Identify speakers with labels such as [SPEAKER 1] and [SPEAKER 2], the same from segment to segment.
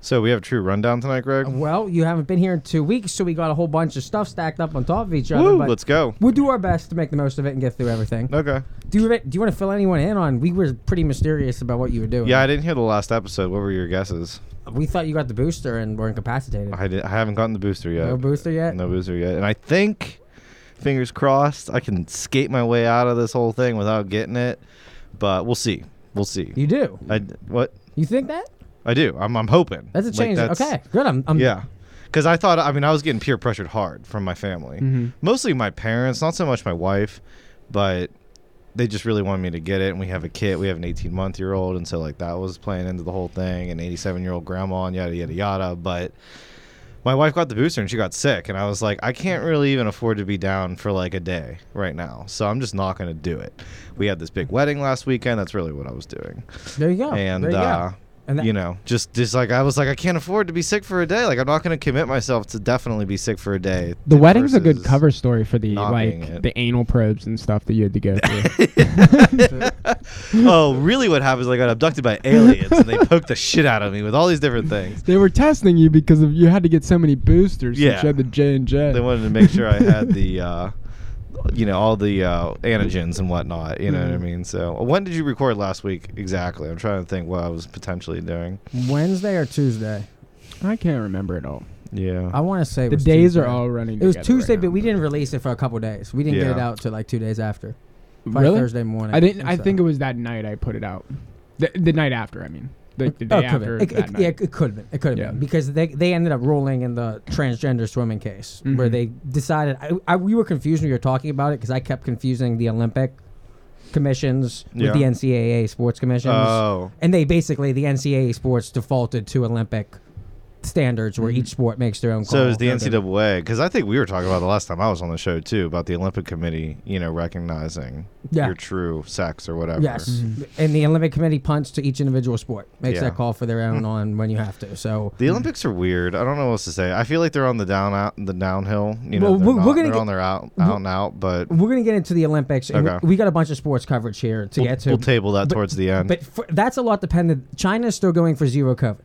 [SPEAKER 1] So we have a true rundown tonight, Greg.
[SPEAKER 2] Well, you haven't been here in two weeks, so we got a whole bunch of stuff stacked up on top of each other.
[SPEAKER 1] Woo,
[SPEAKER 2] but
[SPEAKER 1] let's go.
[SPEAKER 2] We'll do our best to make the most of it and get through everything.
[SPEAKER 1] Okay.
[SPEAKER 2] Do you re- do you want to fill anyone in on? We were pretty mysterious about what you were doing.
[SPEAKER 1] Yeah, I didn't hear the last episode. What were your guesses?
[SPEAKER 2] we thought you got the booster and were incapacitated.
[SPEAKER 1] I, did, I haven't gotten the booster yet.
[SPEAKER 2] No booster yet.
[SPEAKER 1] No booster yet. And I think, fingers crossed, I can skate my way out of this whole thing without getting it. But we'll see. We'll see.
[SPEAKER 2] You do.
[SPEAKER 1] I what?
[SPEAKER 2] You think that?
[SPEAKER 1] I do. I'm I'm hoping.
[SPEAKER 2] That's a
[SPEAKER 1] Like,
[SPEAKER 2] change.
[SPEAKER 1] that's-
[SPEAKER 2] okay, good. I'm. I'm
[SPEAKER 1] Yeah. Because I thought, I mean, I was getting peer pressured hard from my family. Mostly my parents, not so much my wife, but they just really wanted me to get it. And we have a kid, we have an 18 month year old. And so, like, that was playing into the whole thing, and 87 year old grandma, and yada, yada, yada. But my wife got the booster and she got sick. And I was like, I can't really even afford to be down for like a day right now. So I'm just not going to do it. We had this big wedding last weekend. That's really what I was doing
[SPEAKER 2] There you go.
[SPEAKER 1] and
[SPEAKER 2] Oh, there you go.
[SPEAKER 1] uh
[SPEAKER 2] And that-
[SPEAKER 1] you know just just like i was like i can't afford to be sick for a day like i'm not going to commit myself to definitely be sick for a day
[SPEAKER 3] The wedding's a good
[SPEAKER 1] versus-
[SPEAKER 3] cover story for the
[SPEAKER 1] not being
[SPEAKER 3] like
[SPEAKER 1] it.
[SPEAKER 3] the anal probes and stuff that you had to go through.
[SPEAKER 1] oh really what happens i got abducted by aliens and they poked the shit out of me with all these different things
[SPEAKER 3] they were testing you because of you had to get so many boosters.
[SPEAKER 1] Yeah.
[SPEAKER 3] Yeah, you had the J and J.
[SPEAKER 1] they wanted to make sure i had the uh you know all the uh antigens and whatnot you know
[SPEAKER 3] Mm-hmm.
[SPEAKER 1] what i mean so when did you record last week exactly i'm trying to think what i was potentially doing
[SPEAKER 2] Wednesday or Tuesday?
[SPEAKER 3] I can't remember it all.
[SPEAKER 1] yeah
[SPEAKER 2] I want to say it
[SPEAKER 3] The
[SPEAKER 2] was
[SPEAKER 3] days
[SPEAKER 2] Tuesday.
[SPEAKER 3] are all running.
[SPEAKER 2] It was
[SPEAKER 3] together right
[SPEAKER 2] Tuesday,
[SPEAKER 3] now.
[SPEAKER 2] but we didn't release it for a couple days. We didn't get it
[SPEAKER 1] Yeah.
[SPEAKER 2] out till like two days after. Probably
[SPEAKER 3] really.
[SPEAKER 2] Thursday morning.
[SPEAKER 3] I didn't. I
[SPEAKER 2] so.
[SPEAKER 3] think it was that night I put it out. The, the night after, I mean, the, the day
[SPEAKER 2] Oh, it could've
[SPEAKER 3] after.
[SPEAKER 2] been. It-
[SPEAKER 3] that
[SPEAKER 2] it-
[SPEAKER 3] night.
[SPEAKER 2] yeah, it could have been. It could have
[SPEAKER 3] Yeah.
[SPEAKER 2] been because they they ended up rolling in the transgender swimming case where
[SPEAKER 3] Mhm.
[SPEAKER 2] they decided. I, I, we were confused when you were talking about it because I kept confusing the Olympic commissions
[SPEAKER 1] Yeah.
[SPEAKER 2] with the NCAA sports commissions,
[SPEAKER 1] oh
[SPEAKER 2] and they basically the NCAA sports defaulted to Olympic standards
[SPEAKER 1] Mm-hmm.
[SPEAKER 2] where each sport makes their own.
[SPEAKER 1] So
[SPEAKER 2] call.
[SPEAKER 1] is the NCAA because I think we were talking about the last time I was on the show too about the Olympic Committee, you know, recognizing
[SPEAKER 2] Yeah.
[SPEAKER 1] your true sex or whatever.
[SPEAKER 2] Yes, Mm-hmm. and the Olympic Committee punts to each individual sport makes
[SPEAKER 1] Mm-hmm. Yeah. Hmm.
[SPEAKER 2] that call for their own on when you have to. So
[SPEAKER 1] The Olympics are weird. I don't know what else to say. I feel like they're on the down out, the downhill. You know,
[SPEAKER 2] Well,
[SPEAKER 1] they're,
[SPEAKER 2] we're-
[SPEAKER 1] not,
[SPEAKER 2] we're gonna
[SPEAKER 1] they're
[SPEAKER 2] get-
[SPEAKER 1] on their out, out and out. But
[SPEAKER 2] we're gonna get into the Olympics, and
[SPEAKER 1] Okay.
[SPEAKER 2] we, we got a bunch of sports coverage here to
[SPEAKER 1] we'll,
[SPEAKER 2] get to.
[SPEAKER 1] we'll table that
[SPEAKER 2] But-
[SPEAKER 1] towards the end.
[SPEAKER 2] But for, that's a lot dependent. China is still going for zero COVID.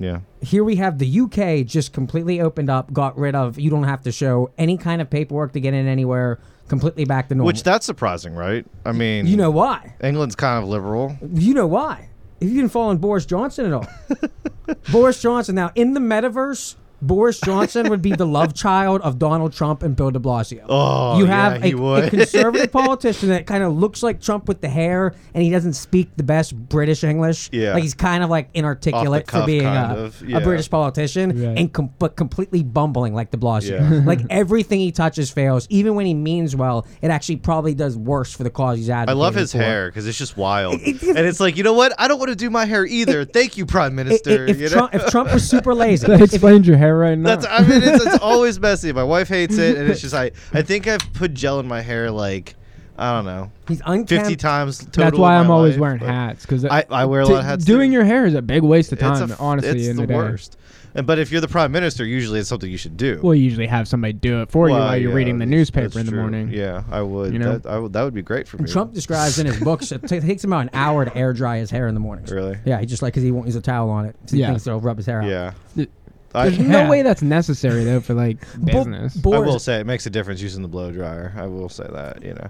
[SPEAKER 1] yeah,
[SPEAKER 2] Here we have the UK just completely opened up, got rid of. You don't have to show any kind of paperwork to get in anywhere. Completely back to normal.
[SPEAKER 1] which that's surprising, right? I mean,
[SPEAKER 2] you know why?
[SPEAKER 1] England's kind of liberal.
[SPEAKER 2] You know why? If you didn't follow on Boris Johnson at all, Boris Johnson. Now in the metaverse, Boris Johnson would be the love child of Donald Trump and Bill De Blasio.
[SPEAKER 1] Oh,
[SPEAKER 2] you
[SPEAKER 1] yeah,
[SPEAKER 2] have
[SPEAKER 1] he
[SPEAKER 2] a,
[SPEAKER 1] would.
[SPEAKER 2] a conservative politician that kind of looks like Trump with the hair, and he doesn't speak the best British English.
[SPEAKER 1] Yeah.
[SPEAKER 2] like he's kind of like
[SPEAKER 1] Off
[SPEAKER 2] inarticulate
[SPEAKER 1] the
[SPEAKER 2] for
[SPEAKER 1] cuff,
[SPEAKER 2] being
[SPEAKER 1] kind
[SPEAKER 2] a,
[SPEAKER 1] of, yeah.
[SPEAKER 2] a British politician,
[SPEAKER 3] Right.
[SPEAKER 2] and com- but completely bumbling like De Blasio.
[SPEAKER 1] Yeah.
[SPEAKER 2] like everything he touches fails. Even when he means well, it actually probably does worse for the cause he's
[SPEAKER 1] I
[SPEAKER 2] advocating.
[SPEAKER 1] love his
[SPEAKER 2] for.
[SPEAKER 1] hair because it's just wild, and it's like you know what? I don't want to do my hair either. Thank you, Prime
[SPEAKER 2] I- I-
[SPEAKER 1] Minister.
[SPEAKER 2] If,
[SPEAKER 1] you know?
[SPEAKER 2] Trump, if Trump was super lazy,
[SPEAKER 3] That
[SPEAKER 2] if,
[SPEAKER 3] explains your hair right now.
[SPEAKER 1] That's I mean it's, it's always messy. My wife hates it, and it's just I I think I've put gel in my hair like I don't know
[SPEAKER 2] he's
[SPEAKER 1] fifty
[SPEAKER 2] unkempt.
[SPEAKER 1] times total.
[SPEAKER 3] That's why
[SPEAKER 1] in my
[SPEAKER 3] I'm always
[SPEAKER 1] life,
[SPEAKER 3] wearing
[SPEAKER 1] but
[SPEAKER 3] hats because
[SPEAKER 1] I, I wear a lot of hats.
[SPEAKER 3] Doing
[SPEAKER 1] too.
[SPEAKER 3] your hair is a big waste of time,
[SPEAKER 1] it's a,
[SPEAKER 3] honestly.
[SPEAKER 1] it's
[SPEAKER 3] in
[SPEAKER 1] the
[SPEAKER 3] day.
[SPEAKER 1] worst. And but if you're the prime minister, usually it's something you should do.
[SPEAKER 3] Well, you usually have somebody do it for you
[SPEAKER 1] Well,
[SPEAKER 3] while you're
[SPEAKER 1] yeah,
[SPEAKER 3] reading the
[SPEAKER 1] that's-
[SPEAKER 3] newspaper
[SPEAKER 1] that's
[SPEAKER 3] in the
[SPEAKER 1] true.
[SPEAKER 3] morning.
[SPEAKER 1] Yeah, I would.
[SPEAKER 3] You know?
[SPEAKER 1] that, I would that would be great for me.
[SPEAKER 2] Trump describes in his books it ta- takes him about an hour to air dry his hair in the mornings.
[SPEAKER 1] Really?
[SPEAKER 2] Yeah, he just like because he won't use a towel on it. 'cause He
[SPEAKER 3] Yeah.
[SPEAKER 2] thinks it'll rub his hair out.
[SPEAKER 1] Yeah.
[SPEAKER 3] Th-
[SPEAKER 1] I,
[SPEAKER 3] There's no way that's necessary though for like
[SPEAKER 2] Bo-
[SPEAKER 3] business.
[SPEAKER 1] I
[SPEAKER 2] Boris-
[SPEAKER 1] will say it makes a difference using the blow dryer. I will say that. You know.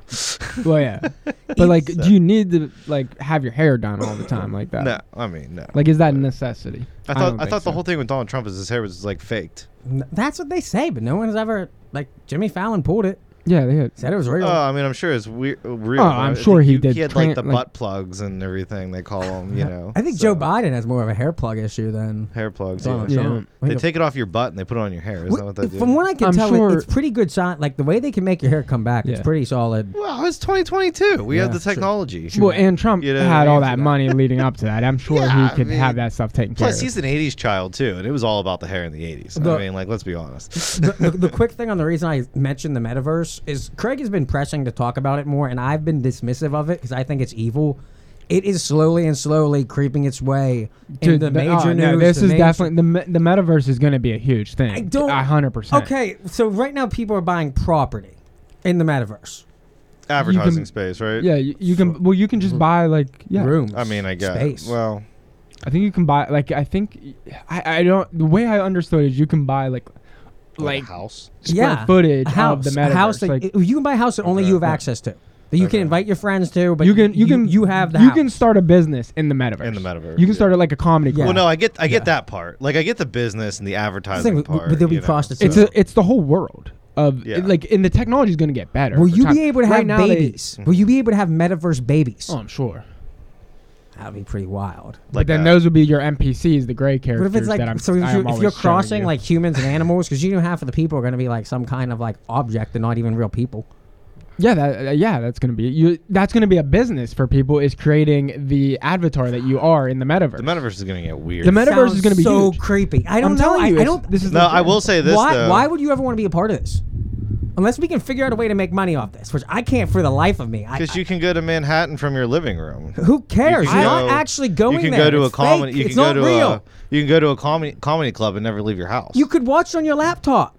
[SPEAKER 3] well, yeah, but like, do you need to like have your hair done all the time like that?
[SPEAKER 1] No, I mean no.
[SPEAKER 3] Like, is that a necessity?
[SPEAKER 1] I thought
[SPEAKER 3] don't
[SPEAKER 1] I,
[SPEAKER 3] think
[SPEAKER 1] thought the
[SPEAKER 3] so.
[SPEAKER 1] whole thing with Donald Trump is his hair was like faked.
[SPEAKER 2] N- That's what they say, but no one's ever like Jimmy Fallon pulled it.
[SPEAKER 3] Yeah, they had.
[SPEAKER 2] Said it was real.
[SPEAKER 1] Oh, I mean, I'm sure it's weird. real.
[SPEAKER 3] Oh,
[SPEAKER 1] but
[SPEAKER 3] I'm
[SPEAKER 1] I
[SPEAKER 3] sure
[SPEAKER 1] think
[SPEAKER 3] he
[SPEAKER 1] you-
[SPEAKER 3] did
[SPEAKER 1] He had
[SPEAKER 3] plant,
[SPEAKER 1] like the
[SPEAKER 3] like-
[SPEAKER 1] butt plugs and everything. They call them, you know.
[SPEAKER 2] I think
[SPEAKER 1] so-
[SPEAKER 2] Joe Biden has more of a hair plug issue than
[SPEAKER 1] hair plugs. Yeah.
[SPEAKER 2] Donald
[SPEAKER 3] Yeah.
[SPEAKER 2] Trump. I
[SPEAKER 1] They
[SPEAKER 2] think
[SPEAKER 1] take it off your butt and they put it on your hair. Isn't that what they do?
[SPEAKER 2] From what I can
[SPEAKER 3] I'm
[SPEAKER 2] tell, it-
[SPEAKER 3] sure-
[SPEAKER 2] it's pretty good sign. Like the way they can make your hair come back, it's
[SPEAKER 3] Yeah.
[SPEAKER 2] pretty solid.
[SPEAKER 1] well, it's 2022. We
[SPEAKER 2] Yeah,
[SPEAKER 1] have the
[SPEAKER 2] sure.
[SPEAKER 1] technology.
[SPEAKER 3] Well, and Trump
[SPEAKER 1] You know what I
[SPEAKER 3] had all
[SPEAKER 1] mean?
[SPEAKER 3] that money leading up to that. I'm sure
[SPEAKER 1] Yeah, I
[SPEAKER 3] he could
[SPEAKER 1] mean-
[SPEAKER 3] have that stuff taken care
[SPEAKER 1] Plus,
[SPEAKER 3] of.
[SPEAKER 1] he's an 80s child, too, and it was all about the hair in the 80s.
[SPEAKER 2] The-
[SPEAKER 1] I mean, like, let's be honest.
[SPEAKER 2] the, the, the quick thing on the reason I mentioned the metaverse is Craig has been pressing to talk about it more, and I've been dismissive of it because I think it's evil. It is slowly and slowly creeping its way into
[SPEAKER 3] Dude, the-
[SPEAKER 2] the major
[SPEAKER 3] oh,
[SPEAKER 2] news.
[SPEAKER 3] no, this
[SPEAKER 2] the
[SPEAKER 3] is
[SPEAKER 2] main-
[SPEAKER 3] definitely the me- the metaverse is going to be a huge thing.
[SPEAKER 2] I don't.
[SPEAKER 3] hundred percent.
[SPEAKER 2] Okay, so right now people are buying property in the metaverse.
[SPEAKER 1] Advertising
[SPEAKER 3] can-
[SPEAKER 1] space, right?
[SPEAKER 3] Yeah, you, you can. Well, you can just buy like yeah.
[SPEAKER 2] Rooms.
[SPEAKER 1] I mean, I guess.
[SPEAKER 2] Space.
[SPEAKER 1] Well,
[SPEAKER 3] I think you can buy like I think I, I don't the way I understood is you can buy like
[SPEAKER 1] Like
[SPEAKER 3] like
[SPEAKER 1] a house.
[SPEAKER 3] square
[SPEAKER 2] Oh, yeah,
[SPEAKER 3] footage
[SPEAKER 2] a house,
[SPEAKER 3] of the metaverse.
[SPEAKER 2] a house that,
[SPEAKER 3] like,
[SPEAKER 2] you can buy a house that only
[SPEAKER 1] Okay.
[SPEAKER 2] you have access to. That you can
[SPEAKER 1] Okay.
[SPEAKER 2] invite your friends to, but
[SPEAKER 3] you can you, can
[SPEAKER 2] you have the
[SPEAKER 3] you
[SPEAKER 2] house.
[SPEAKER 3] can start a business in the metaverse.
[SPEAKER 1] In the metaverse,
[SPEAKER 3] You can
[SPEAKER 1] yeah.
[SPEAKER 3] start it like a comedy.
[SPEAKER 2] Yeah.
[SPEAKER 3] club.
[SPEAKER 1] Well, no, I get I get that part. Like I get the business and the
[SPEAKER 2] That's
[SPEAKER 1] advertising
[SPEAKER 2] the thing, w-
[SPEAKER 1] part.
[SPEAKER 2] but there'll be
[SPEAKER 1] you know,
[SPEAKER 2] prostitutes.
[SPEAKER 3] it's
[SPEAKER 1] so-
[SPEAKER 3] a it's the whole world of
[SPEAKER 1] Yeah.
[SPEAKER 3] like and the technology is going to get better.
[SPEAKER 2] Will
[SPEAKER 3] over
[SPEAKER 2] you
[SPEAKER 3] time.
[SPEAKER 2] be able to
[SPEAKER 3] Right
[SPEAKER 2] have
[SPEAKER 3] now, they-
[SPEAKER 2] babies?
[SPEAKER 1] Hmm.
[SPEAKER 2] Will you be able to have metaverse babies?
[SPEAKER 3] oh, I'm sure.
[SPEAKER 2] That'd be pretty wild.
[SPEAKER 3] but
[SPEAKER 1] like
[SPEAKER 3] then
[SPEAKER 1] that.
[SPEAKER 3] those would be your NPCs, the gray
[SPEAKER 2] But
[SPEAKER 3] characters.
[SPEAKER 2] if it's like
[SPEAKER 3] that I'm,
[SPEAKER 2] so, if
[SPEAKER 3] I am
[SPEAKER 2] you're, if
[SPEAKER 3] always
[SPEAKER 2] you're
[SPEAKER 3] showing
[SPEAKER 2] crossing
[SPEAKER 3] you.
[SPEAKER 2] like humans and animals, because you know half of the people are going to be like some kind of like object and not even real people.
[SPEAKER 3] yeah, that, uh, yeah, that's gonna be you. That's gonna be a business for people is creating the avatar that you are in the metaverse.
[SPEAKER 1] the metaverse is gonna get weird.
[SPEAKER 3] The metaverse is
[SPEAKER 2] Sounds
[SPEAKER 3] gonna be
[SPEAKER 2] so
[SPEAKER 3] huge.
[SPEAKER 2] creepy. I
[SPEAKER 3] I'm
[SPEAKER 2] don't know.
[SPEAKER 3] telling
[SPEAKER 2] I,
[SPEAKER 3] you,
[SPEAKER 2] I
[SPEAKER 3] it's-
[SPEAKER 2] don't.
[SPEAKER 3] This is
[SPEAKER 1] no,
[SPEAKER 3] the
[SPEAKER 1] I will say this
[SPEAKER 2] why?
[SPEAKER 1] though.
[SPEAKER 2] Why would you ever want to be a part of this? Unless we can figure out a way to make money off this, which I can't for the life of me. I,
[SPEAKER 1] Because you can go to Manhattan from your living room.
[SPEAKER 2] who cares? You're
[SPEAKER 1] You can
[SPEAKER 2] not
[SPEAKER 1] go-
[SPEAKER 2] actually going
[SPEAKER 1] You can
[SPEAKER 2] there.
[SPEAKER 1] go to
[SPEAKER 2] It's
[SPEAKER 1] a comedy.
[SPEAKER 2] fake.
[SPEAKER 1] You
[SPEAKER 2] it's
[SPEAKER 1] can go
[SPEAKER 2] not
[SPEAKER 1] to
[SPEAKER 2] real.
[SPEAKER 1] a. You can go to a comedy comedy club and never leave your house.
[SPEAKER 2] you could watch on your laptop.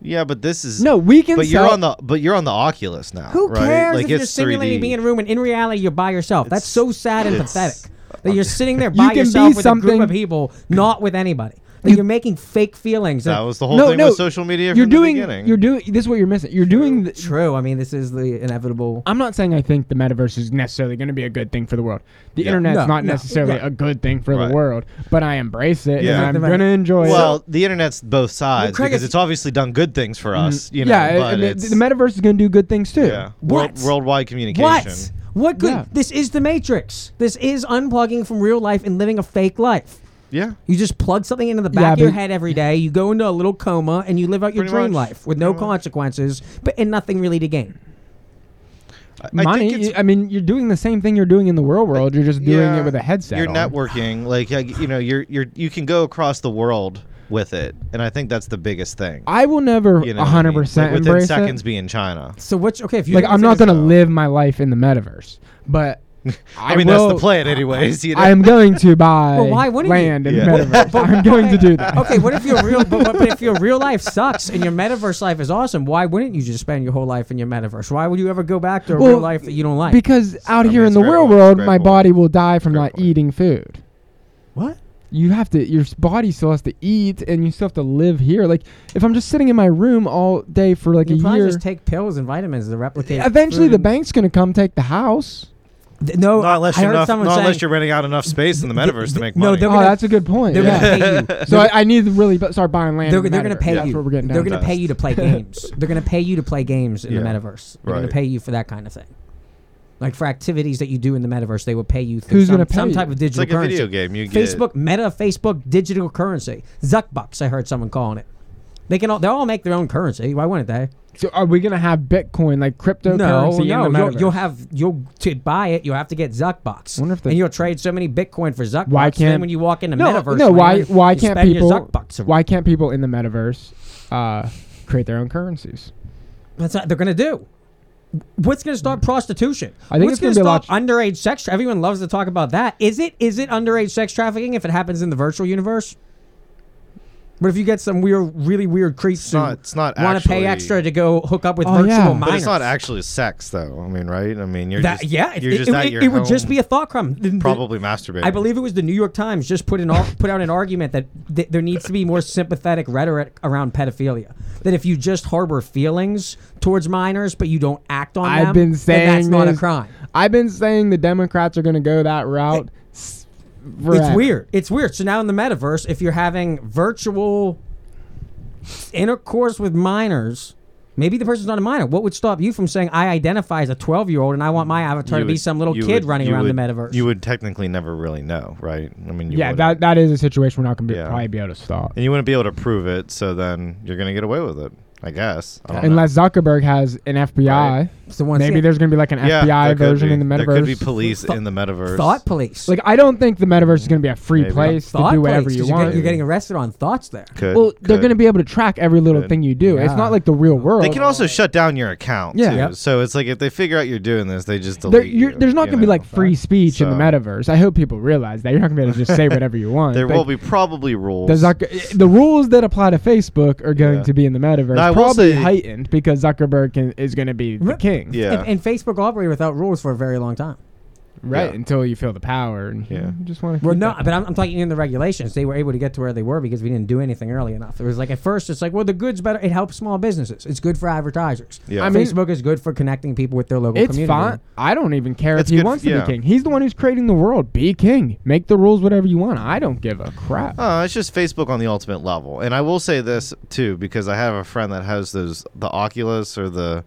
[SPEAKER 1] yeah, but this is
[SPEAKER 3] no, we can.
[SPEAKER 1] But you're
[SPEAKER 3] sell-
[SPEAKER 1] on the but you're on the Oculus now.
[SPEAKER 2] Who
[SPEAKER 1] right?
[SPEAKER 2] cares
[SPEAKER 1] Like
[SPEAKER 2] if you're
[SPEAKER 1] it's
[SPEAKER 2] simulating
[SPEAKER 1] 3D.
[SPEAKER 2] being in a room and in reality you're by yourself? That's so sad and
[SPEAKER 1] it's-
[SPEAKER 2] pathetic that you're sitting there
[SPEAKER 3] can
[SPEAKER 2] by
[SPEAKER 3] be
[SPEAKER 2] yourself with a group
[SPEAKER 3] something-
[SPEAKER 2] of people, not with anybody. That you, are making fake feelings.
[SPEAKER 1] That
[SPEAKER 2] and-
[SPEAKER 1] was the whole
[SPEAKER 3] no,
[SPEAKER 1] thing
[SPEAKER 3] no.
[SPEAKER 1] with social media.
[SPEAKER 3] You're
[SPEAKER 1] from
[SPEAKER 3] doing.
[SPEAKER 1] The beginning.
[SPEAKER 3] You're doing. This is what you're missing. You're doing. The,
[SPEAKER 2] true. I mean, this is the inevitable.
[SPEAKER 3] I'm not saying I think the metaverse is necessarily going to be a good thing for the world. The
[SPEAKER 1] Yeah.
[SPEAKER 3] internet's
[SPEAKER 2] No,
[SPEAKER 3] not
[SPEAKER 2] no,
[SPEAKER 3] necessarily
[SPEAKER 2] yeah.
[SPEAKER 3] a good thing for
[SPEAKER 1] Right.
[SPEAKER 3] the world, but I embrace it
[SPEAKER 1] Yeah.
[SPEAKER 3] and I'm
[SPEAKER 2] Exactly right.
[SPEAKER 3] going to enjoy
[SPEAKER 1] well,
[SPEAKER 3] it. Mm.
[SPEAKER 1] the internet's both sides
[SPEAKER 2] Craig,
[SPEAKER 1] because
[SPEAKER 2] if-
[SPEAKER 1] it's obviously done good things for us. You
[SPEAKER 3] Mm-hmm.
[SPEAKER 1] know,
[SPEAKER 3] yeah, I- I
[SPEAKER 1] but
[SPEAKER 3] mean,
[SPEAKER 1] it's,
[SPEAKER 3] the metaverse is going to do good things too.
[SPEAKER 1] yeah,
[SPEAKER 2] What?
[SPEAKER 1] World, worldwide communication.
[SPEAKER 2] What? What good?
[SPEAKER 3] Yeah.
[SPEAKER 2] This is the Matrix. This is unplugging from real life and living a fake life.
[SPEAKER 1] Yeah,
[SPEAKER 2] You just plug something into the back
[SPEAKER 3] Yeah,
[SPEAKER 2] of your
[SPEAKER 3] but-
[SPEAKER 2] head every day. You go into a little coma and you live out your
[SPEAKER 1] Pretty
[SPEAKER 2] dream
[SPEAKER 1] much.
[SPEAKER 2] life with no
[SPEAKER 1] Pretty much.
[SPEAKER 2] consequences, but and nothing really to gain.
[SPEAKER 1] I- I think
[SPEAKER 3] Money,
[SPEAKER 1] it's,
[SPEAKER 3] I, mean, you're doing the same thing you're doing in the real world. You're just doing
[SPEAKER 1] yeah,
[SPEAKER 3] it with a headset.
[SPEAKER 1] You're
[SPEAKER 3] on.
[SPEAKER 1] networking, like like, you know, you're you're you can go across the world with it, and I think that's the biggest thing.
[SPEAKER 3] I will never
[SPEAKER 1] You know, what I mean?
[SPEAKER 3] 100%
[SPEAKER 1] like within
[SPEAKER 3] embrace
[SPEAKER 1] seconds
[SPEAKER 3] it.
[SPEAKER 1] be in China.
[SPEAKER 2] So what's okay if you
[SPEAKER 3] Like, I'm not going to
[SPEAKER 1] so.
[SPEAKER 3] live my life in the metaverse, but
[SPEAKER 1] I,
[SPEAKER 3] I
[SPEAKER 1] mean, that's
[SPEAKER 3] will-
[SPEAKER 1] the plan, anyways. You know?
[SPEAKER 3] I am going to buy
[SPEAKER 2] Well, why wouldn't you?
[SPEAKER 3] land in
[SPEAKER 1] Yeah.
[SPEAKER 3] the metaverse. I'm going to do that.
[SPEAKER 2] Okay, what if your real but, but but if your real life sucks and your metaverse life is awesome? Why wouldn't you just spend your whole life in your metaverse? Why would you ever go back to a real
[SPEAKER 3] Well,
[SPEAKER 2] life that you don't like?
[SPEAKER 3] Because out
[SPEAKER 1] mean,
[SPEAKER 3] here in
[SPEAKER 1] it's
[SPEAKER 3] the
[SPEAKER 1] great
[SPEAKER 3] real
[SPEAKER 1] point,
[SPEAKER 3] world,
[SPEAKER 1] great
[SPEAKER 3] my
[SPEAKER 1] point.
[SPEAKER 3] body will die from not
[SPEAKER 1] point.
[SPEAKER 3] eating food.
[SPEAKER 2] what?
[SPEAKER 3] You have to, your s- body still has to eat, and you still have to live here. Like if I'm just sitting in my room all day for like
[SPEAKER 2] You
[SPEAKER 3] a
[SPEAKER 2] probably
[SPEAKER 3] year,
[SPEAKER 2] just take pills and vitamins to replicate.
[SPEAKER 3] eventually
[SPEAKER 2] food
[SPEAKER 3] the
[SPEAKER 2] and-
[SPEAKER 3] bank's gonna come take the house.
[SPEAKER 2] Th- No,
[SPEAKER 1] not unless
[SPEAKER 2] I
[SPEAKER 1] you're
[SPEAKER 2] heard
[SPEAKER 1] enough,
[SPEAKER 2] someone
[SPEAKER 1] not
[SPEAKER 2] saying,
[SPEAKER 1] unless you're renting out enough space in the
[SPEAKER 2] th-
[SPEAKER 1] metaverse to
[SPEAKER 2] th-
[SPEAKER 1] make
[SPEAKER 2] no,
[SPEAKER 1] money.
[SPEAKER 2] they're
[SPEAKER 3] Oh,
[SPEAKER 2] gonna-
[SPEAKER 3] that's a good point.
[SPEAKER 2] they're
[SPEAKER 3] yeah.
[SPEAKER 2] gonna pay you.
[SPEAKER 3] so I, I need to really bu- start buying land.
[SPEAKER 2] They're,
[SPEAKER 3] in
[SPEAKER 2] they're gonna
[SPEAKER 3] metaverse.
[SPEAKER 2] pay
[SPEAKER 3] That's
[SPEAKER 2] you.
[SPEAKER 3] what we're getting
[SPEAKER 2] they're
[SPEAKER 3] down
[SPEAKER 2] gonna
[SPEAKER 3] to.
[SPEAKER 2] pay you to play games. They're gonna pay you to play games in the
[SPEAKER 1] Yeah.
[SPEAKER 2] metaverse. They're gonna
[SPEAKER 1] Right.
[SPEAKER 2] pay you for that kind of thing. Like for activities that you do in the metaverse, they will pay you through
[SPEAKER 3] Who's
[SPEAKER 2] some,
[SPEAKER 3] gonna pay
[SPEAKER 2] some
[SPEAKER 3] you?
[SPEAKER 2] type of
[SPEAKER 1] It's
[SPEAKER 2] digital
[SPEAKER 1] like a
[SPEAKER 2] currency.
[SPEAKER 1] video game. You get
[SPEAKER 2] Facebook Meta Facebook digital currency. Zuckbucks, I heard someone calling it. They can all they all make their own currency. Why wouldn't they?
[SPEAKER 3] So are we gonna have Bitcoin like
[SPEAKER 2] No,
[SPEAKER 3] cryptocurrency
[SPEAKER 2] no.
[SPEAKER 3] in the metaverse?
[SPEAKER 2] You'll, you'll have you'll to buy it. You'll have to get Zuckbucks.
[SPEAKER 3] Wonder if they-
[SPEAKER 2] and you'll trade so many Bitcoin for Zuckbucks.
[SPEAKER 3] Why
[SPEAKER 2] then
[SPEAKER 3] can't-
[SPEAKER 2] when you walk into
[SPEAKER 3] no,
[SPEAKER 2] metaverse?
[SPEAKER 3] no. Why?
[SPEAKER 2] land,
[SPEAKER 3] Why
[SPEAKER 2] you
[SPEAKER 3] can't
[SPEAKER 2] spend your
[SPEAKER 3] people?
[SPEAKER 2] Zuckbucks?
[SPEAKER 3] Why can't people in the metaverse uh, create their own currencies?
[SPEAKER 2] That's what they're gonna do. What's gonna stop prostitution?
[SPEAKER 3] Hmm. I think
[SPEAKER 2] What's
[SPEAKER 3] it's gonna be a lot
[SPEAKER 2] stop underage sex? Tra- Everyone loves to talk about that. Is it is it underage sex trafficking if it happens in the virtual universe? But if you get some weird, really weird creeps
[SPEAKER 1] It's not.
[SPEAKER 2] who
[SPEAKER 1] It's not.
[SPEAKER 2] want to
[SPEAKER 1] actually-
[SPEAKER 2] pay extra to go hook up with
[SPEAKER 3] Oh,
[SPEAKER 2] virtual
[SPEAKER 3] yeah. But it's
[SPEAKER 1] But
[SPEAKER 2] minors,
[SPEAKER 1] it's not actually sex, though. I mean, right? I mean, you're
[SPEAKER 2] that,
[SPEAKER 1] just
[SPEAKER 2] yeah, it,
[SPEAKER 1] You're
[SPEAKER 2] it-
[SPEAKER 1] just
[SPEAKER 2] it-
[SPEAKER 1] at
[SPEAKER 2] it-
[SPEAKER 1] your
[SPEAKER 2] it would
[SPEAKER 1] home
[SPEAKER 2] just be a thought crime. The- the-
[SPEAKER 1] probably masturbating.
[SPEAKER 2] I believe it was the New York Times just put an ar- put out an argument that th- there needs to be more sympathetic rhetoric around pedophilia. That if you just harbor feelings towards minors but you don't act on
[SPEAKER 3] I've
[SPEAKER 2] them,
[SPEAKER 3] been
[SPEAKER 2] then that's
[SPEAKER 3] saying
[SPEAKER 2] not a
[SPEAKER 3] this
[SPEAKER 2] crime.
[SPEAKER 3] I've been saying the Democrats are going to go that route. s-
[SPEAKER 2] It's
[SPEAKER 3] forever.
[SPEAKER 2] weird. It's weird. So now in the metaverse, if you're having virtual intercourse with minors, maybe the person's not a minor. What would stop you from saying I identify as a 12 year old and I want my avatar
[SPEAKER 1] You
[SPEAKER 2] to be
[SPEAKER 1] would-
[SPEAKER 2] some little
[SPEAKER 1] you
[SPEAKER 2] kid
[SPEAKER 1] would-
[SPEAKER 2] running
[SPEAKER 1] you
[SPEAKER 2] around
[SPEAKER 1] would-
[SPEAKER 2] the metaverse?
[SPEAKER 1] You would technically never really know, right? I mean, you
[SPEAKER 3] Yeah, that
[SPEAKER 1] wouldn't.
[SPEAKER 3] that is a situation we're not going to
[SPEAKER 1] Yeah.
[SPEAKER 3] probably be able to stop.
[SPEAKER 1] Uh, and you wouldn't be able to prove it. So then you're gonna get away with it, I guess. I don't know.
[SPEAKER 3] Unless Zuckerberg has an FBI,
[SPEAKER 1] Right.
[SPEAKER 2] so once
[SPEAKER 3] maybe
[SPEAKER 2] again,
[SPEAKER 3] there's going to be like an
[SPEAKER 1] yeah, there
[SPEAKER 3] FBI
[SPEAKER 1] could
[SPEAKER 3] version
[SPEAKER 1] be.
[SPEAKER 3] in the metaverse.
[SPEAKER 1] There could be police
[SPEAKER 2] Thought-
[SPEAKER 1] in the metaverse.
[SPEAKER 2] thought police.
[SPEAKER 3] like I don't think the metaverse is going to be a free
[SPEAKER 1] Maybe.
[SPEAKER 3] place to
[SPEAKER 2] thought
[SPEAKER 3] do
[SPEAKER 2] police,
[SPEAKER 3] whatever
[SPEAKER 2] 'cause
[SPEAKER 3] you
[SPEAKER 2] you're get-
[SPEAKER 3] want.
[SPEAKER 2] you're getting arrested on thoughts there.
[SPEAKER 1] Could,
[SPEAKER 3] well, they're
[SPEAKER 1] could.
[SPEAKER 3] going to be able to track every little
[SPEAKER 1] Could.
[SPEAKER 3] thing you do. It's
[SPEAKER 2] Yeah.
[SPEAKER 3] not like the real world.
[SPEAKER 1] They can also shut down your account.
[SPEAKER 3] Yeah.
[SPEAKER 1] too.
[SPEAKER 3] Yep.
[SPEAKER 1] So it's like if they figure out you're doing this, they just
[SPEAKER 3] There-
[SPEAKER 1] delete
[SPEAKER 3] you're-
[SPEAKER 1] you,
[SPEAKER 3] there's not
[SPEAKER 1] you
[SPEAKER 3] going to be
[SPEAKER 1] know?
[SPEAKER 3] like free speech in
[SPEAKER 1] So-
[SPEAKER 3] the metaverse. I hope people realize that you're not going to be able to just say whatever you want.
[SPEAKER 1] There
[SPEAKER 3] Like,
[SPEAKER 1] will be probably rules.
[SPEAKER 3] The, Zucker- the rules that apply to Facebook are going
[SPEAKER 1] Yeah.
[SPEAKER 3] to be in the metaverse,
[SPEAKER 1] Now, I will
[SPEAKER 3] probably
[SPEAKER 1] say-
[SPEAKER 3] heightened because Zuckerberg can, is going to be the
[SPEAKER 2] Re-
[SPEAKER 3] king.
[SPEAKER 1] yeah.
[SPEAKER 2] And, and Facebook operated without rules for a very long time.
[SPEAKER 3] right
[SPEAKER 1] Yeah.
[SPEAKER 3] until you feel the power and
[SPEAKER 1] Yeah.
[SPEAKER 3] you just want to
[SPEAKER 2] Well, no, but I'm, I'm talking in the regulations. They were able to get to where they were because we didn't do anything early enough. It was like at first, it's like, well, the good's better. It helps small businesses. It's good for advertisers.
[SPEAKER 1] Yeah.
[SPEAKER 3] I mean-
[SPEAKER 2] Facebook is good for connecting people with their local
[SPEAKER 3] it's
[SPEAKER 2] community.
[SPEAKER 3] fine. I don't even care
[SPEAKER 1] It's
[SPEAKER 3] if he
[SPEAKER 1] good-
[SPEAKER 3] wants to
[SPEAKER 1] yeah.
[SPEAKER 3] be king. He's the one who's creating the world. Be king. Make the rules whatever you want. I don't give a crap.
[SPEAKER 1] Uh, it's just Facebook on the ultimate level. And I will say this too, because I have a friend that has those the Oculus or the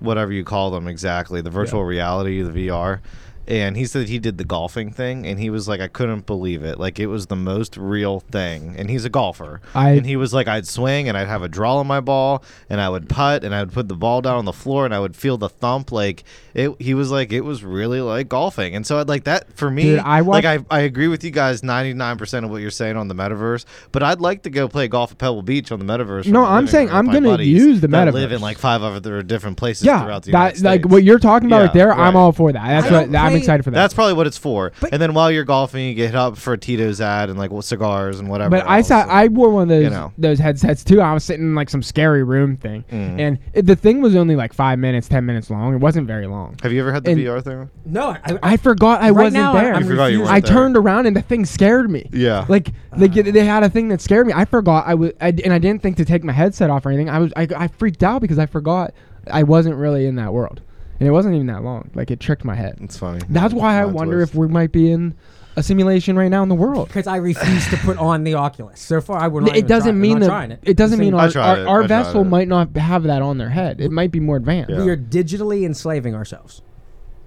[SPEAKER 1] whatever you call them exactly, the virtual reality, the VR. And he said he did the golfing thing, and he was like, I couldn't believe it. Like it was the most real thing. And he's a golfer.
[SPEAKER 3] I-
[SPEAKER 1] and he was like, I'd swing, and I'd have a draw on my ball, and I would putt, and I would put the ball down on the floor, and I would feel the thump. Like it. He was like, it was really like golfing. And so I'd like that for me.
[SPEAKER 3] Dude, I
[SPEAKER 1] like
[SPEAKER 3] watched-
[SPEAKER 1] I, I agree with you guys 99% of what you're saying on the metaverse, but I'd like to go play golf at Pebble Beach on the metaverse.
[SPEAKER 3] No,
[SPEAKER 1] with my
[SPEAKER 3] I'm saying
[SPEAKER 1] living room
[SPEAKER 3] I'm
[SPEAKER 1] with my
[SPEAKER 3] gonna
[SPEAKER 1] buddies
[SPEAKER 3] use the
[SPEAKER 1] that live
[SPEAKER 3] metaverse.
[SPEAKER 1] in like five other different places
[SPEAKER 3] Yeah,
[SPEAKER 1] throughout the
[SPEAKER 3] that,
[SPEAKER 1] United
[SPEAKER 3] like
[SPEAKER 1] States.
[SPEAKER 3] what you're talking about
[SPEAKER 1] Yeah,
[SPEAKER 3] right there. I'm
[SPEAKER 1] right.
[SPEAKER 3] all for that. That's
[SPEAKER 2] I
[SPEAKER 3] what
[SPEAKER 2] don't
[SPEAKER 3] I'm
[SPEAKER 2] play-
[SPEAKER 3] excited for. That.
[SPEAKER 1] That's probably what it's for.
[SPEAKER 2] But-
[SPEAKER 1] and then while you're golfing, you get hit up for a Tito's ad and like well, cigars and whatever.
[SPEAKER 3] But I
[SPEAKER 1] else.
[SPEAKER 3] saw I wore one of those
[SPEAKER 1] you know.
[SPEAKER 3] those headsets too. I was sitting in like some scary room thing,
[SPEAKER 1] Mm.
[SPEAKER 3] and it, the thing was only like five minutes, ten minutes long. It wasn't very long.
[SPEAKER 1] Have you ever had the
[SPEAKER 3] and-
[SPEAKER 1] VR thing?
[SPEAKER 2] No, I, I,
[SPEAKER 3] I forgot I
[SPEAKER 2] right
[SPEAKER 3] wasn't
[SPEAKER 2] now,
[SPEAKER 3] there.
[SPEAKER 2] I'm
[SPEAKER 1] You forgot you
[SPEAKER 2] refusing-
[SPEAKER 1] weren't
[SPEAKER 3] I
[SPEAKER 1] there.
[SPEAKER 3] turned around and the thing scared me.
[SPEAKER 1] Yeah.
[SPEAKER 3] Like they get- they had a thing that scared me. I forgot I was I, d- and I didn't think to take my headset off or anything. I was I, I freaked out because I forgot I wasn't really in that world, and it wasn't even that long. Like it tricked my head.
[SPEAKER 1] It's funny.
[SPEAKER 3] That's why I
[SPEAKER 1] Mind
[SPEAKER 3] wonder
[SPEAKER 1] twist.
[SPEAKER 3] if we might be in a simulation right now in the world.
[SPEAKER 2] because I refuse to put on the Oculus. So far, I would not.
[SPEAKER 3] It
[SPEAKER 2] even try
[SPEAKER 3] doesn't mean
[SPEAKER 2] I'm not trying
[SPEAKER 3] that
[SPEAKER 2] it.
[SPEAKER 3] it doesn't mean
[SPEAKER 1] I
[SPEAKER 3] our
[SPEAKER 1] tried it.
[SPEAKER 3] our, our
[SPEAKER 1] I tried
[SPEAKER 3] vessel
[SPEAKER 1] it.
[SPEAKER 3] might not have that on their head. It might be more advanced.
[SPEAKER 1] Yeah.
[SPEAKER 2] we are digitally enslaving ourselves.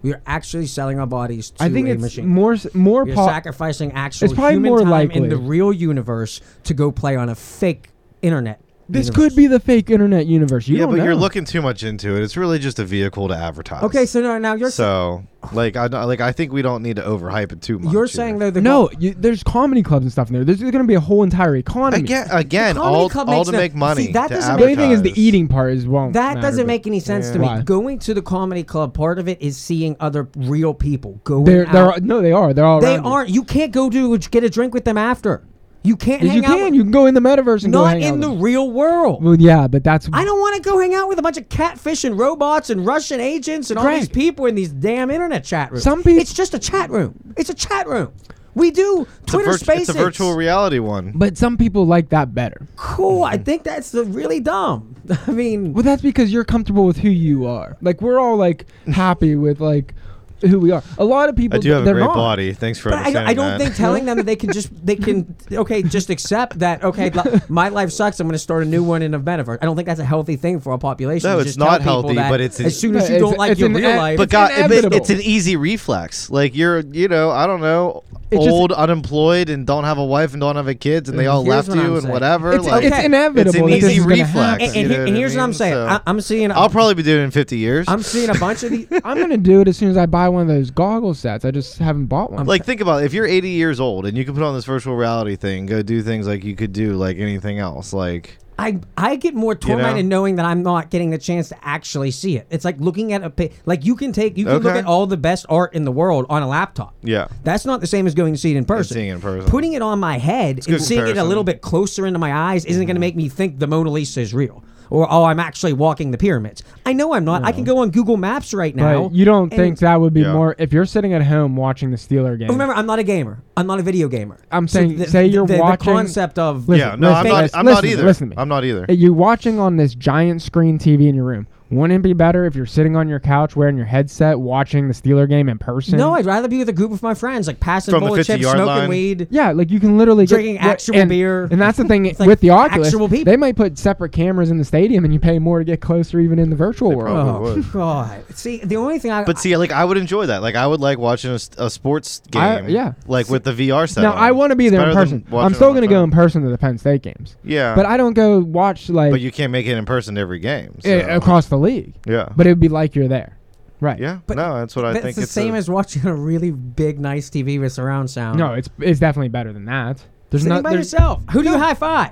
[SPEAKER 2] We are actually selling our bodies to
[SPEAKER 3] I think
[SPEAKER 2] a
[SPEAKER 3] it's
[SPEAKER 2] machine.
[SPEAKER 3] more s- more
[SPEAKER 2] You're
[SPEAKER 3] po-
[SPEAKER 2] sacrificing actual
[SPEAKER 3] It's probably
[SPEAKER 2] human
[SPEAKER 3] more
[SPEAKER 2] time
[SPEAKER 3] likely.
[SPEAKER 2] in the real universe to go play on a fake internet.
[SPEAKER 3] This
[SPEAKER 2] universe.
[SPEAKER 3] could be the fake internet universe. You
[SPEAKER 1] yeah,
[SPEAKER 3] don't
[SPEAKER 1] but you're
[SPEAKER 3] know.
[SPEAKER 1] looking too much into it. It's really just a vehicle to advertise.
[SPEAKER 2] okay. So now, now you're
[SPEAKER 1] So, like, I don't- like I think we don't need to overhype it too much.
[SPEAKER 2] you're
[SPEAKER 1] here.
[SPEAKER 2] saying though the
[SPEAKER 3] No,
[SPEAKER 2] goal-
[SPEAKER 3] you, there's comedy clubs and stuff in there. There's going to be a whole entire economy.
[SPEAKER 1] again, again,
[SPEAKER 2] Comedy
[SPEAKER 1] all,
[SPEAKER 2] Club
[SPEAKER 1] all
[SPEAKER 2] makes
[SPEAKER 1] to
[SPEAKER 2] no-
[SPEAKER 1] make money.
[SPEAKER 2] See, that
[SPEAKER 1] to
[SPEAKER 2] doesn't
[SPEAKER 3] The only thing is the
[SPEAKER 1] advertise.
[SPEAKER 3] eating part is won't.
[SPEAKER 2] That
[SPEAKER 3] matter,
[SPEAKER 2] doesn't
[SPEAKER 3] but
[SPEAKER 2] make any sense to
[SPEAKER 3] Yeah.
[SPEAKER 2] me.
[SPEAKER 3] Why?
[SPEAKER 2] Going to the comedy club, part of it is seeing other real people going
[SPEAKER 3] They're,
[SPEAKER 2] out.
[SPEAKER 3] they're no, they are. They're all.
[SPEAKER 2] they
[SPEAKER 3] around you.
[SPEAKER 2] aren't. You can't go to get a drink with them after. You can't
[SPEAKER 3] Yes,
[SPEAKER 2] hang
[SPEAKER 3] you
[SPEAKER 2] out.
[SPEAKER 3] can.
[SPEAKER 2] with-
[SPEAKER 3] You can go in the metaverse and go
[SPEAKER 2] not
[SPEAKER 3] hang out
[SPEAKER 2] in
[SPEAKER 3] with
[SPEAKER 2] the
[SPEAKER 3] them.
[SPEAKER 2] real world.
[SPEAKER 3] Well, yeah, but that's.
[SPEAKER 2] I don't want to go hang out with a bunch of catfish and robots and Russian agents and all these
[SPEAKER 3] Greg.
[SPEAKER 2] people in these damn internet chat rooms.
[SPEAKER 3] Some peop-
[SPEAKER 2] It's just a chat room. It's a chat room. We do
[SPEAKER 1] It's a
[SPEAKER 2] Twitter
[SPEAKER 1] virtu-
[SPEAKER 2] Spaces.
[SPEAKER 1] It's a virtual reality one.
[SPEAKER 3] But some people like that better.
[SPEAKER 2] Cool.
[SPEAKER 1] Mm-hmm.
[SPEAKER 2] I think that's the really dumb. I mean,
[SPEAKER 3] Well, that's because you're comfortable with who you are. Like we're all like happy with like who we are. A lot of people.
[SPEAKER 1] I do have a
[SPEAKER 3] they're
[SPEAKER 1] great
[SPEAKER 3] not.
[SPEAKER 1] body. Thanks for
[SPEAKER 2] but I, don't-
[SPEAKER 1] understanding
[SPEAKER 2] I don't
[SPEAKER 1] that.
[SPEAKER 2] think telling them that they can just they can okay just accept that okay li- my life sucks. I'm going to start a new one in a metaverse. I don't think that's a healthy thing for a population.
[SPEAKER 1] No,
[SPEAKER 2] to
[SPEAKER 1] it's
[SPEAKER 2] just tell
[SPEAKER 1] not
[SPEAKER 2] people
[SPEAKER 1] healthy,
[SPEAKER 2] that
[SPEAKER 1] but it's-
[SPEAKER 2] as soon as
[SPEAKER 3] But
[SPEAKER 2] you don't
[SPEAKER 3] it's-
[SPEAKER 2] like
[SPEAKER 3] it's
[SPEAKER 2] your
[SPEAKER 3] an
[SPEAKER 2] real
[SPEAKER 3] ad-
[SPEAKER 2] life.
[SPEAKER 1] but God, it- it-
[SPEAKER 3] inevitable.
[SPEAKER 1] it's an easy reflex. Like you're, you know, I don't know,
[SPEAKER 3] It's just-
[SPEAKER 1] old, unemployed, and don't have a wife and don't have a kids, and they all
[SPEAKER 2] Here's
[SPEAKER 1] left
[SPEAKER 2] what I'm
[SPEAKER 1] you and
[SPEAKER 2] saying.
[SPEAKER 1] whatever.
[SPEAKER 3] It's,
[SPEAKER 1] like,
[SPEAKER 3] it's
[SPEAKER 2] Okay.
[SPEAKER 3] inevitable.
[SPEAKER 1] It's an
[SPEAKER 3] that this
[SPEAKER 1] easy
[SPEAKER 3] is gonna
[SPEAKER 1] reflex.
[SPEAKER 3] happen.
[SPEAKER 2] and, and,
[SPEAKER 1] you know
[SPEAKER 2] and
[SPEAKER 1] what I
[SPEAKER 2] here's what I'm
[SPEAKER 1] mean?
[SPEAKER 2] saying.
[SPEAKER 1] So-
[SPEAKER 2] I, I'm seeing.
[SPEAKER 1] I'll probably be doing it in 50 years.
[SPEAKER 2] I'm seeing a bunch of these.
[SPEAKER 3] I'm gonna do it as soon as I buy one of those goggle sets. I just haven't bought one.
[SPEAKER 1] like, think about it. if you're 80 years old and you can put on this virtual reality thing, and go do things like you could do like anything else. Like,
[SPEAKER 2] I I get more tormented knowing that I'm not getting the chance to actually see it. It's like looking at a pi- like you can take you can look
[SPEAKER 1] Okay.
[SPEAKER 2] at all the best art in the world on a laptop.
[SPEAKER 1] yeah,
[SPEAKER 2] That's not the same as going to see it in person.
[SPEAKER 1] seeing it in person.
[SPEAKER 2] Putting it on my head
[SPEAKER 1] a
[SPEAKER 2] and
[SPEAKER 1] good
[SPEAKER 2] seeing it a
[SPEAKER 1] comparison. Mm-hmm.
[SPEAKER 2] little bit closer into my eyes isn't going to make me think the Mona Lisa is real. Or oh, I'm actually walking the pyramids. I know I'm not. I can go on Google Maps right now.
[SPEAKER 3] But you don't
[SPEAKER 2] and-
[SPEAKER 3] think that would be
[SPEAKER 1] Yeah.
[SPEAKER 3] more if you're sitting at home watching the Steeler game?
[SPEAKER 2] Remember, I'm not a gamer. I'm not a video gamer.
[SPEAKER 3] I'm
[SPEAKER 2] So
[SPEAKER 3] saying-
[SPEAKER 2] the-
[SPEAKER 3] say you're
[SPEAKER 2] the, the
[SPEAKER 3] watching-
[SPEAKER 2] concept of
[SPEAKER 3] Listen,
[SPEAKER 1] yeah. No, I'm not.
[SPEAKER 3] listen,
[SPEAKER 1] I'm not
[SPEAKER 3] listen,
[SPEAKER 1] either.
[SPEAKER 3] listen to me. Uh,
[SPEAKER 1] I'm not either.
[SPEAKER 3] you're watching on this giant screen TV in your room. Wouldn't it be better if you're sitting on your couch wearing your headset watching the Steeler game in person?
[SPEAKER 2] No, I'd rather be with a group of my friends, like passing
[SPEAKER 1] From the
[SPEAKER 2] bowl of
[SPEAKER 1] 50
[SPEAKER 2] chips,
[SPEAKER 1] yard
[SPEAKER 2] smoking
[SPEAKER 1] line.
[SPEAKER 2] weed.
[SPEAKER 3] Yeah, like you can literally
[SPEAKER 2] Drinking
[SPEAKER 3] yeah,
[SPEAKER 2] actual
[SPEAKER 3] and-
[SPEAKER 2] beer.
[SPEAKER 3] and that's the thing
[SPEAKER 2] like
[SPEAKER 3] with the Oculus.
[SPEAKER 2] actual people.
[SPEAKER 3] They might put separate cameras in the stadium, and you pay more to get closer, even in the virtual world.
[SPEAKER 1] probably-
[SPEAKER 2] Oh
[SPEAKER 1] would.
[SPEAKER 2] God! See, the only thing I
[SPEAKER 1] But see, like I would enjoy that. Like I would like watching a, s- a sports game.
[SPEAKER 3] I- yeah.
[SPEAKER 1] Like with the VR set.
[SPEAKER 3] Now I want to be there in person. I'm still
[SPEAKER 1] going
[SPEAKER 3] gonna
[SPEAKER 1] to
[SPEAKER 3] go in person to the Penn State games,
[SPEAKER 1] Yeah.
[SPEAKER 3] but I don't go watch like
[SPEAKER 1] But you can't make it in person to every game. So.
[SPEAKER 3] eh, across the league.
[SPEAKER 1] yeah.
[SPEAKER 3] But it would be like you're there, right?
[SPEAKER 1] yeah.
[SPEAKER 2] but
[SPEAKER 1] no, that's what I
[SPEAKER 2] that's
[SPEAKER 1] think.
[SPEAKER 2] the
[SPEAKER 1] it's
[SPEAKER 2] same
[SPEAKER 1] a-
[SPEAKER 2] as watching a really big, nice TV with surround sound.
[SPEAKER 3] No, it's it's definitely better than that. There's
[SPEAKER 2] sitting
[SPEAKER 3] not
[SPEAKER 2] by
[SPEAKER 3] there's-
[SPEAKER 2] yourself. Who do you high five?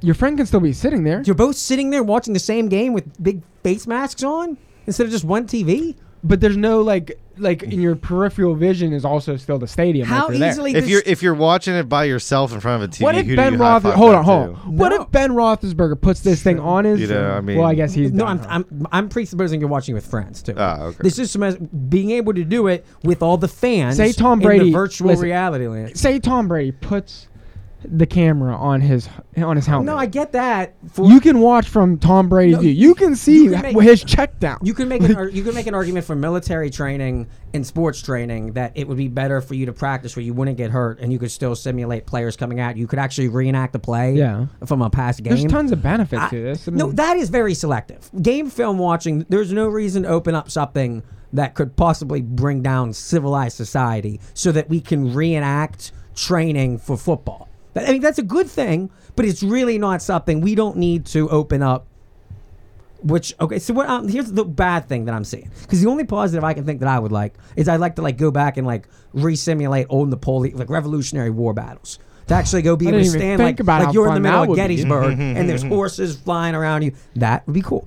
[SPEAKER 3] your friend can still be sitting there.
[SPEAKER 2] You're both sitting there watching the same game with big face masks on instead of just one TV.
[SPEAKER 3] but there's no like like in your peripheral vision is also still the stadium.
[SPEAKER 2] How
[SPEAKER 3] like you're there.
[SPEAKER 2] easily
[SPEAKER 1] If
[SPEAKER 2] does-
[SPEAKER 1] you're if you're watching it by yourself in front of a TV,
[SPEAKER 3] What
[SPEAKER 1] who
[SPEAKER 3] if
[SPEAKER 1] do
[SPEAKER 3] Ben
[SPEAKER 1] you
[SPEAKER 3] Roth?
[SPEAKER 1] high-five
[SPEAKER 3] Hold on,
[SPEAKER 1] that
[SPEAKER 3] hold on.
[SPEAKER 1] to?
[SPEAKER 3] What
[SPEAKER 2] No.
[SPEAKER 3] if Ben Roethlisberger puts this thing on his?
[SPEAKER 1] You know, I mean-
[SPEAKER 3] well, I guess he's
[SPEAKER 2] no,
[SPEAKER 3] done.
[SPEAKER 2] I'm, I'm I'm presupposing you're watching with friends too.
[SPEAKER 1] Ah, okay.
[SPEAKER 2] This is some- being able to do it with all the fans.
[SPEAKER 3] Say Tom
[SPEAKER 2] in
[SPEAKER 3] Brady-
[SPEAKER 2] the virtual
[SPEAKER 3] listen.
[SPEAKER 2] reality land.
[SPEAKER 3] Say Tom Brady puts the camera on his on his helmet.
[SPEAKER 2] No, I get that. For
[SPEAKER 3] you can watch from Tom Brady's
[SPEAKER 2] No,
[SPEAKER 3] view. You can see
[SPEAKER 2] you can make-
[SPEAKER 3] his check down.
[SPEAKER 2] You can make an ar- you can make an argument for military training and sports training that it would be better for you to practice where you wouldn't get hurt and you could still simulate players coming out. You could actually reenact the play
[SPEAKER 3] Yeah.
[SPEAKER 2] from a past game.
[SPEAKER 3] There's tons of benefits
[SPEAKER 2] I-
[SPEAKER 3] to this. I
[SPEAKER 2] no,
[SPEAKER 3] mean-
[SPEAKER 2] that is very selective. Game film watching, there's no reason to open up something that could possibly bring down civilized society so that we can reenact training for football. That- I mean, that's a good thing, but it's really not something we don't need to open up. Which okay, so what? Um, here's the bad thing that I'm seeing because the only positive I can think that I would like is I'd like to like go back and like re-simulate old Napoleon like Revolutionary War battles to actually go be
[SPEAKER 3] I
[SPEAKER 2] able to
[SPEAKER 3] didn't even
[SPEAKER 2] stand
[SPEAKER 3] think
[SPEAKER 2] like,
[SPEAKER 3] about
[SPEAKER 2] like
[SPEAKER 3] how
[SPEAKER 2] you're in
[SPEAKER 3] fun
[SPEAKER 2] the
[SPEAKER 3] that
[SPEAKER 2] middle of
[SPEAKER 3] would be.
[SPEAKER 2] Gettysburg and there's horses flying around you. That would be cool.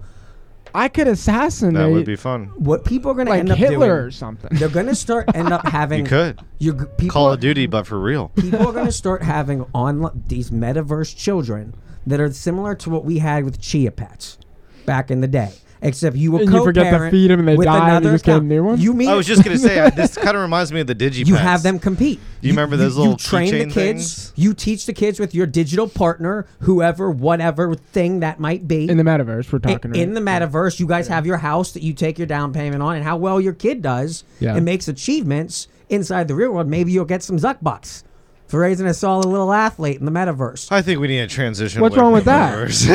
[SPEAKER 3] I could assassinate
[SPEAKER 1] That would be fun.
[SPEAKER 2] What people are going to
[SPEAKER 3] like
[SPEAKER 2] end up
[SPEAKER 3] Hitler or
[SPEAKER 2] doing?
[SPEAKER 3] something.
[SPEAKER 2] They're going to start end up having
[SPEAKER 1] You could
[SPEAKER 2] You're, g- people
[SPEAKER 1] Call
[SPEAKER 2] are-
[SPEAKER 1] of Duty, but for real.
[SPEAKER 2] people are going to start having on these metaverse children that are similar to what we had with chia pets back in the day. Except you were
[SPEAKER 3] And you forget to
[SPEAKER 2] co-parent
[SPEAKER 3] feed 'em and they
[SPEAKER 2] with
[SPEAKER 3] die and you
[SPEAKER 2] another
[SPEAKER 3] just get a
[SPEAKER 2] account.
[SPEAKER 3] new one?
[SPEAKER 2] You mean
[SPEAKER 1] I was just gonna say I- this kind of reminds me of the Digi.
[SPEAKER 2] you have them compete.
[SPEAKER 1] Do you remember those
[SPEAKER 2] you
[SPEAKER 1] little
[SPEAKER 2] train the
[SPEAKER 1] keychain
[SPEAKER 2] kids?
[SPEAKER 1] things?
[SPEAKER 2] You teach the kids with your digital partner, whoever, whatever thing that might be.
[SPEAKER 3] in the metaverse, we're talking
[SPEAKER 2] in, in the
[SPEAKER 3] right?
[SPEAKER 2] metaverse, you guys have your house that you take your down payment on, and how well your kid does
[SPEAKER 3] Yeah.
[SPEAKER 2] and makes achievements inside the real world. Maybe you'll get some Zuck bucks for raising a solid little athlete in the metaverse.
[SPEAKER 1] I think we need a transition.
[SPEAKER 3] What's
[SPEAKER 1] away
[SPEAKER 3] wrong with
[SPEAKER 1] from the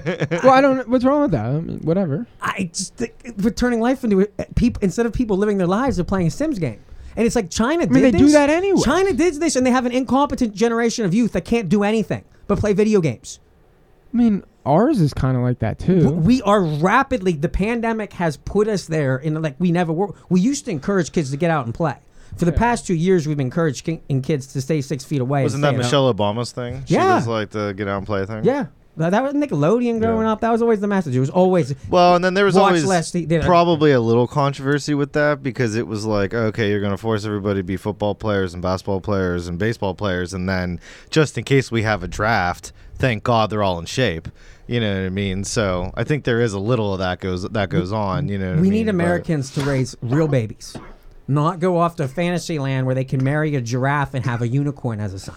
[SPEAKER 3] that?
[SPEAKER 1] metaverse.
[SPEAKER 3] well, I don't. What's wrong with that? I mean, whatever.
[SPEAKER 2] I just think we're turning life into it. people instead of people living their lives, they're playing a Sims game. And it's like China did
[SPEAKER 3] mean, they
[SPEAKER 2] this.
[SPEAKER 3] do that anyway.
[SPEAKER 2] China did this, and they have an incompetent generation of youth that can't do anything but play video games.
[SPEAKER 3] I mean, ours is kind of like that too.
[SPEAKER 2] we are rapidly the pandemic has put us there in like we never were we used to encourage kids to get out and play for the past two years we've encouraged ki- in kids to stay six feet away and
[SPEAKER 1] Wasn't that
[SPEAKER 2] stay at
[SPEAKER 1] Michelle Obama's thing? She
[SPEAKER 2] Yeah.
[SPEAKER 1] was like the get out and play thing.
[SPEAKER 2] home. yeah that, that was nickelodeon growing
[SPEAKER 1] Yeah.
[SPEAKER 2] up that was always the message it was always
[SPEAKER 1] Well, and then there was
[SPEAKER 2] Watch
[SPEAKER 1] always
[SPEAKER 2] less, they- they-
[SPEAKER 1] probably a little controversy with that because it was like, okay, you're going to force everybody to be football players and basketball players and baseball players, and then just in case we have a draft, thank God they're all in shape. You know what I mean? So I think there is a little of that goes that goes on. You know, what I
[SPEAKER 2] we
[SPEAKER 1] mean?
[SPEAKER 2] need
[SPEAKER 1] But-
[SPEAKER 2] americans to raise real babies not go off to fantasy land where they can marry a giraffe and have a unicorn as a son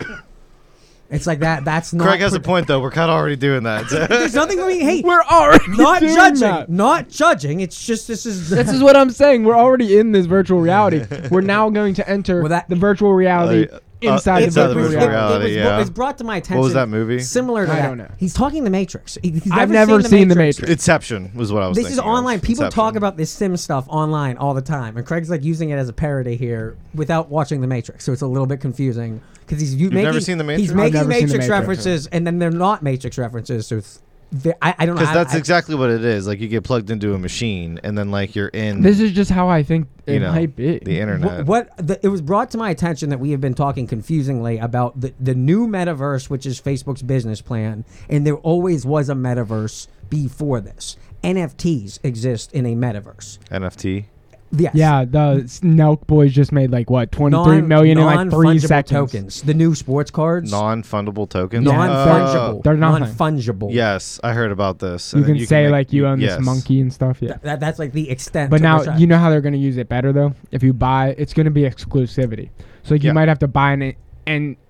[SPEAKER 2] it's like that that's not
[SPEAKER 1] Craig has a
[SPEAKER 2] pro-
[SPEAKER 1] point though. We're kind of already doing that.
[SPEAKER 2] there's nothing we hey
[SPEAKER 3] We're already
[SPEAKER 2] not
[SPEAKER 3] doing
[SPEAKER 2] judging
[SPEAKER 3] that.
[SPEAKER 2] not judging it's just this is
[SPEAKER 3] This is what I'm saying. We're already in this virtual reality. We're now going to enter
[SPEAKER 2] Well, that-
[SPEAKER 3] the virtual reality
[SPEAKER 1] Uh, uh,
[SPEAKER 3] inside
[SPEAKER 1] It's
[SPEAKER 3] the
[SPEAKER 1] inside
[SPEAKER 2] it
[SPEAKER 1] the
[SPEAKER 3] virtual
[SPEAKER 2] was-
[SPEAKER 1] virtual
[SPEAKER 3] reality.
[SPEAKER 1] reality.
[SPEAKER 2] It was,
[SPEAKER 1] yeah.
[SPEAKER 2] it was brought to my attention.
[SPEAKER 1] that movie?
[SPEAKER 2] Similar to
[SPEAKER 3] I
[SPEAKER 2] that.
[SPEAKER 3] don't know.
[SPEAKER 2] He's talking The Matrix. He- he's
[SPEAKER 3] I've never seen The Matrix.
[SPEAKER 1] Inception was what I was.
[SPEAKER 2] This is
[SPEAKER 1] thinking of.
[SPEAKER 2] online. People
[SPEAKER 1] Inception.
[SPEAKER 2] talk about this sim stuff online all the time, and Craig's like using it as a parody here without watching The Matrix, so it's a little bit confusing because he's You've making,
[SPEAKER 1] never seen The Matrix?
[SPEAKER 2] He's
[SPEAKER 1] I've
[SPEAKER 2] making
[SPEAKER 3] never seen The
[SPEAKER 2] Matrix
[SPEAKER 3] Matrix.
[SPEAKER 2] references, and then they're not Matrix references, so it's. ve- I, I don't know.
[SPEAKER 1] because
[SPEAKER 2] I-
[SPEAKER 1] that's
[SPEAKER 2] I-
[SPEAKER 1] exactly what it is. Like you get plugged into a machine, and then like you're in
[SPEAKER 3] This is just how I think it
[SPEAKER 1] you know
[SPEAKER 3] might be.
[SPEAKER 1] the internet.
[SPEAKER 2] Wh- What, the, it was brought to my attention that we have been talking confusingly about the, the new metaverse, which is Facebook's business plan, and there always was a metaverse before this. NFTs exist in a metaverse.
[SPEAKER 1] NFT.
[SPEAKER 2] Yes.
[SPEAKER 3] yeah, the s- Nelk boys just made like what twenty three
[SPEAKER 2] Non-
[SPEAKER 3] million in like three
[SPEAKER 2] non-fungible
[SPEAKER 3] seconds.
[SPEAKER 2] Tokens. The new sports cards.
[SPEAKER 1] non-fundable tokens.
[SPEAKER 3] Yeah.
[SPEAKER 2] Non-fungible.
[SPEAKER 1] Uh,
[SPEAKER 3] They're nothing.
[SPEAKER 2] Non-fungible.
[SPEAKER 1] yes, I heard about this.
[SPEAKER 3] You
[SPEAKER 1] And then
[SPEAKER 3] can say
[SPEAKER 1] make-
[SPEAKER 3] like you own
[SPEAKER 1] yes.
[SPEAKER 3] this monkey and stuff. Yeah.
[SPEAKER 2] That, that's like the extent.
[SPEAKER 3] But
[SPEAKER 2] to
[SPEAKER 3] now
[SPEAKER 2] which I-
[SPEAKER 3] you know how they're going to use it better though. If you buy, it's going to be exclusivity. So like,
[SPEAKER 1] Yeah.
[SPEAKER 3] you might have to buy an,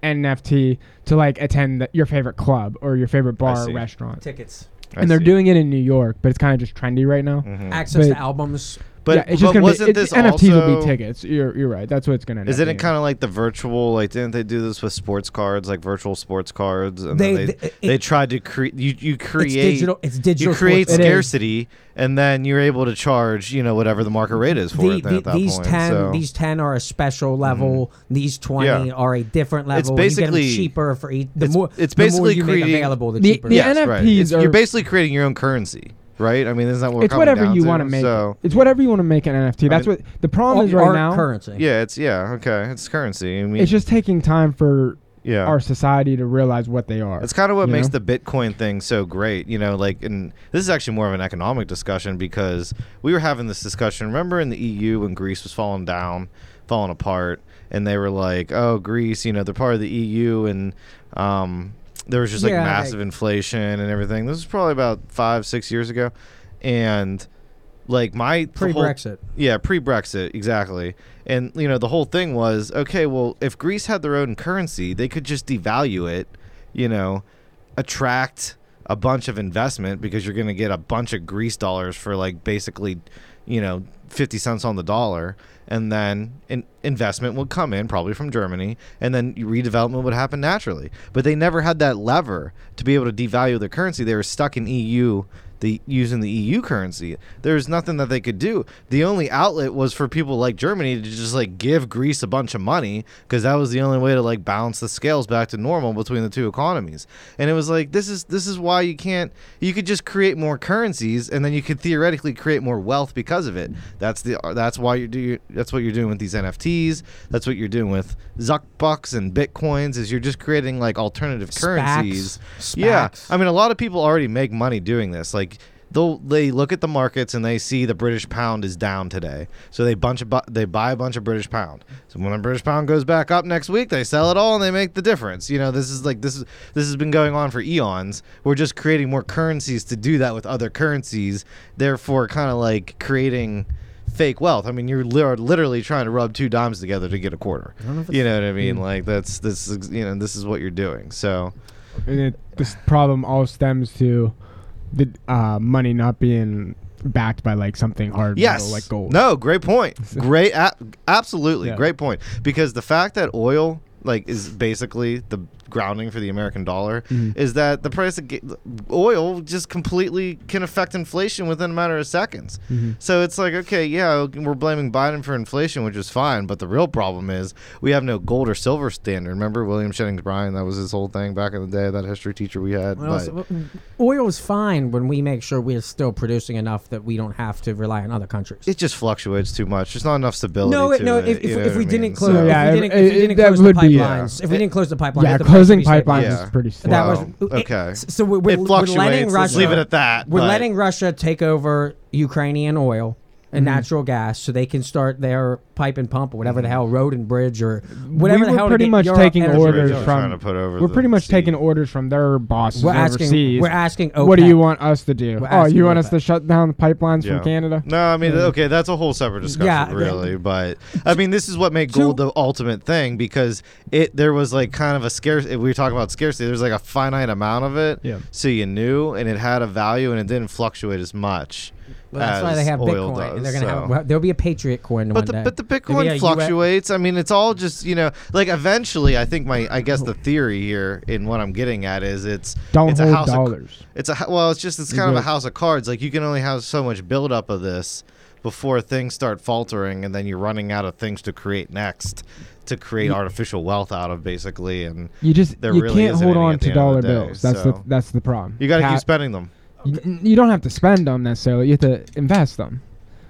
[SPEAKER 3] an NFT to like attend the, your favorite club or your favorite bar or
[SPEAKER 1] see.
[SPEAKER 3] restaurant.
[SPEAKER 2] tickets,
[SPEAKER 1] I
[SPEAKER 3] and they're
[SPEAKER 1] see. Mm-hmm.
[SPEAKER 3] doing it in New York, but it's kind of just trendy right now.
[SPEAKER 2] access
[SPEAKER 3] But-
[SPEAKER 2] to albums.
[SPEAKER 1] But,
[SPEAKER 3] yeah, it's
[SPEAKER 1] but
[SPEAKER 3] just gonna
[SPEAKER 1] wasn't
[SPEAKER 3] be, it's-
[SPEAKER 1] this
[SPEAKER 3] NFTs
[SPEAKER 1] also?
[SPEAKER 3] will be tickets. You're, you're right. That's what it's going to.
[SPEAKER 1] Isn't it kind of like the virtual? Like, didn't they do this with sports cards, like virtual sports cards? And
[SPEAKER 2] They-
[SPEAKER 1] then they,
[SPEAKER 2] th- it-
[SPEAKER 1] they tried to create. You you create
[SPEAKER 2] It's digital. It's digital.
[SPEAKER 1] You create
[SPEAKER 2] sports-
[SPEAKER 3] It is.
[SPEAKER 1] scarcity, and then you're able to charge, you know, whatever the market rate is for
[SPEAKER 2] The-
[SPEAKER 1] it. Then
[SPEAKER 2] the-
[SPEAKER 1] at that
[SPEAKER 2] these
[SPEAKER 1] point,
[SPEAKER 2] ten,
[SPEAKER 1] so. Mm-hmm.
[SPEAKER 2] these ten are a special level. These twenty
[SPEAKER 1] Yeah.
[SPEAKER 2] are a different level. you get
[SPEAKER 1] basically-
[SPEAKER 2] them cheaper for each. The
[SPEAKER 1] it's-
[SPEAKER 2] more,
[SPEAKER 1] it's
[SPEAKER 2] the more
[SPEAKER 1] basically
[SPEAKER 2] you
[SPEAKER 1] creating-
[SPEAKER 2] make available, the
[SPEAKER 3] The-
[SPEAKER 2] cheaper.
[SPEAKER 3] the
[SPEAKER 2] it is.
[SPEAKER 1] yes, right.
[SPEAKER 3] NFTs
[SPEAKER 1] It's- You're
[SPEAKER 3] are-
[SPEAKER 1] basically creating your own currency, right? I mean, isn't that what we're
[SPEAKER 3] It's
[SPEAKER 1] coming
[SPEAKER 3] whatever
[SPEAKER 1] down
[SPEAKER 3] you
[SPEAKER 1] want
[SPEAKER 3] want
[SPEAKER 1] to
[SPEAKER 3] make.
[SPEAKER 1] So
[SPEAKER 3] it. It's whatever you want to make an NFT. That's
[SPEAKER 1] mean-
[SPEAKER 3] what the problem
[SPEAKER 2] All
[SPEAKER 3] is right
[SPEAKER 2] art
[SPEAKER 3] now.
[SPEAKER 2] currency.
[SPEAKER 1] yeah, it's yeah, okay, it's currency. I mean,
[SPEAKER 3] It's just taking time for
[SPEAKER 1] Yeah.
[SPEAKER 3] our society to realize what they are.
[SPEAKER 1] That's kind of what
[SPEAKER 3] you
[SPEAKER 1] makes
[SPEAKER 3] know?
[SPEAKER 1] the Bitcoin thing so great, you know. Like, and this is actually more of an economic discussion because we were having this discussion. Remember in the EU when Greece was falling down, falling apart, and they were like, "Oh, Greece, you know, they're part of the EU," and um, there was just like
[SPEAKER 2] Yeah, like-
[SPEAKER 1] massive inflation and everything. This was probably about five, six years ago, and like my the
[SPEAKER 2] Pre
[SPEAKER 1] whole-
[SPEAKER 2] Brexit.
[SPEAKER 1] yeah, pre Brexit, exactly. And, you know, the whole thing was okay, well, if Greece had their own currency, they could just devalue it, you know, attract a bunch of investment because you're going to get a bunch of Greece dollars for like basically, you know, 50 cents on the dollar. And then in- investment would come in, probably from Germany, and then redevelopment would happen naturally. But they never had that lever to be able to devalue their currency. They were stuck in EU the using the EU currency. There was nothing that they could do. The only outlet was for people like Germany to just like give Greece a bunch of money because that was the only way to like balance the scales back to normal between the two economies. And it was like this is this is why you can't you could just create more currencies and then you could theoretically create more wealth because of it. That's the that's why you do that's what you're doing with these NFTs. That's what you're doing with Zuck bucks and bitcoins is you're just creating like alternative currencies
[SPEAKER 2] Spacs.
[SPEAKER 1] yeah,
[SPEAKER 2] Spacs.
[SPEAKER 1] I mean, a lot of people already make money doing this. Like they'll they look at the markets and they see the British pound is down today, so they bunch of bu- they buy a bunch of British pound. So when the British pound goes back up next week, they sell it all and they make the difference. You know, this is like this is this has been going on for eons. We're just creating more currencies to do that with other currencies, therefore, kind of like creating. Fake wealth. I mean, you're li- are literally trying to rub two dimes together to get a quarter. You know Hmm. what I mean? Like that's this. Is, you know, this is what you're doing. So
[SPEAKER 3] And it, this problem all stems to the uh, money not being backed by like something hard,
[SPEAKER 1] Yes.
[SPEAKER 3] metal, like gold.
[SPEAKER 1] No, great point. Great, a- absolutely
[SPEAKER 3] Yeah.
[SPEAKER 1] great point. Because the fact that oil like is basically the grounding for the American dollar
[SPEAKER 4] Mm-hmm.
[SPEAKER 1] is that the price of ga- oil just completely can affect inflation within a matter of seconds.
[SPEAKER 3] Mm-hmm.
[SPEAKER 1] So it's like okay, yeah, we're blaming Biden for inflation, which is fine, but the real problem is we have no gold or silver standard. Remember William Jennings Bryan? That was his whole thing back in the day. That history teacher we had.
[SPEAKER 2] Well,
[SPEAKER 1] but-
[SPEAKER 2] so- mm, oil is fine when we make sure we're still producing enough that we don't have to rely on other countries.
[SPEAKER 1] it just fluctuates too much. There's not enough stability.
[SPEAKER 2] no, it,
[SPEAKER 1] to
[SPEAKER 2] no.
[SPEAKER 1] it,
[SPEAKER 2] If,
[SPEAKER 1] you
[SPEAKER 2] if,
[SPEAKER 1] know
[SPEAKER 2] if
[SPEAKER 1] what
[SPEAKER 2] we
[SPEAKER 1] I mean?
[SPEAKER 2] didn't close,
[SPEAKER 1] So-
[SPEAKER 2] if
[SPEAKER 3] Yeah,
[SPEAKER 2] we
[SPEAKER 3] it-
[SPEAKER 2] didn't, if we
[SPEAKER 3] it-
[SPEAKER 2] didn't
[SPEAKER 3] that
[SPEAKER 2] close the
[SPEAKER 3] would be- yeah.
[SPEAKER 2] pipelines, if we didn't uh, close the pipelines,
[SPEAKER 3] yeah,
[SPEAKER 2] the price would
[SPEAKER 3] closing
[SPEAKER 2] be stable.
[SPEAKER 3] pipelines
[SPEAKER 1] Yeah.
[SPEAKER 3] is pretty slow.
[SPEAKER 2] That
[SPEAKER 1] Wow.
[SPEAKER 2] was it-
[SPEAKER 1] Okay.
[SPEAKER 2] So we're, we're,
[SPEAKER 1] it fluctuates.
[SPEAKER 2] We're letting Russia,
[SPEAKER 1] Let's leave it at that.
[SPEAKER 2] We're
[SPEAKER 1] but-
[SPEAKER 2] letting Russia take over Ukrainian oil and
[SPEAKER 1] Mm-hmm.
[SPEAKER 2] natural gas, so they can start their pipe and pump or whatever the hell, road and bridge or whatever
[SPEAKER 3] We
[SPEAKER 2] the
[SPEAKER 3] were
[SPEAKER 2] hell. to
[SPEAKER 3] pretty
[SPEAKER 2] get
[SPEAKER 3] much
[SPEAKER 2] Europe
[SPEAKER 3] taking
[SPEAKER 2] energy.
[SPEAKER 1] We're
[SPEAKER 3] orders
[SPEAKER 1] just
[SPEAKER 3] from-
[SPEAKER 1] trying to put over
[SPEAKER 3] We're
[SPEAKER 1] the
[SPEAKER 3] pretty much
[SPEAKER 1] sea.
[SPEAKER 3] taking orders from their bosses
[SPEAKER 2] We're asking.
[SPEAKER 3] overseas.
[SPEAKER 2] We're asking. OPEC.
[SPEAKER 3] what do you want us to do?
[SPEAKER 2] We're
[SPEAKER 3] Oh,
[SPEAKER 2] asking
[SPEAKER 3] you want
[SPEAKER 2] OPEC.
[SPEAKER 3] us to shut down the pipelines
[SPEAKER 1] Yeah.
[SPEAKER 3] from Canada?
[SPEAKER 1] No, I mean, okay, that's a whole separate discussion,
[SPEAKER 2] Yeah,
[SPEAKER 1] really. But I mean, this is what made gold the ultimate thing because it there was like kind of a scarce. If we were talking about scarcity, there's like a finite amount of it,
[SPEAKER 3] Yeah.
[SPEAKER 1] so you knew, and it had a value, and it didn't fluctuate as much.
[SPEAKER 2] Well, that's why
[SPEAKER 1] as
[SPEAKER 2] they have
[SPEAKER 1] oil
[SPEAKER 2] Bitcoin,
[SPEAKER 1] does,
[SPEAKER 2] and they're gonna
[SPEAKER 1] so.
[SPEAKER 2] have. Well, there'll be a Patriot coin one
[SPEAKER 1] but the,
[SPEAKER 2] day.
[SPEAKER 1] But the
[SPEAKER 2] There'll be a
[SPEAKER 1] Bitcoin
[SPEAKER 2] US
[SPEAKER 1] fluctuates. I mean, it's all just you know, like eventually. I think my, I guess the theory here in what I'm getting at is it's
[SPEAKER 3] Don't
[SPEAKER 1] it's a
[SPEAKER 3] hold
[SPEAKER 1] house Of,
[SPEAKER 3] dollars.
[SPEAKER 1] it's a ho- well, it's just it's kind of
[SPEAKER 3] Right.
[SPEAKER 1] a house of cards. Like you can only have so much buildup of this before things start faltering, and then you're running out of things to create next to create artificial wealth out of basically. And
[SPEAKER 3] You just
[SPEAKER 1] There
[SPEAKER 3] you
[SPEAKER 1] really
[SPEAKER 3] can't
[SPEAKER 1] isn't
[SPEAKER 3] hold
[SPEAKER 1] any
[SPEAKER 3] on
[SPEAKER 1] at the
[SPEAKER 3] to
[SPEAKER 1] end of
[SPEAKER 3] dollar
[SPEAKER 1] the day,
[SPEAKER 3] bills. That's
[SPEAKER 1] so-
[SPEAKER 3] the that's the problem.
[SPEAKER 1] you got to
[SPEAKER 3] Ca-
[SPEAKER 1] keep spending them.
[SPEAKER 3] you, you don't have to spend them necessarily. You have to invest them.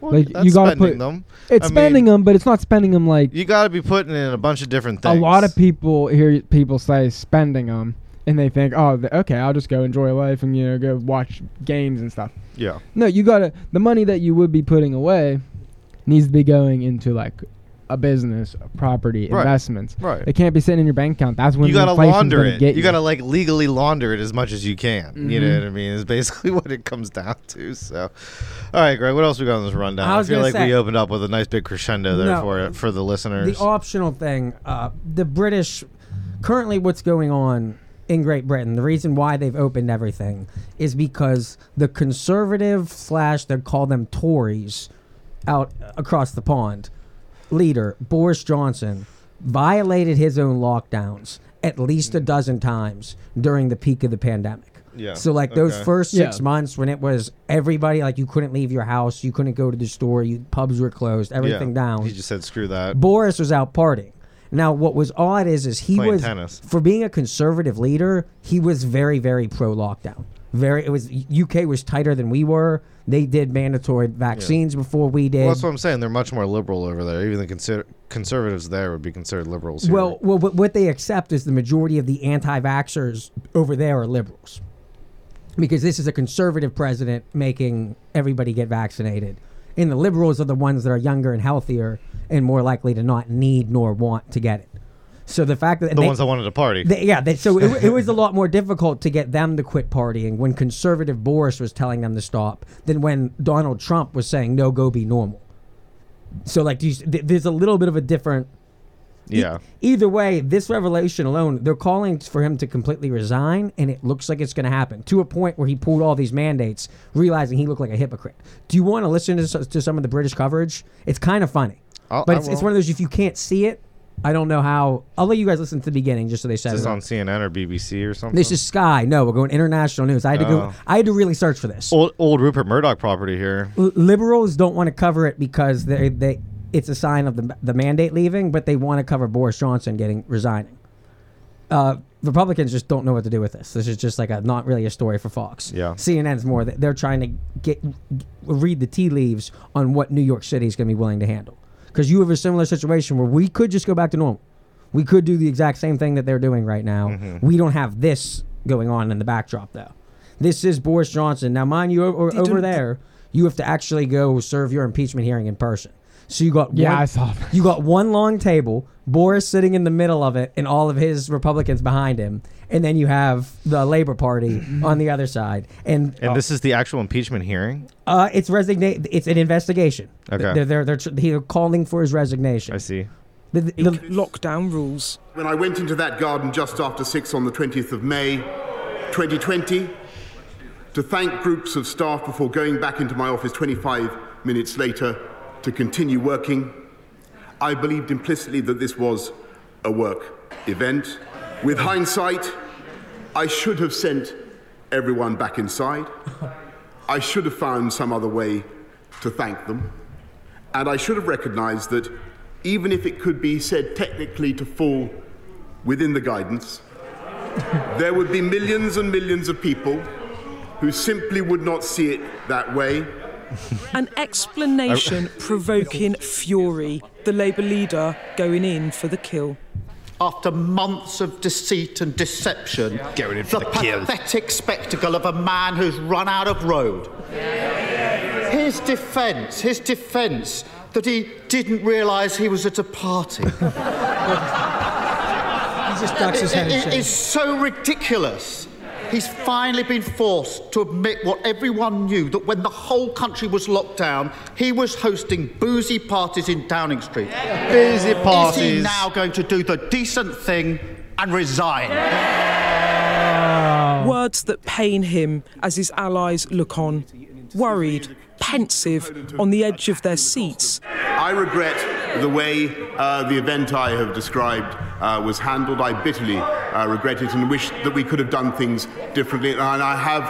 [SPEAKER 1] Well,
[SPEAKER 3] Like,
[SPEAKER 1] that's
[SPEAKER 3] you gotta
[SPEAKER 1] spending
[SPEAKER 3] put-
[SPEAKER 1] them.
[SPEAKER 3] It's
[SPEAKER 1] I
[SPEAKER 3] spending them, but it's not spending them like
[SPEAKER 1] You got to be putting in a bunch of different
[SPEAKER 3] a
[SPEAKER 1] things.
[SPEAKER 3] lot of people hear people say spending them, and they think, oh, th- okay, I'll just go enjoy life and you know go watch games and stuff.
[SPEAKER 1] Yeah.
[SPEAKER 3] No, you gotta the money that you would be putting away needs to be going into like a business, a property,
[SPEAKER 1] Right.
[SPEAKER 3] investments.
[SPEAKER 1] Right.
[SPEAKER 3] It can't be sitting in your bank account. That's when
[SPEAKER 1] you
[SPEAKER 3] the
[SPEAKER 1] gotta
[SPEAKER 3] inflation's
[SPEAKER 1] launder
[SPEAKER 3] gonna
[SPEAKER 1] it.
[SPEAKER 3] Get
[SPEAKER 1] You gotta like legally launder it as much as you can. You know
[SPEAKER 3] Mhm.
[SPEAKER 1] what I mean? Is basically what it comes down to. So, all right, Greg. What else we got on this rundown?
[SPEAKER 2] I was
[SPEAKER 1] feel
[SPEAKER 2] gonna
[SPEAKER 1] like
[SPEAKER 2] say-
[SPEAKER 1] we opened up with a nice big crescendo there
[SPEAKER 2] No.
[SPEAKER 1] for for the listeners.
[SPEAKER 2] The optional thing, uh, the British, currently what's going on in Great Britain, the reason why they've opened everything is because the conservative slash they call them Tories out across the pond leader Boris Johnson violated his own lockdowns at least a dozen times during the peak of the pandemic.
[SPEAKER 1] Yeah,
[SPEAKER 2] So like those
[SPEAKER 1] okay.
[SPEAKER 2] first six
[SPEAKER 3] Yeah.
[SPEAKER 2] months when it was everybody like you couldn't leave your house, you couldn't go to the store, you pubs were closed,
[SPEAKER 1] Yeah.
[SPEAKER 2] everything down.
[SPEAKER 1] He just said, "Screw that."
[SPEAKER 2] Boris was out partying. Now, what was odd is, is he
[SPEAKER 1] Playing
[SPEAKER 2] was
[SPEAKER 1] tennis.
[SPEAKER 2] for being a conservative leader, he was very, very pro lockdown. Very, it was UK was tighter than we were. They did mandatory vaccines before we did.
[SPEAKER 1] Well, that's what I'm saying. They're much more liberal over there. Even the consider- conservatives there would be considered liberals. Here.
[SPEAKER 2] Well, well, what what they accept is the majority of the anti-vaxxers over there are liberals, because this is a conservative president making everybody get vaccinated, and the liberals are the ones that are younger and healthier and more likely to not need nor want to get it. So the fact that and
[SPEAKER 1] the
[SPEAKER 2] they-
[SPEAKER 1] ones that wanted to party.
[SPEAKER 2] they- yeah, they, so it, it was a lot more difficult to get them to quit partying when conservative Boris was telling them to stop than when Donald Trump was saying no, go be normal. So like, do you, th- there's a little bit of a different
[SPEAKER 1] yeah.
[SPEAKER 2] either way, this revelation alone, they're calling for him to completely resign, and it looks like it's going to happen to a point where he pulled all these mandates, realizing he looked like a hypocrite. Do you want to listen to, s- to some of the British coverage? It's kind of funny,
[SPEAKER 1] I'll-
[SPEAKER 2] but
[SPEAKER 1] I
[SPEAKER 2] it's, it's
[SPEAKER 1] will.
[SPEAKER 2] one of those if you can't see it, I don't know how. I'll let you guys listen to the beginning just so they set
[SPEAKER 1] This
[SPEAKER 2] it
[SPEAKER 1] is
[SPEAKER 2] up.
[SPEAKER 1] on CNN or BBC or something.
[SPEAKER 2] This is Sky. No, we're going international news. I had to go.
[SPEAKER 1] Uh-huh. Oh.
[SPEAKER 2] I had to really search for this.
[SPEAKER 1] old, old Rupert Murdoch property here.
[SPEAKER 2] L- liberals don't want to cover it because they they it's a sign of the the mandate leaving, but they want to cover Boris Johnson getting resigning. Uh, Republicans just don't know what to do with this. This is just like a not really a story for Fox.
[SPEAKER 1] Yeah.
[SPEAKER 2] CNN's more that they're trying to get read the tea leaves on what New York City is going to be willing to handle. Because you have a similar situation where we could just go back to normal. We could do the exact same thing that they're doing right now. We don't have this going on in the backdrop though. This is Boris Johnson. Now, mind you, o- o- over
[SPEAKER 1] didn't-
[SPEAKER 2] there, you have to actually go serve your impeachment hearing in person. So you got
[SPEAKER 3] Yeah,
[SPEAKER 2] one,
[SPEAKER 3] I saw that.
[SPEAKER 2] you got one long table, Boris sitting in the middle of it, and all of his Republicans behind him, and then you have the Labor Party on the other side, and,
[SPEAKER 1] And this is the actual impeachment hearing.
[SPEAKER 2] uh, it's resigna- It's an investigation.
[SPEAKER 1] Okay.
[SPEAKER 2] they're they're, they're, tr- they're calling for his resignation.
[SPEAKER 1] I see.
[SPEAKER 2] The- the- the-
[SPEAKER 5] lockdown rules.
[SPEAKER 6] When I went into that garden just after six on the 20th of May 2020 to thank groups of staff before going back into my office 25 minutes later to continue working, I believed implicitly that this was a work event. With hindsight, I should have sent everyone back inside. I should have found some other way to thank them. And I should have recognized that even if it could be said technically to fall within the guidance, there would be millions and millions of people who simply would not see it that way.
[SPEAKER 5] An explanation
[SPEAKER 2] Oh.
[SPEAKER 5] provoking fury. The Labour leader going in for the kill.
[SPEAKER 4] after months of deceit and deception,
[SPEAKER 7] Going in for
[SPEAKER 4] the,
[SPEAKER 7] the kill.
[SPEAKER 4] pathetic spectacle of a man who's run out of road. His defence, his defence that he didn't realise he was at a party
[SPEAKER 2] he just ducks his head
[SPEAKER 4] it,
[SPEAKER 2] and
[SPEAKER 4] it
[SPEAKER 2] shakes.
[SPEAKER 4] is so ridiculous. He's finally been forced to admit what everyone knew that when the whole country was locked down, he was hosting boozy parties in Downing Street.
[SPEAKER 1] Busy
[SPEAKER 4] Is he
[SPEAKER 1] parties.
[SPEAKER 4] now going to do the decent thing and resign?
[SPEAKER 5] Words that pain him as his allies look on, worried, pensive, on the edge of their seats.
[SPEAKER 6] I regret the way uh, the event I have described uh, was handled. I bitterly uh, regret it and wish that we could have done things differently. And I have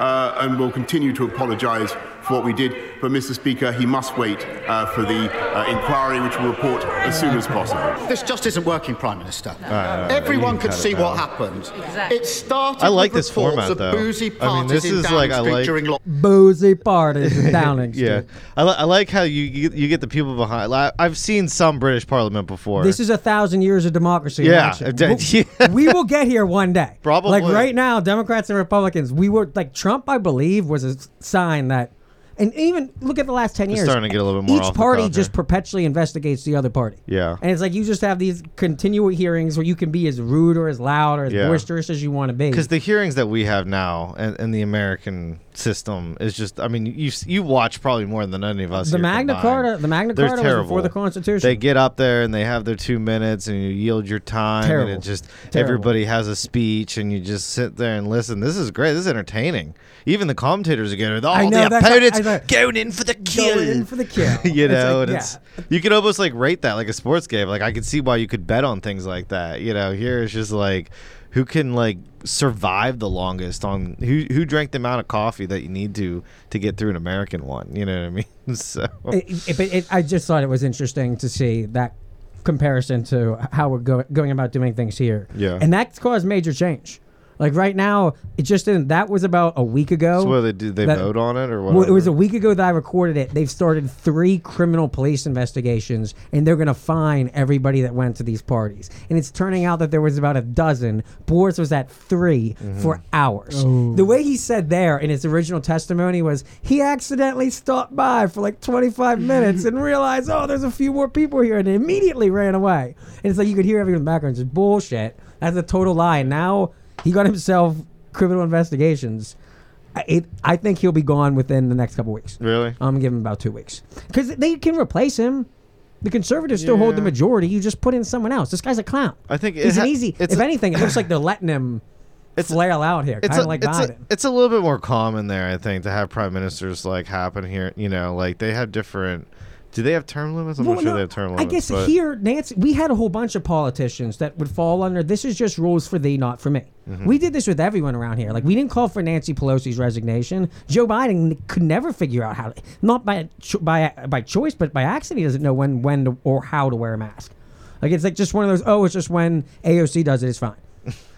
[SPEAKER 6] uh, and will continue to apologise for what we did. But, Mr. Speaker, he must wait uh, for the uh, inquiry, which will report as soon as possible.
[SPEAKER 4] This just isn't working, Prime Minister.
[SPEAKER 6] Uh,
[SPEAKER 4] Everyone
[SPEAKER 1] you
[SPEAKER 4] could
[SPEAKER 1] cut it
[SPEAKER 4] see what
[SPEAKER 1] down.
[SPEAKER 4] happened. It started.
[SPEAKER 1] I like
[SPEAKER 4] with
[SPEAKER 1] this
[SPEAKER 4] reports
[SPEAKER 1] format,
[SPEAKER 4] of
[SPEAKER 1] though.
[SPEAKER 4] Boozy
[SPEAKER 1] I mean,
[SPEAKER 4] parties
[SPEAKER 1] this
[SPEAKER 4] in
[SPEAKER 1] is
[SPEAKER 4] Downing
[SPEAKER 1] like- I
[SPEAKER 4] Street
[SPEAKER 1] like-
[SPEAKER 4] during lock-
[SPEAKER 2] Boozy parties in Downing Street.
[SPEAKER 1] Yeah, I, li- I like how you, you you get the people behind. Like, I've seen some British Parliament before.
[SPEAKER 2] This is a thousand years of democracy.
[SPEAKER 1] Yeah,
[SPEAKER 2] in
[SPEAKER 1] it
[SPEAKER 2] action.
[SPEAKER 1] did-
[SPEAKER 2] We-
[SPEAKER 1] yeah.
[SPEAKER 2] we, will get here one day.
[SPEAKER 1] Probably.
[SPEAKER 2] Like right now, Democrats and Republicans, we were like Trump. I believe was a s- sign that, and even look at the last ten years.
[SPEAKER 1] starting to get a little bit more
[SPEAKER 2] Each
[SPEAKER 1] off the
[SPEAKER 2] party
[SPEAKER 1] cuff
[SPEAKER 2] just
[SPEAKER 1] here.
[SPEAKER 2] perpetually investigates the other party.
[SPEAKER 1] Yeah.
[SPEAKER 2] and it's like you just have these continual hearings where you can be as rude or as loud or as
[SPEAKER 1] Yeah.
[SPEAKER 2] boisterous as you want to be.
[SPEAKER 1] because the hearings that we have now and, and the American system is just. I mean, you you watch probably more than any of us.
[SPEAKER 2] The
[SPEAKER 1] here
[SPEAKER 2] Magna
[SPEAKER 1] combined.
[SPEAKER 2] Carta- the Magna
[SPEAKER 1] They're
[SPEAKER 2] Carta was before
[SPEAKER 1] terrible.
[SPEAKER 2] the Constitution.
[SPEAKER 1] They get up there and they have their two minutes, and you yield your time,
[SPEAKER 2] Terrible.
[SPEAKER 1] and it just
[SPEAKER 2] Terrible.
[SPEAKER 1] everybody has a speech, and you just sit there and listen. This is great. This is entertaining. Even the commentators are getting. Oh,
[SPEAKER 2] I know,
[SPEAKER 1] the
[SPEAKER 2] that's what-
[SPEAKER 1] opponents
[SPEAKER 2] I thought-
[SPEAKER 1] going in for the kill.
[SPEAKER 2] Going in for the kill.
[SPEAKER 1] you
[SPEAKER 2] It's
[SPEAKER 1] know,
[SPEAKER 2] like,
[SPEAKER 1] and
[SPEAKER 2] yeah.
[SPEAKER 1] it's you could almost like rate that like a sports game. Like I could see why you could bet on things like that. You know, here it's just like who can like survive the longest on who who drank the amount of coffee that you need to to get through an American one. You know what I mean? So
[SPEAKER 2] It- it- but it, I just thought it was interesting to see that comparison to how we're go- going about doing things here.
[SPEAKER 1] Yeah.
[SPEAKER 2] And that's caused major change. Like right now, it just didn't. That was about a week ago.
[SPEAKER 1] So what they did they
[SPEAKER 2] that-
[SPEAKER 1] vote on it or what?
[SPEAKER 2] Well, it was a week ago that I recorded it. They've started three criminal police investigations, and they're going to fine everybody that went to these parties. And it's turning out that there was about a dozen. Boris was at 3
[SPEAKER 1] Mm-hmm.
[SPEAKER 2] for hours. The way he said there in his original testimony was he accidentally stopped by for like 25 minutes and realized, oh, there's a few more people here, and immediately ran away. And it's like you could hear everyone in the background just bullshit. That's a total lie. Now he got himself criminal investigations. I- it, I think he'll be gone within the next couple weeks.
[SPEAKER 1] really.
[SPEAKER 2] I'm giving him about two weeks because they can replace him. The conservatives still hold the
[SPEAKER 1] Yeah.
[SPEAKER 2] majority. You just put in someone else. This guy's a clown.
[SPEAKER 1] I think it
[SPEAKER 2] he's
[SPEAKER 1] ha-
[SPEAKER 2] an easy.
[SPEAKER 1] it's
[SPEAKER 2] If
[SPEAKER 1] a-
[SPEAKER 2] anything, it looks like they're letting him
[SPEAKER 1] It's a-
[SPEAKER 2] flail out here, kind
[SPEAKER 1] It's a,
[SPEAKER 2] of like
[SPEAKER 1] it's, a,
[SPEAKER 2] Biden.
[SPEAKER 1] it's a little bit more common there, I think, to have prime ministers like happen here. You know, like they have different. Do they have term limits? I'm
[SPEAKER 2] Well,
[SPEAKER 1] not sure
[SPEAKER 2] no,
[SPEAKER 1] they have term
[SPEAKER 2] I
[SPEAKER 1] limits.
[SPEAKER 2] guess
[SPEAKER 1] but-
[SPEAKER 2] here, Nancy, we had a whole bunch of politicians that would fall under this is just rules for thee, not for me. We did this with everyone around here. Like, we didn't call for Nancy Pelosi's resignation. Joe Biden could never figure out how to, not by cho- by by choice, but by accident, he doesn't know when, when to, or how to wear a mask. Like, it's like just one of those, oh, it's just when AOC does it, it's fine.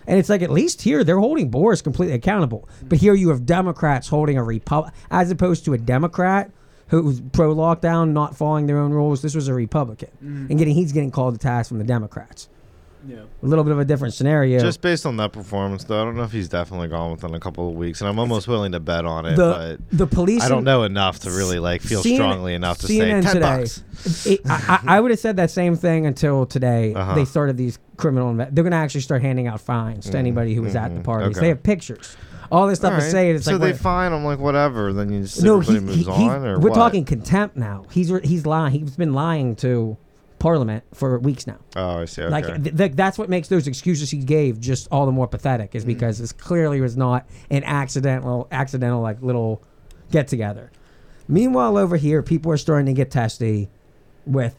[SPEAKER 2] And it's like at least here they're holding Boris completely accountable, but here you have Democrats holding a republic as opposed to a Democrat who was pro lockdown, not following their own rules. This was a Republican, and getting he's getting called to task from the Democrats. Yeah, a little bit of a different scenario.
[SPEAKER 1] Just based on that performance, though, I don't know if he's definitely gone within a couple of weeks, and I'm almost willing to bet on it.
[SPEAKER 2] the
[SPEAKER 1] but
[SPEAKER 2] the police.
[SPEAKER 1] I don't
[SPEAKER 2] in-
[SPEAKER 1] know enough to really like feel
[SPEAKER 2] CNN
[SPEAKER 1] strongly enough to
[SPEAKER 2] CNN
[SPEAKER 1] say ten
[SPEAKER 2] today,
[SPEAKER 1] bucks. Uh-huh.
[SPEAKER 2] it- I, I- I would have said that same thing until today. They started these criminal. Inve- they're going to actually start handing out fines to anybody who was at the parties.
[SPEAKER 1] Mm-hmm. okay.
[SPEAKER 2] They have pictures. All this stuff
[SPEAKER 1] All
[SPEAKER 2] is
[SPEAKER 1] right.
[SPEAKER 2] saying. It's
[SPEAKER 1] so
[SPEAKER 2] like
[SPEAKER 1] they
[SPEAKER 2] we're-
[SPEAKER 1] fine. I'm like whatever. Then you just
[SPEAKER 2] no, he,
[SPEAKER 1] everybody
[SPEAKER 2] he,
[SPEAKER 1] moves
[SPEAKER 2] he-
[SPEAKER 1] on, or
[SPEAKER 2] we're
[SPEAKER 1] what?
[SPEAKER 2] talking contempt now. He's re- he's lying. He's been lying to Parliament for weeks now.
[SPEAKER 1] Oh, I see. Okay.
[SPEAKER 2] Like th- th- that's what makes those excuses he gave just all the more pathetic
[SPEAKER 1] Mm.
[SPEAKER 2] is because this clearly was not an accidental accidental like little get together. Meanwhile, over here, people are starting to get testy with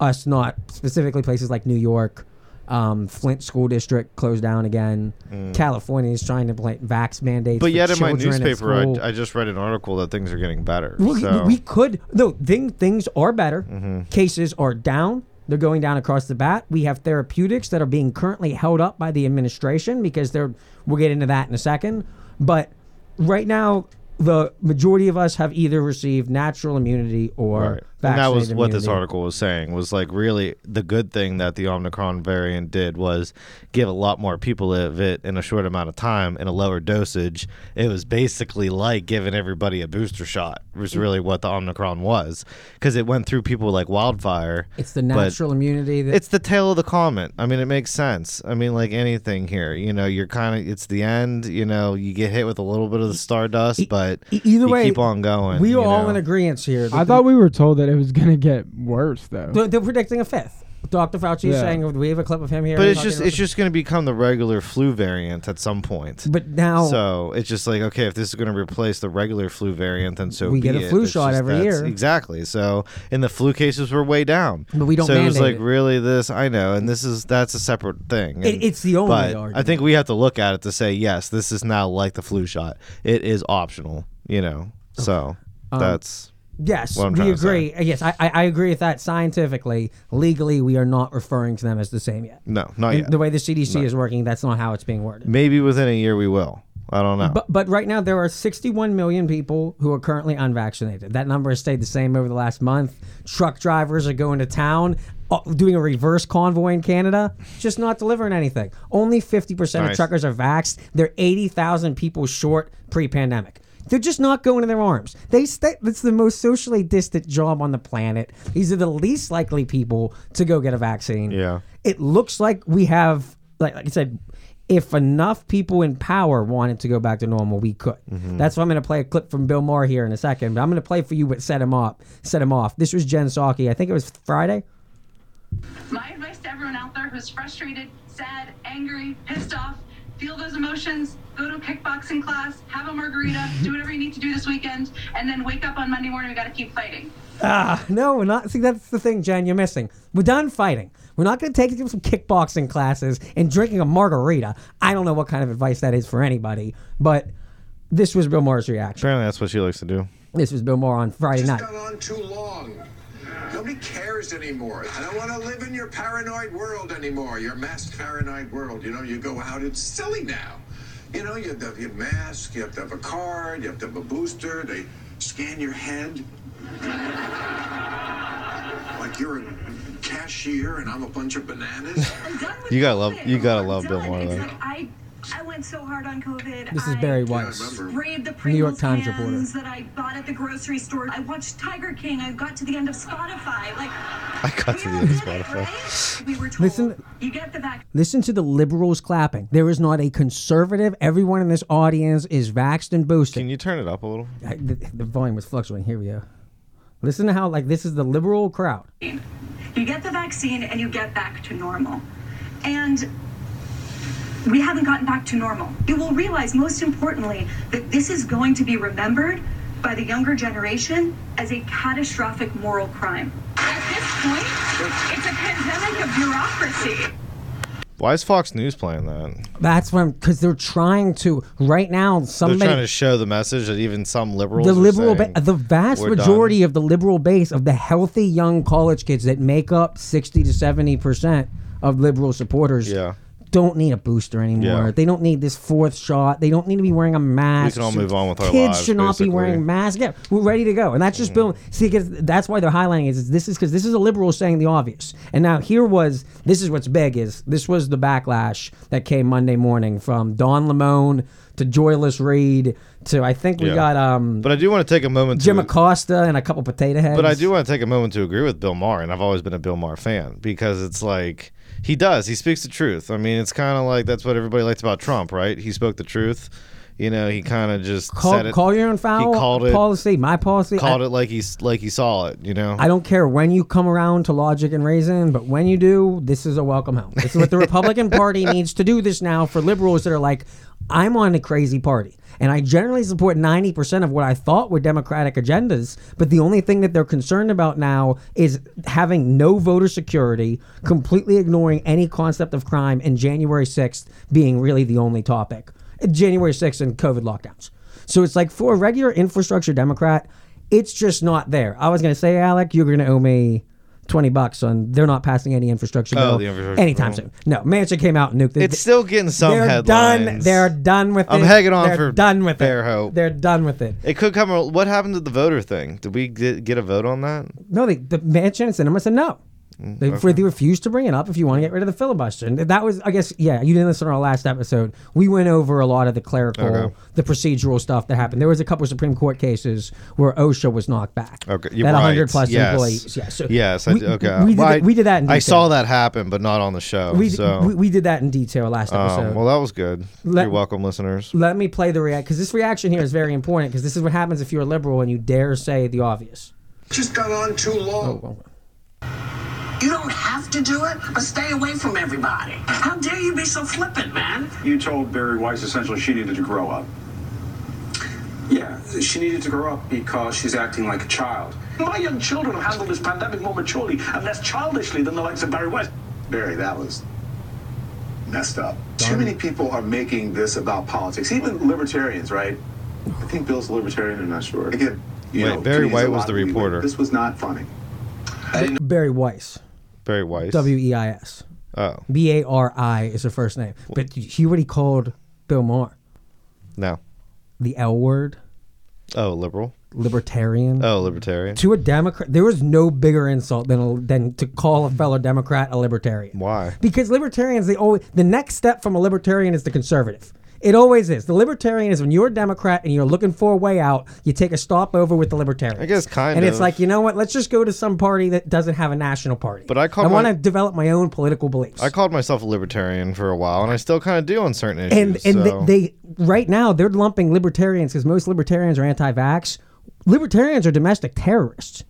[SPEAKER 2] us not specifically places like New York, um, Flint school district closed down again. California is trying to implement vax mandates.
[SPEAKER 1] Mm. but
[SPEAKER 2] for
[SPEAKER 1] yet in my
[SPEAKER 2] children
[SPEAKER 1] newspaper,
[SPEAKER 2] school.
[SPEAKER 1] I, I just read an article that things are getting better.
[SPEAKER 2] Well,
[SPEAKER 1] so. Mm-hmm.
[SPEAKER 2] we could no thing, things are better. Cases are down. They're going down across the bat. We have therapeutics that are being currently held up by the administration because they're. We'll get into that in a second. But right now, the majority of us have either received natural immunity or
[SPEAKER 1] Right. And
[SPEAKER 2] vaccinated
[SPEAKER 1] that was what this
[SPEAKER 2] immunity.
[SPEAKER 1] article was saying was like really the good thing that the Omicron variant did was give a lot more people of it in a short amount of time in a lower dosage. It was basically like giving everybody a booster shot was really what the Omicron was because it went through people like wildfire.
[SPEAKER 2] It's the
[SPEAKER 1] but
[SPEAKER 2] natural immunity that
[SPEAKER 1] It's the tail of the comet. I mean, it makes sense. I mean, like anything here, you know, you're kind of it's the end. You know, you get hit with a little bit of the stardust, but
[SPEAKER 2] e- either
[SPEAKER 1] you
[SPEAKER 2] way,
[SPEAKER 1] keep on going.
[SPEAKER 2] we
[SPEAKER 1] you
[SPEAKER 2] are all
[SPEAKER 1] know?
[SPEAKER 2] in agreement here. that
[SPEAKER 3] I
[SPEAKER 2] the-
[SPEAKER 3] thought we were told that it was gonna get worse though.
[SPEAKER 2] they're, they're predicting a fifth. Dr. Fauci is
[SPEAKER 3] Yeah.
[SPEAKER 2] saying we have a clip of him here.
[SPEAKER 1] But it's
[SPEAKER 2] talking
[SPEAKER 1] just
[SPEAKER 2] about
[SPEAKER 1] it's just going to become the regular flu variant at some point.
[SPEAKER 2] the- But now
[SPEAKER 1] so it's just like okay, if this is going to replace the regular flu variant, then so
[SPEAKER 2] We
[SPEAKER 1] be
[SPEAKER 2] get a
[SPEAKER 1] it.
[SPEAKER 2] flu
[SPEAKER 1] It's
[SPEAKER 2] shot
[SPEAKER 1] just
[SPEAKER 2] every
[SPEAKER 1] that's-
[SPEAKER 2] year.
[SPEAKER 1] exactly. So and the flu cases were way down,
[SPEAKER 2] But we don't
[SPEAKER 1] So it was
[SPEAKER 2] mandate
[SPEAKER 1] like
[SPEAKER 2] it.
[SPEAKER 1] really this I know, and this is that's a separate thing.
[SPEAKER 2] It-
[SPEAKER 1] And-
[SPEAKER 2] it's the only
[SPEAKER 1] but I
[SPEAKER 2] argument.
[SPEAKER 1] think we have to look at it to say yes, this is now like the flu shot. It is optional, you know. So that's
[SPEAKER 2] Um, Yes,
[SPEAKER 1] what I'm
[SPEAKER 2] we
[SPEAKER 1] trying to say.
[SPEAKER 2] agree. Uh, Yes, I, I, I agree with that scientifically. Legally, we are not referring to them as the same yet.
[SPEAKER 1] no, not
[SPEAKER 2] And
[SPEAKER 1] yet.
[SPEAKER 2] The way the CDC is working, that's not how it's being worded.
[SPEAKER 1] Maybe within a year we will. I don't know.
[SPEAKER 2] But, but right now, there are 61 million people who are currently unvaccinated. That number has stayed the same over the last month. Truck drivers are going to town, uh, doing a reverse convoy in Canada, just not delivering anything. Only 50% of
[SPEAKER 1] Nice.
[SPEAKER 2] truckers are vaxxed. They're 80,000 people short pre pandemic. They're just not going to their arms. They stay, it's the most socially distant job on the planet. These are the least likely people to go get a vaccine.
[SPEAKER 1] Yeah.
[SPEAKER 2] It looks like we have, like, like I said, if enough people in power wanted to go back to normal, we could. That's why I'm going to play a clip from Bill Maher here in a second. But I'm going to play for you what set him up, set him off. This was Jen Psaki. I think it was Friday.
[SPEAKER 7] My advice to everyone out there who's frustrated, sad, angry, pissed off, feel those emotions, go to a kickboxing class, have a margarita, do whatever you need to do this weekend, and then wake up on Monday morning. We got to keep fighting.
[SPEAKER 2] Ah, No, we're not. See, that's the thing, Jen. You're missing. We're done fighting. We're not going to take you to some kickboxing classes and drinking a margarita. I don't know what kind of advice that is for anybody, but this was Bill Maher's reaction.
[SPEAKER 1] Apparently that's what she likes to do.
[SPEAKER 2] This was Bill Maher on Friday
[SPEAKER 8] It's
[SPEAKER 2] night.
[SPEAKER 8] gone on too long. Nobody cares anymore. I don't want to live in your paranoid world anymore. Your masked paranoid world. You know, you go out. It's silly now. You know, you have to have your mask, you have to have a card, you have to have a booster, they scan your head. like you're a cashier and I'm a bunch of bananas.
[SPEAKER 7] I'm done with
[SPEAKER 1] You gotta
[SPEAKER 7] COVID.
[SPEAKER 1] love- you gotta
[SPEAKER 7] I'm
[SPEAKER 1] love Bill
[SPEAKER 7] done.
[SPEAKER 1] Maher,
[SPEAKER 7] It's
[SPEAKER 1] though.
[SPEAKER 7] like, I, I went so hard on COVID.
[SPEAKER 2] This is
[SPEAKER 7] I
[SPEAKER 2] Barry Weiss.
[SPEAKER 8] remember.
[SPEAKER 7] sprayed the
[SPEAKER 2] New York
[SPEAKER 7] Pringles
[SPEAKER 2] Times
[SPEAKER 7] cans
[SPEAKER 2] reporter.
[SPEAKER 7] that I bought at the grocery store. I watched Tiger King. I got to the end of Spotify. Like
[SPEAKER 1] I got
[SPEAKER 7] we
[SPEAKER 1] to the
[SPEAKER 7] all
[SPEAKER 1] end of
[SPEAKER 7] did it,
[SPEAKER 1] Spotify.
[SPEAKER 7] right? We were told
[SPEAKER 2] Listen-
[SPEAKER 7] you get the vaccine.
[SPEAKER 2] Listen to the liberals clapping. There is not a conservative. Everyone in this audience is vaxxed and boosted.
[SPEAKER 1] Can you turn it up a little?
[SPEAKER 2] I- the, the volume was fluctuating. Here we go. Listen to how like this is the liberal crowd.
[SPEAKER 7] You get the vaccine and you get back to normal. And we haven't gotten back to normal. You will realize, most importantly, that this is going to be remembered by the younger generation as a catastrophic moral crime. At this point, it's a pandemic of bureaucracy.
[SPEAKER 1] Why is Fox News playing that?
[SPEAKER 2] That's when because they're trying to right now. Somebody
[SPEAKER 1] They're trying to show the message that even some liberals,
[SPEAKER 2] the
[SPEAKER 1] are
[SPEAKER 2] liberal, ba-
[SPEAKER 1] saying,
[SPEAKER 2] the vast
[SPEAKER 1] "We're done."
[SPEAKER 2] majority of the liberal base of the healthy young college kids that make up sixty to seventy percent of liberal supporters.
[SPEAKER 1] Yeah.
[SPEAKER 2] Don't need a booster anymore.
[SPEAKER 1] Yeah.
[SPEAKER 2] They don't need this fourth shot. They don't need to be wearing a mask.
[SPEAKER 1] all move on with our
[SPEAKER 2] Kids
[SPEAKER 1] lives,
[SPEAKER 2] should not be
[SPEAKER 1] basically.
[SPEAKER 2] wearing masks. Yeah, we're ready to go, and that's
[SPEAKER 1] Mm.
[SPEAKER 2] just Bill. See, 'cause that's why they're highlighting it, is this is because this is a liberal saying the obvious. And now here was this is what's big is this was the backlash that came Monday morning from Don Lemon to Joyless Reed to I think we
[SPEAKER 1] Yeah.
[SPEAKER 2] got um
[SPEAKER 1] But I do want to take a moment.
[SPEAKER 2] Jim
[SPEAKER 1] to,
[SPEAKER 2] Acosta and a couple potato heads.
[SPEAKER 1] But I do want to take a moment to agree with Bill Maher, and I've always been a Bill Maher fan because it's like he does. He speaks the truth. I mean, it's kind of like that's what everybody liked about Trump, right? He spoke the truth. You know, he kind of just said
[SPEAKER 2] call,
[SPEAKER 1] it.
[SPEAKER 2] call your own foul
[SPEAKER 1] He called it.
[SPEAKER 2] policy. My policy.
[SPEAKER 1] Called
[SPEAKER 2] I,
[SPEAKER 1] it like he s- like he saw it. You know.
[SPEAKER 2] I don't care when you come around to logic and reason, but when you do, this is a welcome home. This is what the Republican Party needs to do this now for liberals that are like, I'm on a crazy party. And I generally support 90% of what I thought were Democratic agendas, but the only thing that they're concerned about now is having no voter security, completely ignoring any concept of crime, and January 6th being really the only topic. January 6th and COVID lockdowns. So it's like for a regular infrastructure Democrat, it's just not there. I was going to say, Alec, you're going to owe me 20 bucks on they're not passing any infrastructure bill
[SPEAKER 1] Oh, the infrastructure
[SPEAKER 2] anytime
[SPEAKER 1] bill.
[SPEAKER 2] soon. No, Manchin came out and nuked it.
[SPEAKER 1] It's still getting some
[SPEAKER 2] They're
[SPEAKER 1] headlines.
[SPEAKER 2] done. They're done with
[SPEAKER 1] I'm
[SPEAKER 2] it.
[SPEAKER 1] hanging on
[SPEAKER 2] They're
[SPEAKER 1] for
[SPEAKER 2] done with
[SPEAKER 1] fair
[SPEAKER 2] it.
[SPEAKER 1] hope.
[SPEAKER 2] They're done with it.
[SPEAKER 1] It could come. What happened to the voter thing? Did we get, get a vote on that?
[SPEAKER 2] No, they, the Manchin and Sinema said no. They, they refused to bring it up if you want to get rid of the filibuster. And that was, I guess, yeah, you didn't listen to our last episode. We went over a lot of the clerical, the procedural stuff that happened. There was a couple of Supreme Court cases where OSHA was knocked back.
[SPEAKER 1] Okay,
[SPEAKER 2] that
[SPEAKER 1] right.
[SPEAKER 2] 100 plus
[SPEAKER 1] yes.
[SPEAKER 2] employees. Yeah, so
[SPEAKER 1] yes. I,
[SPEAKER 2] we,
[SPEAKER 1] d- okay.
[SPEAKER 2] We did,
[SPEAKER 1] Well, I-
[SPEAKER 2] that, we did that in
[SPEAKER 1] I
[SPEAKER 2] detail.
[SPEAKER 1] saw that happen, but not on the show.
[SPEAKER 2] We,
[SPEAKER 1] Oh, so,
[SPEAKER 2] we, we did that in detail last episode.
[SPEAKER 1] um, well, that was good.
[SPEAKER 2] Let-
[SPEAKER 1] You're welcome, listeners.
[SPEAKER 2] Let me play the react because this reaction here is very important because this is what happens if you're a liberal and you dare say the obvious.
[SPEAKER 8] Just got on too long.
[SPEAKER 2] Oh,
[SPEAKER 9] You don't have to do it, but stay away from everybody. How dare you be so flippant, man?
[SPEAKER 10] You told Barry Weiss essentially she needed to grow up.
[SPEAKER 8] Yeah, she needed to grow up because she's acting like a child.
[SPEAKER 10] My young children have handled this pandemic more maturely and less childishly than the likes of Barry Weiss.
[SPEAKER 8] Barry, that was messed up. Too many people are making this about politics, even libertarians, right? I think Bill's a libertarian, I'm not sure. Again, you
[SPEAKER 1] Wait,
[SPEAKER 8] know,
[SPEAKER 1] Barry
[SPEAKER 8] geez,
[SPEAKER 1] White
[SPEAKER 8] a
[SPEAKER 1] was
[SPEAKER 8] lot
[SPEAKER 1] the
[SPEAKER 8] of leeway.
[SPEAKER 1] reporter.
[SPEAKER 8] This was not funny.
[SPEAKER 2] Barry Weiss,
[SPEAKER 1] Barry Weiss.
[SPEAKER 2] W E I S.
[SPEAKER 1] Oh
[SPEAKER 2] B A R I is her first name. But he already called Bill Maher
[SPEAKER 1] no.
[SPEAKER 2] the L word,
[SPEAKER 1] Oh, liberal.
[SPEAKER 2] libertarian.
[SPEAKER 1] Oh, libertarian.
[SPEAKER 2] To a Democrat, there was no bigger insult than a, than to call a fellow Democrat a libertarian.
[SPEAKER 1] Why?
[SPEAKER 2] Because libertarians, they always the next step from a libertarian is the conservative. It always is. The libertarian is when you're a Democrat and you're looking for a way out, you take a stopover with the libertarian.
[SPEAKER 1] I guess kind
[SPEAKER 2] And it's
[SPEAKER 1] of.
[SPEAKER 2] like, you know what? Let's just go to some party that doesn't have a national party.
[SPEAKER 1] But I call
[SPEAKER 2] I
[SPEAKER 1] my-
[SPEAKER 2] want to develop my own political beliefs.
[SPEAKER 1] I called myself a libertarian for a while, and I still kind of do on certain issues.
[SPEAKER 2] and and
[SPEAKER 1] so-
[SPEAKER 2] they, they right now they're lumping libertarians because most libertarians are anti-vax. Libertarians are domestic terrorists.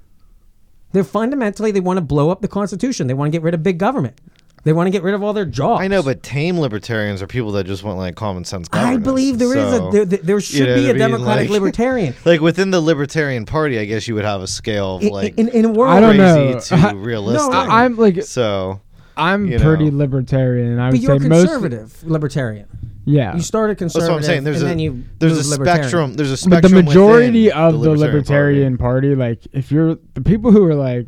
[SPEAKER 2] They're fundamentally they want to blow up the Constitution. They want to get rid of big government. They want to get rid of all their jobs.
[SPEAKER 1] I know, but tame libertarians are people that just want like common sense.
[SPEAKER 2] I
[SPEAKER 1] governance,
[SPEAKER 2] believe there is
[SPEAKER 1] so-
[SPEAKER 2] a there, there- there should
[SPEAKER 1] know
[SPEAKER 2] be
[SPEAKER 1] what I
[SPEAKER 2] a
[SPEAKER 1] mean?
[SPEAKER 2] democratic
[SPEAKER 1] Like-
[SPEAKER 2] libertarian.
[SPEAKER 1] Like within the libertarian party, I guess you would have a scale of
[SPEAKER 2] In-
[SPEAKER 1] like
[SPEAKER 2] in, in a world,
[SPEAKER 3] I don't
[SPEAKER 1] crazy
[SPEAKER 3] know.
[SPEAKER 1] to
[SPEAKER 3] I-
[SPEAKER 1] realistic.
[SPEAKER 2] no,
[SPEAKER 3] I, am like
[SPEAKER 1] so
[SPEAKER 3] I'm
[SPEAKER 1] you
[SPEAKER 3] pretty
[SPEAKER 1] know.
[SPEAKER 3] libertarian. I would
[SPEAKER 2] but you're a
[SPEAKER 3] say most
[SPEAKER 2] conservative libertarian.
[SPEAKER 3] yeah.
[SPEAKER 2] You started
[SPEAKER 1] that's
[SPEAKER 2] conservative,
[SPEAKER 1] what I'm saying. There's
[SPEAKER 2] and
[SPEAKER 1] a
[SPEAKER 2] then you
[SPEAKER 1] there's a
[SPEAKER 2] moved libertarian.
[SPEAKER 1] spectrum. There's a
[SPEAKER 3] but the
[SPEAKER 1] spectrum.
[SPEAKER 3] majority
[SPEAKER 1] within
[SPEAKER 3] of the libertarian,
[SPEAKER 1] libertarian
[SPEAKER 3] party. like if you're the people who are like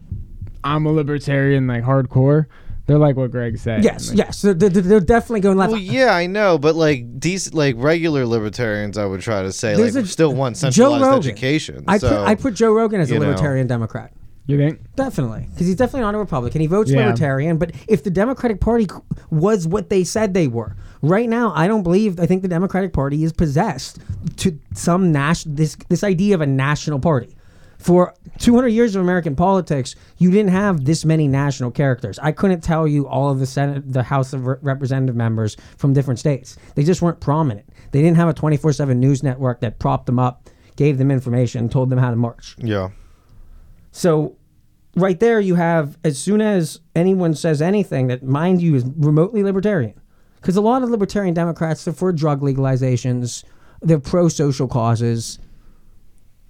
[SPEAKER 3] I'm a libertarian like hardcore, They're like what Greg said.
[SPEAKER 2] Yes, yes, they're, they're, they're definitely going left.
[SPEAKER 1] Well, yeah, I know, but like these, like regular libertarians, I would try to say,
[SPEAKER 2] There's
[SPEAKER 1] like,
[SPEAKER 2] a-
[SPEAKER 1] still want
[SPEAKER 2] Joe
[SPEAKER 1] centralized
[SPEAKER 2] Rogan.
[SPEAKER 1] education.
[SPEAKER 2] I put,
[SPEAKER 1] so,
[SPEAKER 2] I put Joe Rogan as a
[SPEAKER 1] you know.
[SPEAKER 2] libertarian Democrat.
[SPEAKER 3] You think?
[SPEAKER 2] Definitely, because he's definitely not a Republican. He votes
[SPEAKER 3] Yeah.
[SPEAKER 2] libertarian, but if the Democratic Party c- was what they said they were, right now, I don't believe. I think the Democratic Party is possessed to some national this this idea of a national party. For 200 years of American politics, you didn't have this many national characters. I couldn't tell you all of the Senate, the House of Re- Representative members from different states. They just weren't prominent. They didn't have a 24/7 news network that propped them up, gave them information, told them how to march.
[SPEAKER 1] yeah,
[SPEAKER 2] So right there you have as soon as anyone says anything that mind you is remotely libertarian because a lot of libertarian democrats are for drug legalizations they're pro-social causes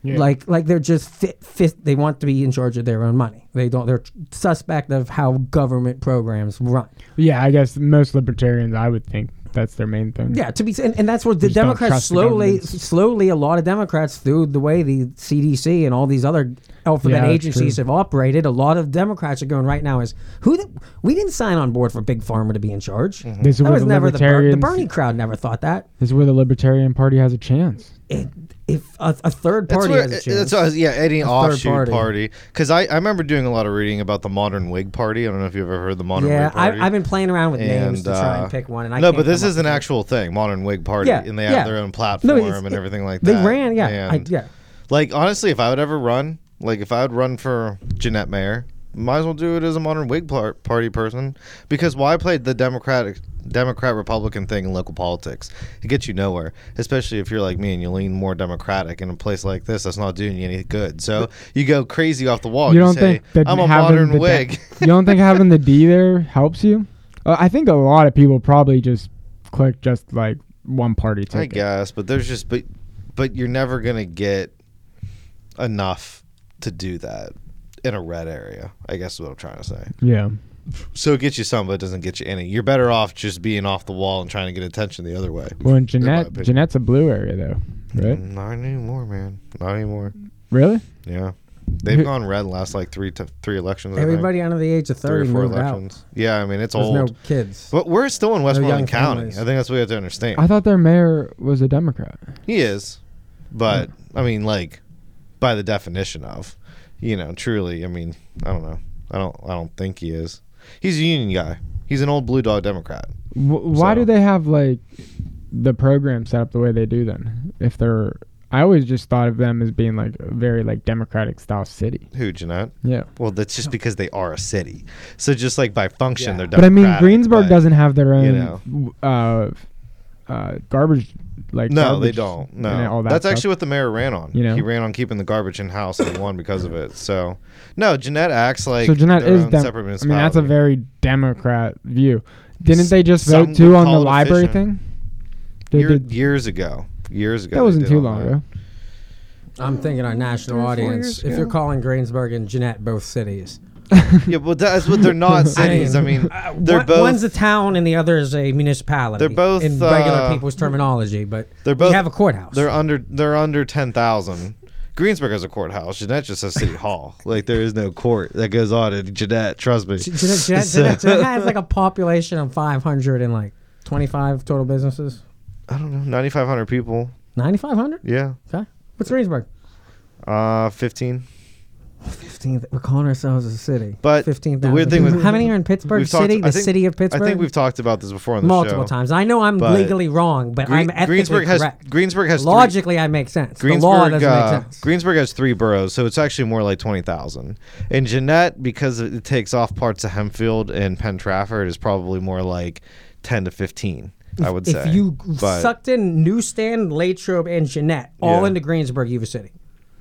[SPEAKER 2] like like they're just fit, fit they want to be in charge of their own money they don't they're suspect of how government programs run
[SPEAKER 3] Yeah, I guess most libertarians, I would think that's their main thing.
[SPEAKER 2] yeah to be and, and that's what the
[SPEAKER 3] Just don't
[SPEAKER 2] democrats
[SPEAKER 3] trust the
[SPEAKER 2] slowly
[SPEAKER 3] governments.
[SPEAKER 2] slowly a lot of democrats through the way the cdc and all these other alphabet
[SPEAKER 3] Yeah, that's
[SPEAKER 2] agencies
[SPEAKER 3] true.
[SPEAKER 2] have operated a lot of democrats are going right now is who the, we didn't sign on board for big pharma to be in charge
[SPEAKER 1] Mm-hmm.
[SPEAKER 3] This is
[SPEAKER 2] that
[SPEAKER 3] where
[SPEAKER 2] was
[SPEAKER 3] the
[SPEAKER 2] never the, Ber- the
[SPEAKER 3] libertarians-
[SPEAKER 2] bernie crowd never thought that
[SPEAKER 3] This is where the Libertarian Party has a chance.
[SPEAKER 2] It- if a, a third
[SPEAKER 1] that's
[SPEAKER 2] party
[SPEAKER 1] where-
[SPEAKER 2] has a chance
[SPEAKER 1] that's why I was- yeah, any
[SPEAKER 2] A third
[SPEAKER 1] offshoot
[SPEAKER 2] party.
[SPEAKER 1] party. Because I, I remember doing a lot of reading about the modern Whig Party. I don't know if you've ever heard the modern
[SPEAKER 2] yeah
[SPEAKER 1] Whig Party.
[SPEAKER 2] I, i've been playing around with names to try
[SPEAKER 1] uh,
[SPEAKER 2] and pick one and i
[SPEAKER 1] no,
[SPEAKER 2] can't
[SPEAKER 1] but this
[SPEAKER 2] come up
[SPEAKER 1] is an actual thing, modern Whig Party,
[SPEAKER 2] Yeah,
[SPEAKER 1] and they
[SPEAKER 2] yeah.
[SPEAKER 1] have their own
[SPEAKER 2] No,
[SPEAKER 1] platform
[SPEAKER 2] it's-
[SPEAKER 1] and
[SPEAKER 2] it-
[SPEAKER 1] everything like
[SPEAKER 2] they
[SPEAKER 1] that.
[SPEAKER 2] ran, yeah, I-
[SPEAKER 1] And,
[SPEAKER 2] yeah.
[SPEAKER 1] Like honestly, if I would ever run, like if I would run for Jeanette Mayer, might as well do it as a modern Whig par- party person because why play the Democratic Democrat Republican thing in local politics? It gets you nowhere, especially if you're like me and you lean more Democratic. In a place like this, that's not doing you any good. So you go crazy off the wall.
[SPEAKER 3] you don't
[SPEAKER 1] Oh, say,
[SPEAKER 3] think that
[SPEAKER 1] I'm a
[SPEAKER 3] having
[SPEAKER 1] modern
[SPEAKER 3] the de-
[SPEAKER 1] Whig?
[SPEAKER 3] you don't think having the D there helps you? Uh, I think a lot of people probably just click just like one party
[SPEAKER 1] I
[SPEAKER 3] ticket.
[SPEAKER 1] guess, but there's just but but you're never gonna get enough to do that in a red area. I guess is what I'm trying to say.
[SPEAKER 3] Yeah.
[SPEAKER 1] So it gets you some, but it doesn't get you any. You're better off just being off the wall and trying to get attention the other way.
[SPEAKER 3] Well, and
[SPEAKER 1] in my
[SPEAKER 3] Jeanette,
[SPEAKER 1] opinion. Mm-hmm.
[SPEAKER 3] Jeanette's a blue area though, right?
[SPEAKER 1] Not anymore, man. Not anymore.
[SPEAKER 3] Really?
[SPEAKER 1] Yeah, they've
[SPEAKER 3] Who-
[SPEAKER 1] gone red last like three to three elections. I
[SPEAKER 2] with.
[SPEAKER 1] think.
[SPEAKER 2] everybody under the age of 30
[SPEAKER 1] three or four
[SPEAKER 2] moved out
[SPEAKER 1] elections. Yeah, I mean it's
[SPEAKER 2] there's
[SPEAKER 1] old.
[SPEAKER 2] no kids
[SPEAKER 1] but we're still in
[SPEAKER 2] young
[SPEAKER 1] Westmoreland County.
[SPEAKER 2] families.
[SPEAKER 1] I think that's what we have to understand.
[SPEAKER 3] I thought their mayor was a Democrat.
[SPEAKER 1] He is, but
[SPEAKER 3] Hmm.
[SPEAKER 1] I mean, like, by the definition of, you know, truly. I mean, I don't know. I don't. I don't think he is. He's a union guy. He's an old blue dog Democrat.
[SPEAKER 3] W- why
[SPEAKER 1] So-
[SPEAKER 3] do they have like the program set up the way they do then? If they're, I always just thought of them as being like a very like Democratic style city.
[SPEAKER 1] Who, Jeanette?
[SPEAKER 3] Yeah.
[SPEAKER 1] Well, that's just because they are a city. So just like by function, they're.
[SPEAKER 3] But I mean,
[SPEAKER 1] Democratic,
[SPEAKER 3] Greensburg
[SPEAKER 1] but-
[SPEAKER 3] doesn't have their own,
[SPEAKER 1] you know.
[SPEAKER 3] w- uh, uh, garbage like.
[SPEAKER 1] No, they
[SPEAKER 3] garbage
[SPEAKER 1] don't.
[SPEAKER 3] and all
[SPEAKER 1] No,
[SPEAKER 3] that
[SPEAKER 1] that's
[SPEAKER 3] stuff.
[SPEAKER 1] actually what the mayor ran on.
[SPEAKER 3] You know?
[SPEAKER 1] he ran on keeping the garbage in house and he won because of it. So, no, Jeanette acts like
[SPEAKER 3] so Jeanette
[SPEAKER 1] their
[SPEAKER 3] is
[SPEAKER 1] own
[SPEAKER 3] dem-
[SPEAKER 1] separate
[SPEAKER 3] I mean, that's a
[SPEAKER 1] municipality.
[SPEAKER 3] very Democrat view. Didn't they just
[SPEAKER 1] Some
[SPEAKER 3] vote too
[SPEAKER 1] would
[SPEAKER 3] on
[SPEAKER 1] call
[SPEAKER 3] the
[SPEAKER 1] it
[SPEAKER 3] library
[SPEAKER 1] efficient.
[SPEAKER 3] thing? They
[SPEAKER 1] Year-
[SPEAKER 3] did-
[SPEAKER 1] years ago. Years ago.
[SPEAKER 3] that
[SPEAKER 1] they
[SPEAKER 3] wasn't
[SPEAKER 1] did
[SPEAKER 3] too
[SPEAKER 1] all
[SPEAKER 3] long
[SPEAKER 1] that.
[SPEAKER 3] ago.
[SPEAKER 2] i'm thinking our national audience if you're calling greensburg and jeanette both cities
[SPEAKER 1] Yeah, but that's what they're not cities. I mean,
[SPEAKER 2] Uh,
[SPEAKER 1] they're
[SPEAKER 2] one-
[SPEAKER 1] both
[SPEAKER 2] one's a town and the other is a municipality.
[SPEAKER 1] They're both,
[SPEAKER 2] in regular
[SPEAKER 1] uh,
[SPEAKER 2] people's terminology, but
[SPEAKER 1] they're both
[SPEAKER 2] we have a courthouse.
[SPEAKER 1] They're under they're under ten thousand. Greensburg has a courthouse. Jeanette just has city hall. Like there is no court that goes on in Jeanette. Trust me.
[SPEAKER 2] Jeanette, Jeanette, Jeanette,
[SPEAKER 1] So-
[SPEAKER 2] Jeanette has like a population of 500 and like 25 total businesses.
[SPEAKER 1] I don't know, ninety five hundred people.
[SPEAKER 2] 9,500?
[SPEAKER 1] Yeah,
[SPEAKER 2] Okay. What's Greensburg?
[SPEAKER 1] uh, fifteen.
[SPEAKER 2] 15th. We're calling ourselves a city.
[SPEAKER 1] But
[SPEAKER 2] 15,000.
[SPEAKER 1] the weird thing with
[SPEAKER 2] How many are in Pittsburgh
[SPEAKER 1] we've talked-
[SPEAKER 2] City? The
[SPEAKER 1] I think-
[SPEAKER 2] city of Pittsburgh?
[SPEAKER 1] I think we've talked about this before on the
[SPEAKER 2] Multiple
[SPEAKER 1] show.
[SPEAKER 2] times. I know I'm
[SPEAKER 1] But
[SPEAKER 2] legally wrong, but
[SPEAKER 1] Green-
[SPEAKER 2] I'm ethically
[SPEAKER 1] Greensburg has
[SPEAKER 2] correct.
[SPEAKER 1] Greensburg has three-
[SPEAKER 2] Logically, I make sense. the law doesn't
[SPEAKER 1] uh,
[SPEAKER 2] make sense.
[SPEAKER 1] Greensburg has three boroughs, so it's actually more like twenty thousand. And Jeanette, because it takes off parts of Hemfield and Penn Trafford, is probably more like ten to fifteen. I would say.
[SPEAKER 2] If you
[SPEAKER 1] But-
[SPEAKER 2] sucked in Newstand, Latrobe, and Jeanette all
[SPEAKER 1] Yeah.
[SPEAKER 2] into Greensburg, Yuba City.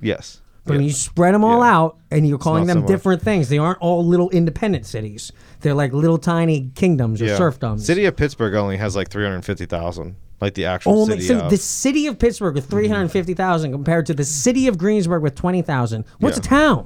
[SPEAKER 1] yes,
[SPEAKER 2] But when
[SPEAKER 1] Yeah.
[SPEAKER 2] you spread them all
[SPEAKER 1] Yeah.
[SPEAKER 2] out and you're calling
[SPEAKER 1] not
[SPEAKER 2] them
[SPEAKER 1] so much.
[SPEAKER 2] different things, they aren't all little independent cities. They're like little tiny kingdoms or
[SPEAKER 1] Yeah.
[SPEAKER 2] serfdoms.
[SPEAKER 1] City of Pittsburgh only has like three hundred fifty thousand, like the actual
[SPEAKER 2] Only,
[SPEAKER 1] city. Mm-hmm.
[SPEAKER 2] so
[SPEAKER 1] of.
[SPEAKER 2] the city of Pittsburgh with 350,000 compared to the city of Greensburg with 20,000. What's
[SPEAKER 1] Yeah.
[SPEAKER 2] a town?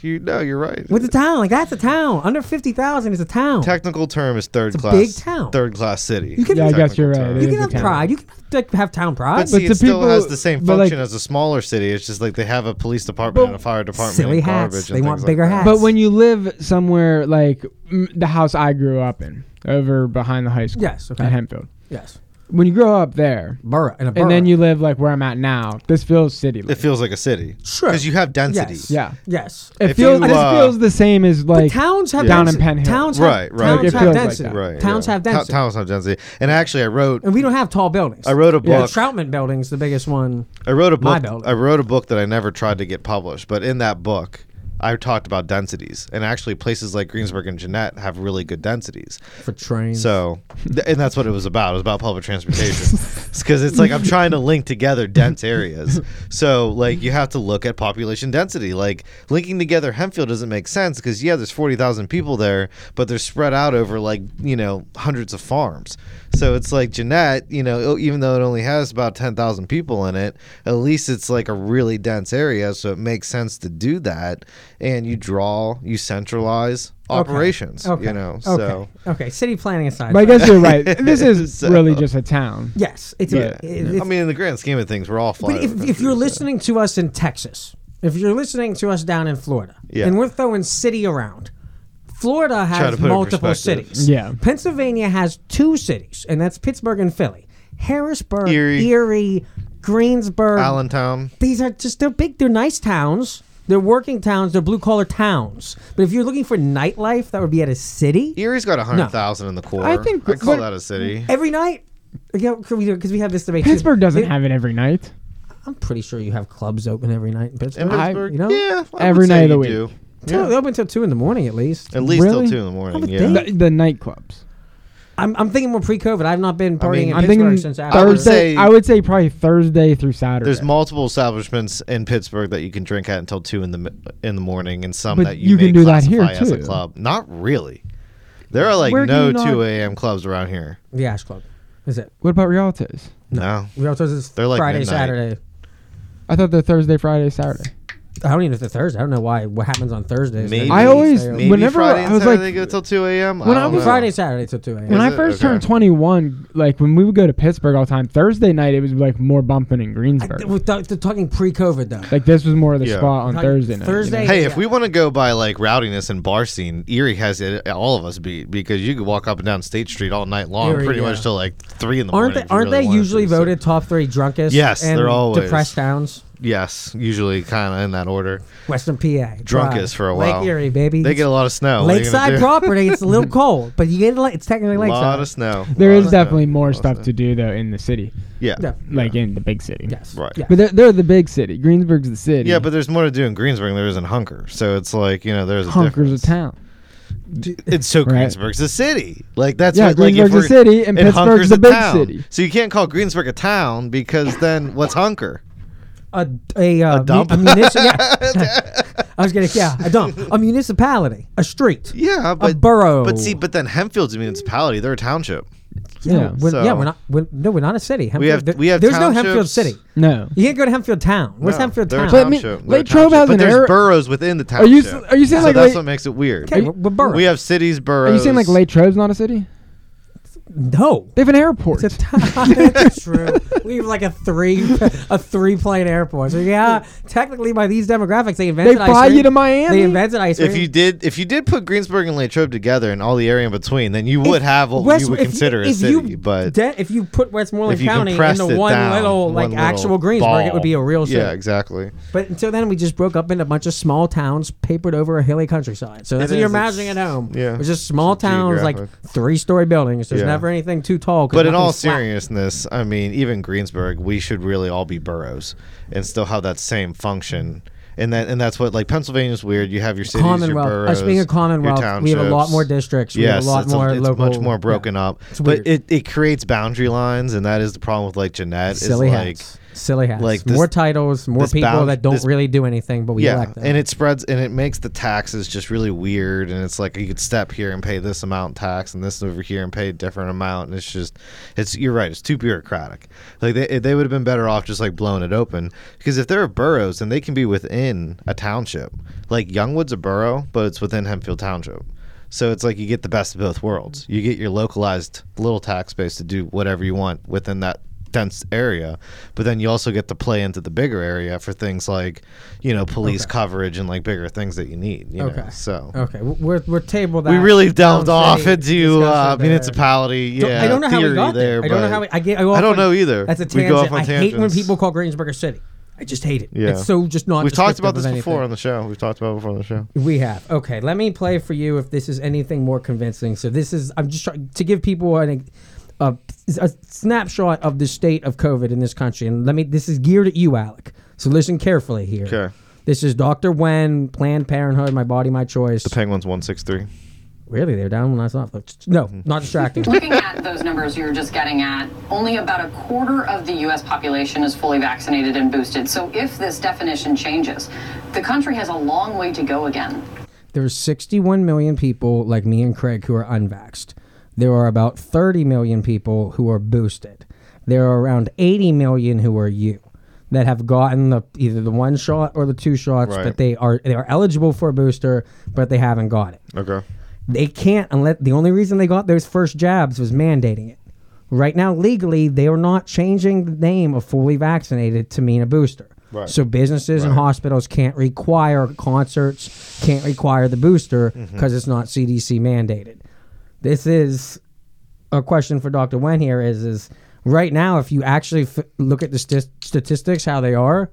[SPEAKER 1] you know, you're right.
[SPEAKER 2] With a town, like that's a town. Under fifty thousand is a town.
[SPEAKER 1] Technical term is third
[SPEAKER 2] It's a
[SPEAKER 1] class.
[SPEAKER 2] big town.
[SPEAKER 1] Third class city.
[SPEAKER 2] You can- Yeah, I
[SPEAKER 1] Technical
[SPEAKER 3] guess you're right.
[SPEAKER 1] term.
[SPEAKER 3] It
[SPEAKER 2] you
[SPEAKER 3] is
[SPEAKER 2] can
[SPEAKER 3] a
[SPEAKER 2] have
[SPEAKER 3] town.
[SPEAKER 2] pride. You can like, have town pride.
[SPEAKER 1] But see,
[SPEAKER 3] to
[SPEAKER 1] it still
[SPEAKER 3] people-
[SPEAKER 1] has the same
[SPEAKER 3] but,
[SPEAKER 1] function
[SPEAKER 3] like-
[SPEAKER 1] as a smaller city. It's just like they have a police department and a fire department.
[SPEAKER 2] Silly
[SPEAKER 1] and
[SPEAKER 2] hats.
[SPEAKER 1] garbage and
[SPEAKER 2] They want
[SPEAKER 1] things
[SPEAKER 2] bigger
[SPEAKER 1] like that.
[SPEAKER 2] hats.
[SPEAKER 3] But when you live somewhere like m- the house I grew up in, over behind the high school,
[SPEAKER 2] Yes, okay.
[SPEAKER 3] in Hempfield,
[SPEAKER 2] yes,
[SPEAKER 3] when you grow up there,
[SPEAKER 2] borough in a borough.
[SPEAKER 3] and then you live like where I'm at now, this feels city.
[SPEAKER 1] It
[SPEAKER 3] Life.
[SPEAKER 1] feels like a city.
[SPEAKER 2] Sure.
[SPEAKER 1] Because you have density.
[SPEAKER 2] Yes.
[SPEAKER 3] Yeah,
[SPEAKER 2] yes.
[SPEAKER 3] it
[SPEAKER 1] If
[SPEAKER 3] feels.
[SPEAKER 1] you,
[SPEAKER 3] this
[SPEAKER 1] uh,
[SPEAKER 3] feels the same as like
[SPEAKER 2] but towns have
[SPEAKER 3] down in
[SPEAKER 2] density.
[SPEAKER 3] Penn Hill.
[SPEAKER 2] Towns have,
[SPEAKER 1] Right, right.
[SPEAKER 2] Towns
[SPEAKER 1] Like, it
[SPEAKER 2] have
[SPEAKER 3] feels like
[SPEAKER 2] density.
[SPEAKER 3] that.
[SPEAKER 1] Right.
[SPEAKER 2] Towns
[SPEAKER 1] yeah.
[SPEAKER 2] have
[SPEAKER 1] Ta-
[SPEAKER 2] density.
[SPEAKER 1] towns have density. And actually, I wrote
[SPEAKER 2] and we don't have tall buildings.
[SPEAKER 1] I wrote a
[SPEAKER 2] The
[SPEAKER 1] book.
[SPEAKER 2] Troutman Building's the biggest one.
[SPEAKER 1] I wrote a
[SPEAKER 2] My
[SPEAKER 1] book.
[SPEAKER 2] building.
[SPEAKER 1] I wrote a book that I never tried to get published, but in that book, I talked about densities, and actually, places like Greensburg and Jeanette have really good densities.
[SPEAKER 2] for trains.
[SPEAKER 1] So, th- and that's what it was about. It was about public transportation, because it's like I'm trying to link together dense areas. So, like, you have to look at population density. Like, linking together Hempfield doesn't make sense because yeah, there's forty thousand people there, but they're spread out over like you know hundreds of farms. So it's like Jeanette, you know, oh, even though it only has about ten thousand people in it, at least it's like a really dense area. So it makes sense to do that, and you draw, you centralize
[SPEAKER 2] Okay.
[SPEAKER 1] operations.
[SPEAKER 2] Okay.
[SPEAKER 1] You know,
[SPEAKER 2] okay.
[SPEAKER 1] so.
[SPEAKER 2] okay. City planning aside.
[SPEAKER 3] But I guess you're right. This is
[SPEAKER 1] So-
[SPEAKER 3] really just a town.
[SPEAKER 2] yes, it's.
[SPEAKER 1] Yeah.
[SPEAKER 2] A, it- it's
[SPEAKER 1] I mean, in the grand scheme of things, we're all flying.
[SPEAKER 2] but if, if you're listening to us in Texas, if you're listening to us down in Florida,
[SPEAKER 1] Yeah.
[SPEAKER 2] and we're throwing city around, Florida
[SPEAKER 1] Try to
[SPEAKER 2] has
[SPEAKER 1] put it in
[SPEAKER 2] multiple
[SPEAKER 1] perspective.
[SPEAKER 2] cities.
[SPEAKER 3] Yeah.
[SPEAKER 2] Pennsylvania has two cities, and that's Pittsburgh and Philly. Harrisburg,
[SPEAKER 1] Erie.
[SPEAKER 2] Erie Greensburg,
[SPEAKER 1] Allentown,
[SPEAKER 2] these are just they're big they're nice towns they're working towns they're blue collar towns but if you're looking for nightlife that would be at a city
[SPEAKER 1] Erie's got hundred thousand in the core.
[SPEAKER 3] I think-
[SPEAKER 1] I call
[SPEAKER 3] but-
[SPEAKER 1] that a city.
[SPEAKER 2] every night because we, 'cause we have this debate too.
[SPEAKER 3] Pittsburgh doesn't
[SPEAKER 2] They-
[SPEAKER 3] have it every night.
[SPEAKER 2] i'm pretty sure you have clubs open every night in
[SPEAKER 1] In
[SPEAKER 2] pittsburgh
[SPEAKER 3] I-
[SPEAKER 1] Pittsburgh,
[SPEAKER 2] you know?
[SPEAKER 1] yeah, I
[SPEAKER 3] Every
[SPEAKER 1] would say
[SPEAKER 3] night of the
[SPEAKER 1] you
[SPEAKER 3] week.
[SPEAKER 1] do.
[SPEAKER 2] Till- they open until 2 in the morning at least
[SPEAKER 1] At least
[SPEAKER 3] Really?
[SPEAKER 1] till two in the morning.
[SPEAKER 2] would
[SPEAKER 1] Yeah,
[SPEAKER 2] think.
[SPEAKER 3] The, the night clubs.
[SPEAKER 2] i'm, I'm thinking more pre-covid i've not been partying
[SPEAKER 1] mean,
[SPEAKER 2] in
[SPEAKER 1] I'm
[SPEAKER 2] pittsburgh
[SPEAKER 3] thinking
[SPEAKER 2] since after
[SPEAKER 1] I would
[SPEAKER 3] Thursday.
[SPEAKER 1] say-
[SPEAKER 3] I would say probably Thursday through Saturday.
[SPEAKER 1] there's multiple establishments in Pittsburgh that you can drink at until two in the m- in the morning, and some
[SPEAKER 3] But
[SPEAKER 1] that you,
[SPEAKER 3] you can
[SPEAKER 1] may
[SPEAKER 3] do that here,
[SPEAKER 1] classify as a
[SPEAKER 3] too.
[SPEAKER 1] club. Not really. There are like
[SPEAKER 3] Where do
[SPEAKER 1] no
[SPEAKER 3] you not-
[SPEAKER 1] two a.m. clubs around here.
[SPEAKER 2] the ash club is it
[SPEAKER 3] What about Rialto's?
[SPEAKER 1] No,
[SPEAKER 2] we all told us
[SPEAKER 1] They're like
[SPEAKER 2] friday
[SPEAKER 1] midnight.
[SPEAKER 2] saturday
[SPEAKER 3] I thought they're Thursday, Friday, Saturday.
[SPEAKER 2] i don't even know if they're thursday i don't know why what happens on thursdays
[SPEAKER 1] maybe
[SPEAKER 3] I always-
[SPEAKER 1] maybe
[SPEAKER 3] whenever
[SPEAKER 1] Friday and
[SPEAKER 3] I was
[SPEAKER 1] Saturday
[SPEAKER 3] like-
[SPEAKER 1] they go till two a.m.
[SPEAKER 3] When I
[SPEAKER 1] don't
[SPEAKER 3] was-
[SPEAKER 1] know.
[SPEAKER 2] friday saturday till 2 a.m
[SPEAKER 3] when I
[SPEAKER 1] it?
[SPEAKER 3] first turned
[SPEAKER 1] Okay.
[SPEAKER 3] 21, like when we would go to Pittsburgh all the time, Thursday night it was like more bumping in Greensburg.
[SPEAKER 2] We're th- th- talking pre-covid though
[SPEAKER 3] like this was more of the
[SPEAKER 1] Yeah.
[SPEAKER 3] spot on
[SPEAKER 2] Like,
[SPEAKER 3] Thursday night. you know?
[SPEAKER 2] Thursday-
[SPEAKER 1] Hey,
[SPEAKER 2] Yeah.
[SPEAKER 1] if we want to go by like rowdiness and bar scene, Erie has it, all of us beat because you could walk up and down State Street all night long,
[SPEAKER 2] Erie,
[SPEAKER 1] pretty
[SPEAKER 2] yeah.
[SPEAKER 1] much till like three in the
[SPEAKER 2] Aren't
[SPEAKER 1] morning.
[SPEAKER 2] they,
[SPEAKER 1] if you
[SPEAKER 2] aren't
[SPEAKER 1] really
[SPEAKER 2] they
[SPEAKER 1] wanted
[SPEAKER 2] usually
[SPEAKER 1] to, so-
[SPEAKER 2] voted top three drunkest?
[SPEAKER 1] Yes,
[SPEAKER 2] and
[SPEAKER 1] they're always.
[SPEAKER 2] depressed towns.
[SPEAKER 1] Yes, usually kind of in that order.
[SPEAKER 2] Western PA,
[SPEAKER 1] Drunkest
[SPEAKER 2] Dry.
[SPEAKER 1] for a while.
[SPEAKER 2] Lake Erie, baby.
[SPEAKER 1] They get a lot of snow. What are you gonna
[SPEAKER 2] lakeside
[SPEAKER 1] do?
[SPEAKER 2] property. It's a little cold, but you get like it's technically
[SPEAKER 1] A
[SPEAKER 2] lakeside.
[SPEAKER 1] lot of snow.
[SPEAKER 3] There
[SPEAKER 1] Lot
[SPEAKER 3] is
[SPEAKER 1] of snow.
[SPEAKER 3] definitely
[SPEAKER 1] Lot
[SPEAKER 3] more
[SPEAKER 1] of
[SPEAKER 3] stuff
[SPEAKER 1] snow.
[SPEAKER 3] to do though in the city,
[SPEAKER 1] Yeah.
[SPEAKER 2] Yeah.
[SPEAKER 1] yeah.
[SPEAKER 3] like in the big city.
[SPEAKER 2] Yes.
[SPEAKER 1] Right.
[SPEAKER 2] Yeah.
[SPEAKER 3] But they're, they're the big city. Greensburg's the city.
[SPEAKER 1] but there's more to do in Greensburg than there is in Hunker. So it's like, you know, there's a
[SPEAKER 3] Hunker's a
[SPEAKER 1] difference.
[SPEAKER 3] town.
[SPEAKER 1] It's so
[SPEAKER 3] Right.
[SPEAKER 1] Greensburg's a city. Like that's
[SPEAKER 3] Yeah,
[SPEAKER 1] what, like if
[SPEAKER 3] Greensburg's a
[SPEAKER 1] we're-
[SPEAKER 3] city and Pittsburgh's
[SPEAKER 1] Hunker's
[SPEAKER 3] the
[SPEAKER 1] a
[SPEAKER 3] big
[SPEAKER 1] town.
[SPEAKER 3] city.
[SPEAKER 1] So you can't call Greensburg a town because then what's Hunker?
[SPEAKER 2] A a, uh,
[SPEAKER 1] dump?
[SPEAKER 2] mu- a munici- yeah. I was gonna yeah a dump a municipality a street
[SPEAKER 1] Yeah, but
[SPEAKER 2] borough.
[SPEAKER 1] But see, but then Hempfield's a municipality; they're a township.
[SPEAKER 2] Oh. yeah
[SPEAKER 3] Mm. Yeah.
[SPEAKER 2] we're, yeah
[SPEAKER 1] So-
[SPEAKER 2] we're not we're, no we're not a city Hempfield,
[SPEAKER 1] have-
[SPEAKER 2] there-
[SPEAKER 1] we have
[SPEAKER 2] there's no
[SPEAKER 1] townships.
[SPEAKER 2] Hempfield city
[SPEAKER 3] No.
[SPEAKER 2] you can't go to Hempfield town where's
[SPEAKER 1] No,
[SPEAKER 2] Hempfield
[SPEAKER 1] they're a
[SPEAKER 2] town
[SPEAKER 3] But I mean,
[SPEAKER 1] township. They're a
[SPEAKER 3] Lake
[SPEAKER 1] township.
[SPEAKER 3] Trove has
[SPEAKER 1] but
[SPEAKER 3] an
[SPEAKER 1] there's
[SPEAKER 3] area-
[SPEAKER 1] boroughs within
[SPEAKER 3] Are
[SPEAKER 1] the township.
[SPEAKER 3] you s- are you saying
[SPEAKER 1] so
[SPEAKER 3] like
[SPEAKER 1] that's
[SPEAKER 3] Lake-
[SPEAKER 1] what makes it weird?
[SPEAKER 2] okay we're, we're borough
[SPEAKER 1] We have cities, boroughs.
[SPEAKER 3] Are you saying like Lake Trove's not a city?
[SPEAKER 2] no
[SPEAKER 3] They have an airport.
[SPEAKER 2] It's a town. That's true. We have like a three a three plane airport. So yeah, technically by these demographics, they
[SPEAKER 3] they
[SPEAKER 2] invented. ice
[SPEAKER 3] fly you
[SPEAKER 2] cream.
[SPEAKER 3] to Miami.
[SPEAKER 2] They invented ice cream.
[SPEAKER 1] If you did, if you did put Greensburg and Latrobe together and all the area in between, then you would
[SPEAKER 2] If
[SPEAKER 1] have what
[SPEAKER 2] West-
[SPEAKER 1] you would
[SPEAKER 2] if
[SPEAKER 1] consider a
[SPEAKER 2] if you
[SPEAKER 1] city. but
[SPEAKER 2] de- if you put Westmoreland
[SPEAKER 1] if you
[SPEAKER 2] County
[SPEAKER 1] compressed
[SPEAKER 2] into
[SPEAKER 1] it
[SPEAKER 2] one
[SPEAKER 1] down,
[SPEAKER 2] little
[SPEAKER 1] one
[SPEAKER 2] like
[SPEAKER 1] little
[SPEAKER 2] actual Greensburg, it would be a
[SPEAKER 1] ball.
[SPEAKER 2] real city.
[SPEAKER 1] Yeah, exactly.
[SPEAKER 2] But until then, we just broke up into a bunch of small towns, papered over a hilly countryside. So that's
[SPEAKER 1] It
[SPEAKER 2] what you're
[SPEAKER 1] is,
[SPEAKER 2] imagining at
[SPEAKER 1] it's-
[SPEAKER 2] home.
[SPEAKER 1] yeah.
[SPEAKER 2] it's just small
[SPEAKER 1] It's
[SPEAKER 2] towns, like
[SPEAKER 1] geographic.
[SPEAKER 2] three story buildings. There's
[SPEAKER 1] Yeah.
[SPEAKER 2] never anything too tall. 'cause
[SPEAKER 1] But in all
[SPEAKER 2] nothing's flat.
[SPEAKER 1] seriousness, I mean, even Greensburg, we should really all be boroughs and still have that same function. And that and that's what like Pennsylvania's weird. You have your cities, your
[SPEAKER 2] Commonwealth.
[SPEAKER 1] boroughs,
[SPEAKER 2] Us being a
[SPEAKER 1] your
[SPEAKER 2] Commonwealth, we have a lot
[SPEAKER 1] townships.
[SPEAKER 2] more districts. We have
[SPEAKER 1] yes,
[SPEAKER 2] a lot
[SPEAKER 1] it's,
[SPEAKER 2] more
[SPEAKER 1] it's
[SPEAKER 2] local.
[SPEAKER 1] much more broken up.
[SPEAKER 2] It's
[SPEAKER 1] But
[SPEAKER 2] weird.
[SPEAKER 1] it, it creates boundary lines, and that is the problem with like Jeanette.
[SPEAKER 2] Silly
[SPEAKER 1] is like
[SPEAKER 2] hats. Silly house.
[SPEAKER 1] Like this-
[SPEAKER 2] more titles, more
[SPEAKER 1] this
[SPEAKER 2] people
[SPEAKER 1] bound-
[SPEAKER 2] that don't
[SPEAKER 1] this-
[SPEAKER 2] really do anything, but we elect them.
[SPEAKER 1] and it spreads and it makes the taxes just really weird. And it's like you could step here and pay this amount in tax, and this over here and pay a different amount. And it's just, it's you're right, it's too bureaucratic. Like they they would have been better off just like blowing it open because if there are boroughs, then they can be within a township. Like Youngwood's a borough, but it's within Hempfield Township. So it's like you get the best of both worlds. You get your localized little tax base to do whatever you want within that dense area, but then you also get to play into the bigger area for things like, you know, police coverage and like bigger things that you need. You
[SPEAKER 2] Okay.
[SPEAKER 1] Know? So
[SPEAKER 2] okay, w- we're we're table that.
[SPEAKER 1] we really delved
[SPEAKER 2] Town
[SPEAKER 1] off
[SPEAKER 2] city
[SPEAKER 1] into
[SPEAKER 2] discussion
[SPEAKER 1] uh,
[SPEAKER 2] there.
[SPEAKER 1] municipality.
[SPEAKER 2] Don't-
[SPEAKER 1] Yeah,
[SPEAKER 2] I don't know how
[SPEAKER 1] theory
[SPEAKER 2] we got there.
[SPEAKER 1] there.
[SPEAKER 2] I don't know how we,
[SPEAKER 1] but
[SPEAKER 2] I get. I, go
[SPEAKER 1] I
[SPEAKER 2] off
[SPEAKER 1] don't
[SPEAKER 2] on-
[SPEAKER 1] know either.
[SPEAKER 2] That's a
[SPEAKER 1] We
[SPEAKER 2] tangent.
[SPEAKER 1] go off on
[SPEAKER 2] I hate when
[SPEAKER 1] tangents.
[SPEAKER 2] people call Greensburg a city. I just hate it.
[SPEAKER 1] Yeah.
[SPEAKER 2] It's so just not.
[SPEAKER 1] We've talked
[SPEAKER 2] descriptive
[SPEAKER 1] about this
[SPEAKER 2] of
[SPEAKER 1] before
[SPEAKER 2] anything.
[SPEAKER 1] on the show. We've talked about it before on the show.
[SPEAKER 2] We have. Okay, let me play for you if this is anything more convincing. So this is I'm just trying to give people an, a, a snapshot of the state of COVID in this country. And let me this is geared at you, Alec. So listen carefully here.
[SPEAKER 1] Okay.
[SPEAKER 2] This is Dr. Wen, Planned Parenthood, My Body, My Choice.
[SPEAKER 1] The Penguins one six three. Mm-hmm.
[SPEAKER 2] Really, they're down when I thought. No, not distracting.
[SPEAKER 11] Looking at those numbers you were just getting at, only about a quarter of the U.S. population is fully vaccinated and boosted. So if this definition changes, the country has a long way to go again.
[SPEAKER 2] There's 61 million people like me and Craig who are unvaxxed. There are about 30 million people who are boosted. There are around 80 million who are you that have gotten the either the one shot or the two shots,
[SPEAKER 1] Right.
[SPEAKER 2] but they are they are eligible for a booster, but they haven't got it.
[SPEAKER 1] Okay.
[SPEAKER 2] They can't unless the only reason they got those first jabs was mandating it. Right now, legally, they are not changing the name of fully vaccinated to mean a booster.
[SPEAKER 12] Right.
[SPEAKER 2] So businesses and
[SPEAKER 12] Right.
[SPEAKER 2] hospitals can't require concerts, can't require the booster because
[SPEAKER 12] Mhm.
[SPEAKER 2] it's not CDC mandated. This is a question for Dr. Wen here is is right now if you actually f- look at the sti- statistics how they are,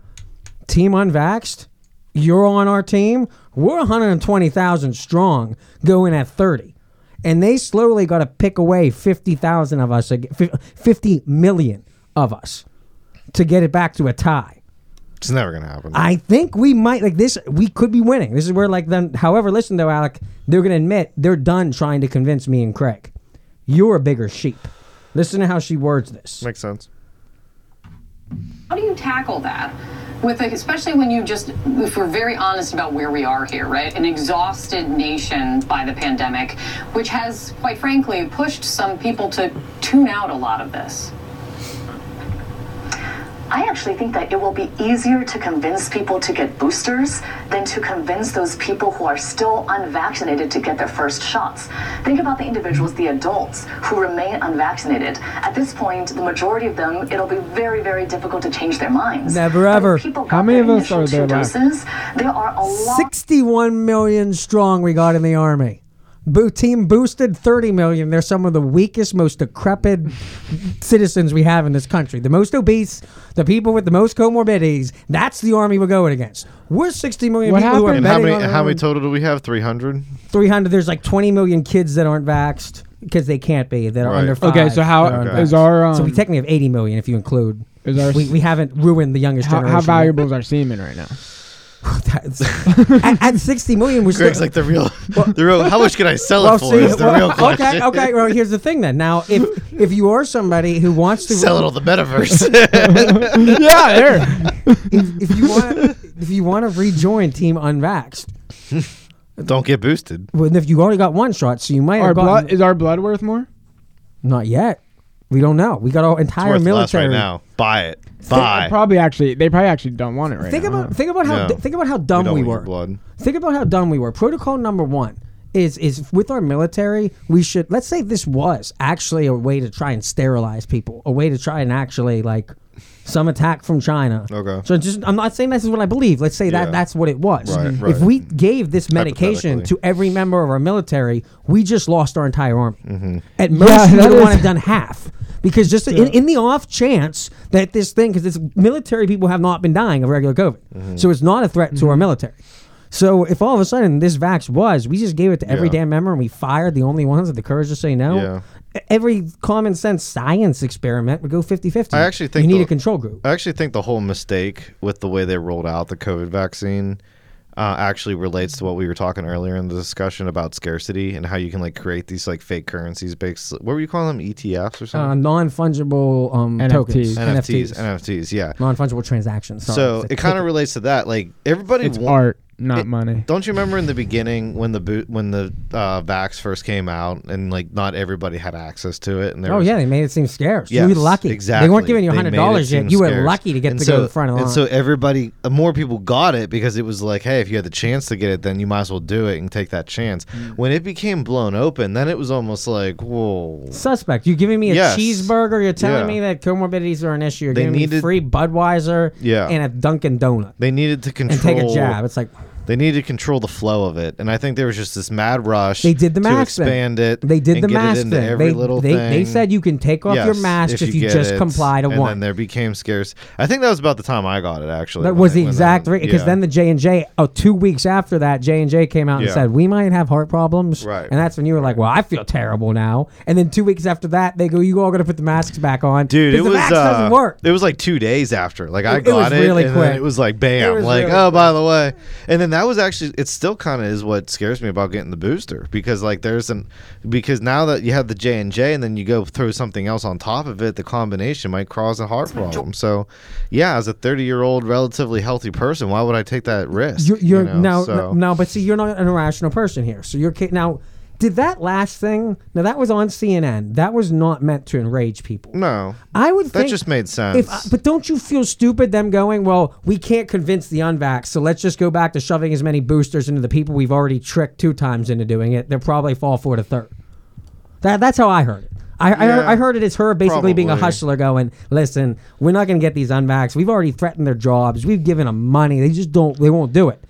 [SPEAKER 2] team unvaxxed, you're on our team. We're 120,000 strong going at 30. And they slowly got to pick away 50,000 of us, ag- fif- 50 million of us to get it back to a tie.
[SPEAKER 1] It's never gonna happen.
[SPEAKER 2] I think we might like this. We could be winning. This is where like then. However, listen though, Alec, they're gonna admit they're done trying to convince me and Craig. You're a bigger sheep. Listen to how she words this.
[SPEAKER 1] Makes sense.
[SPEAKER 11] How do you tackle that? With a, especially when you just, if we're very honest about where we are here, right? An exhausted nation by the pandemic, which has, quite frankly, pushed some people to tune out a lot of this.
[SPEAKER 13] I actually think that it will be easier to convince people to get boosters than to convince those people who are still unvaccinated to get their first shots. Think about the individuals, the adults, who remain unvaccinated. At this point, the majority of them, it'll be very, very difficult to change their minds.
[SPEAKER 2] Never ever. How many of us are
[SPEAKER 13] Two doses, there are a lot.
[SPEAKER 2] 61 million strong we got in the army. Boo team boosted 30 million. They're some of the weakest, most decrepit citizens we have in this country. The most obese, the people with the most comorbidities. That's the army we're going against. We're 60 million people who are
[SPEAKER 1] And how
[SPEAKER 2] betting
[SPEAKER 1] many?
[SPEAKER 2] on
[SPEAKER 1] How
[SPEAKER 2] our
[SPEAKER 1] many
[SPEAKER 2] own-
[SPEAKER 1] total do we have? Three hundred.
[SPEAKER 2] 300. There's like 20 million kids that aren't vaxxed because they can't be. That are
[SPEAKER 1] Right.
[SPEAKER 2] under five.
[SPEAKER 1] Okay, so how-
[SPEAKER 2] that are
[SPEAKER 1] Okay.
[SPEAKER 3] is our,
[SPEAKER 2] so we
[SPEAKER 3] um,
[SPEAKER 2] technically have 80 million if you include.
[SPEAKER 3] is our-
[SPEAKER 2] we, we haven't ruined the youngest
[SPEAKER 3] How,
[SPEAKER 2] generation.
[SPEAKER 3] how
[SPEAKER 2] yet.
[SPEAKER 3] valuable is our semen right now?
[SPEAKER 2] at, at 60 million, we're
[SPEAKER 1] Greg's
[SPEAKER 2] still,
[SPEAKER 1] like the real, the real. How much can I sell it for? is the
[SPEAKER 2] well,
[SPEAKER 1] real question.
[SPEAKER 2] Okay, okay. Well, here's the thing then. Now, if if you are somebody who wants to
[SPEAKER 1] Sell it on the metaverse.
[SPEAKER 3] yeah, there.
[SPEAKER 2] If, if you want, if you want to rejoin Team Unvaxxed,
[SPEAKER 1] Don't get boosted.
[SPEAKER 2] well, if you already got one shot, so you might
[SPEAKER 3] Our
[SPEAKER 2] have gotten,
[SPEAKER 3] blood is our blood worth more?
[SPEAKER 2] not yet. We don't know. We got our
[SPEAKER 1] It's
[SPEAKER 2] entire
[SPEAKER 1] worth less
[SPEAKER 2] military
[SPEAKER 1] right now. Buy it.
[SPEAKER 3] They
[SPEAKER 1] Buy.
[SPEAKER 3] uh, Probably actually, they probably actually don't want it right
[SPEAKER 2] think
[SPEAKER 3] now.
[SPEAKER 2] about think about how
[SPEAKER 1] No.
[SPEAKER 2] think about how dumb
[SPEAKER 1] don't
[SPEAKER 2] we
[SPEAKER 1] want your
[SPEAKER 2] were.
[SPEAKER 1] blood.
[SPEAKER 2] Think about how dumb we were. Protocol number one is is with our military. We should let's say this was actually a way to try and sterilize people, a way to try and actually like some attack from China.
[SPEAKER 1] Okay.
[SPEAKER 2] So just I'm not saying this is what I believe. Let's say that
[SPEAKER 1] Yeah.
[SPEAKER 2] that's what it was.
[SPEAKER 1] Right,
[SPEAKER 2] if
[SPEAKER 1] right.
[SPEAKER 2] we gave this medication to
[SPEAKER 1] Hypothetically.
[SPEAKER 2] every member of our military, we just lost our entire army.
[SPEAKER 1] Mm-hmm.
[SPEAKER 2] At most,
[SPEAKER 3] Yeah, that
[SPEAKER 2] we would have
[SPEAKER 3] is-
[SPEAKER 2] wanted done half. Because just in, in the off chance that this thing, because it's military people have not been dying of regular COVID,
[SPEAKER 1] Mm-hmm.
[SPEAKER 2] so it's not a threat to our military. So if all of a sudden this vax was, we just gave it to every
[SPEAKER 12] Yeah.
[SPEAKER 2] damn member and we fired the only ones with the courage to say no. e- Every common sense science experiment would go 50-50.
[SPEAKER 1] I actually think
[SPEAKER 2] you need
[SPEAKER 1] the-
[SPEAKER 2] a control group.
[SPEAKER 1] I actually think the whole mistake with the way they rolled out the COVID vaccine uh, actually relates to what we were talking earlier in the discussion about scarcity and how you can like create these like fake currencies based. What were you calling them? ETFs or
[SPEAKER 2] Uh,
[SPEAKER 1] something?
[SPEAKER 2] non fungible um, tokens.
[SPEAKER 1] NFTs, NFTs, yeah.
[SPEAKER 2] Non fungible transactions. Sorry.
[SPEAKER 1] so
[SPEAKER 2] It's a
[SPEAKER 1] it kind
[SPEAKER 2] ticket.
[SPEAKER 1] of relates to that. Like everybody,
[SPEAKER 3] It's
[SPEAKER 1] wa-
[SPEAKER 3] art, not money.
[SPEAKER 1] Don't you remember in the beginning when the boot when the uh, Vax first came out and like not everybody had access to it? And there
[SPEAKER 2] Oh
[SPEAKER 1] was,
[SPEAKER 2] yeah, they made it seem scarce. you
[SPEAKER 1] Yes,
[SPEAKER 2] were lucky.
[SPEAKER 1] Exactly.
[SPEAKER 2] They weren't giving you
[SPEAKER 1] They
[SPEAKER 2] hundred
[SPEAKER 1] made it
[SPEAKER 2] dollars
[SPEAKER 1] seem
[SPEAKER 2] yet. You were
[SPEAKER 1] scarce.
[SPEAKER 2] lucky to get
[SPEAKER 1] And
[SPEAKER 2] to
[SPEAKER 1] so,
[SPEAKER 2] go to the front of the
[SPEAKER 1] And
[SPEAKER 2] line.
[SPEAKER 1] so everybody, uh, more people got it because it was like, hey, if you had the chance to get it, then you might as well do it and take that chance.
[SPEAKER 2] Mm.
[SPEAKER 1] When it became blown open, then it was almost like, whoa.
[SPEAKER 2] Suspect. You giving me a
[SPEAKER 1] Yes.
[SPEAKER 2] cheeseburger? You're telling
[SPEAKER 1] Yeah.
[SPEAKER 2] me that comorbidities are an issue. You're
[SPEAKER 1] They
[SPEAKER 2] giving me
[SPEAKER 1] needed-
[SPEAKER 2] free Budweiser
[SPEAKER 1] Yeah.
[SPEAKER 2] and a Dunkin' Donut.
[SPEAKER 1] They needed to
[SPEAKER 2] take a
[SPEAKER 1] control.
[SPEAKER 2] jab. It's like
[SPEAKER 1] they needed to control the flow of it, and I think there was just this mad rush.
[SPEAKER 2] They did the
[SPEAKER 1] to
[SPEAKER 2] mask thing.
[SPEAKER 1] expand it.
[SPEAKER 2] They did
[SPEAKER 1] and
[SPEAKER 2] the
[SPEAKER 1] get it
[SPEAKER 2] mask
[SPEAKER 1] into
[SPEAKER 2] thing.
[SPEAKER 1] Every
[SPEAKER 2] They-
[SPEAKER 1] little
[SPEAKER 2] they-
[SPEAKER 1] thing.
[SPEAKER 2] they said you can take off your
[SPEAKER 1] Yes,
[SPEAKER 2] masks if you
[SPEAKER 1] get
[SPEAKER 2] just
[SPEAKER 1] it,
[SPEAKER 2] comply to
[SPEAKER 1] and
[SPEAKER 2] one.
[SPEAKER 1] then there became scarce. I think that was about the time I got it. Actually,
[SPEAKER 2] That
[SPEAKER 1] when
[SPEAKER 2] was
[SPEAKER 1] they-
[SPEAKER 2] the
[SPEAKER 1] when
[SPEAKER 2] exact
[SPEAKER 1] they-
[SPEAKER 2] rate because
[SPEAKER 1] yeah.
[SPEAKER 2] then the J and J. Oh, two weeks after that, J and J came out and
[SPEAKER 1] Yeah.
[SPEAKER 2] said we might have heart problems.
[SPEAKER 1] Right.
[SPEAKER 2] And that's when you were like, "Well, I feel terrible now." And then two weeks after that, they go, "You all got to put the masks back on,
[SPEAKER 1] Dude,
[SPEAKER 2] 'cause
[SPEAKER 1] it
[SPEAKER 2] the
[SPEAKER 1] was
[SPEAKER 2] mask
[SPEAKER 1] uh,
[SPEAKER 2] doesn't work."
[SPEAKER 1] It was like two days after. Like
[SPEAKER 2] It-
[SPEAKER 1] I
[SPEAKER 2] it was
[SPEAKER 1] got it,
[SPEAKER 2] really
[SPEAKER 1] and
[SPEAKER 2] quick.
[SPEAKER 1] Then it was like
[SPEAKER 2] It
[SPEAKER 1] bam.
[SPEAKER 2] was
[SPEAKER 1] like
[SPEAKER 2] really
[SPEAKER 1] oh, by the way, and then that was actually it still kind of is what scares me about getting the booster because like there's an because now that you have the J and J and then you go throw something else on top of it, the combination might cause a heart problem. So yeah, as a 30 year old relatively healthy person, why would I take that risk?
[SPEAKER 2] You're, you're
[SPEAKER 1] you know?
[SPEAKER 2] now,
[SPEAKER 1] So-
[SPEAKER 2] no, but see, you're not an irrational person here. So you're ca- now. Did that last thing? Now that was on CNN. That was not meant to enrage people.
[SPEAKER 1] No,
[SPEAKER 2] I would.
[SPEAKER 1] That
[SPEAKER 2] think
[SPEAKER 1] just made sense.
[SPEAKER 2] If, but don't you feel stupid them going? Well, we can't convince the unvax, so let's just go back to shoving as many boosters into the people we've already tricked two times into doing it. They'll probably fall for it a third. That, that's how I heard it. I, I, heard,
[SPEAKER 1] Yeah,
[SPEAKER 2] I heard it as her basically being a
[SPEAKER 1] probably.
[SPEAKER 2] hustler going, listen, we're not going to get these unvaxxed. We've already threatened their jobs. We've given them money. They just don't, they won't do it.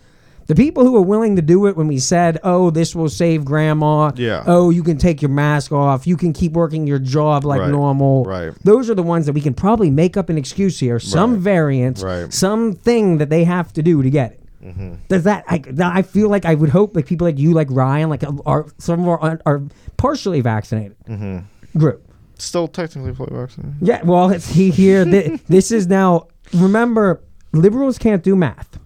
[SPEAKER 2] The people who were willing to do it when we said, oh, this will save grandma.
[SPEAKER 1] Yeah.
[SPEAKER 2] Oh, you can take your mask off. You can keep working your job like
[SPEAKER 1] Right,
[SPEAKER 2] normal.
[SPEAKER 1] right.
[SPEAKER 2] Those are the ones that we can probably make up an excuse here. Some variant,
[SPEAKER 1] Right.
[SPEAKER 2] something that they have to do to get it.
[SPEAKER 1] Mhm.
[SPEAKER 2] Does that I, now I feel like I would hope like people like you like Ryan like um, are some of our are, are partially vaccinated
[SPEAKER 1] Mhm.
[SPEAKER 2] group.
[SPEAKER 1] still technically play boxing.
[SPEAKER 2] Yeah, well, it's he here. thi- this is now. Remember, liberals can't do math.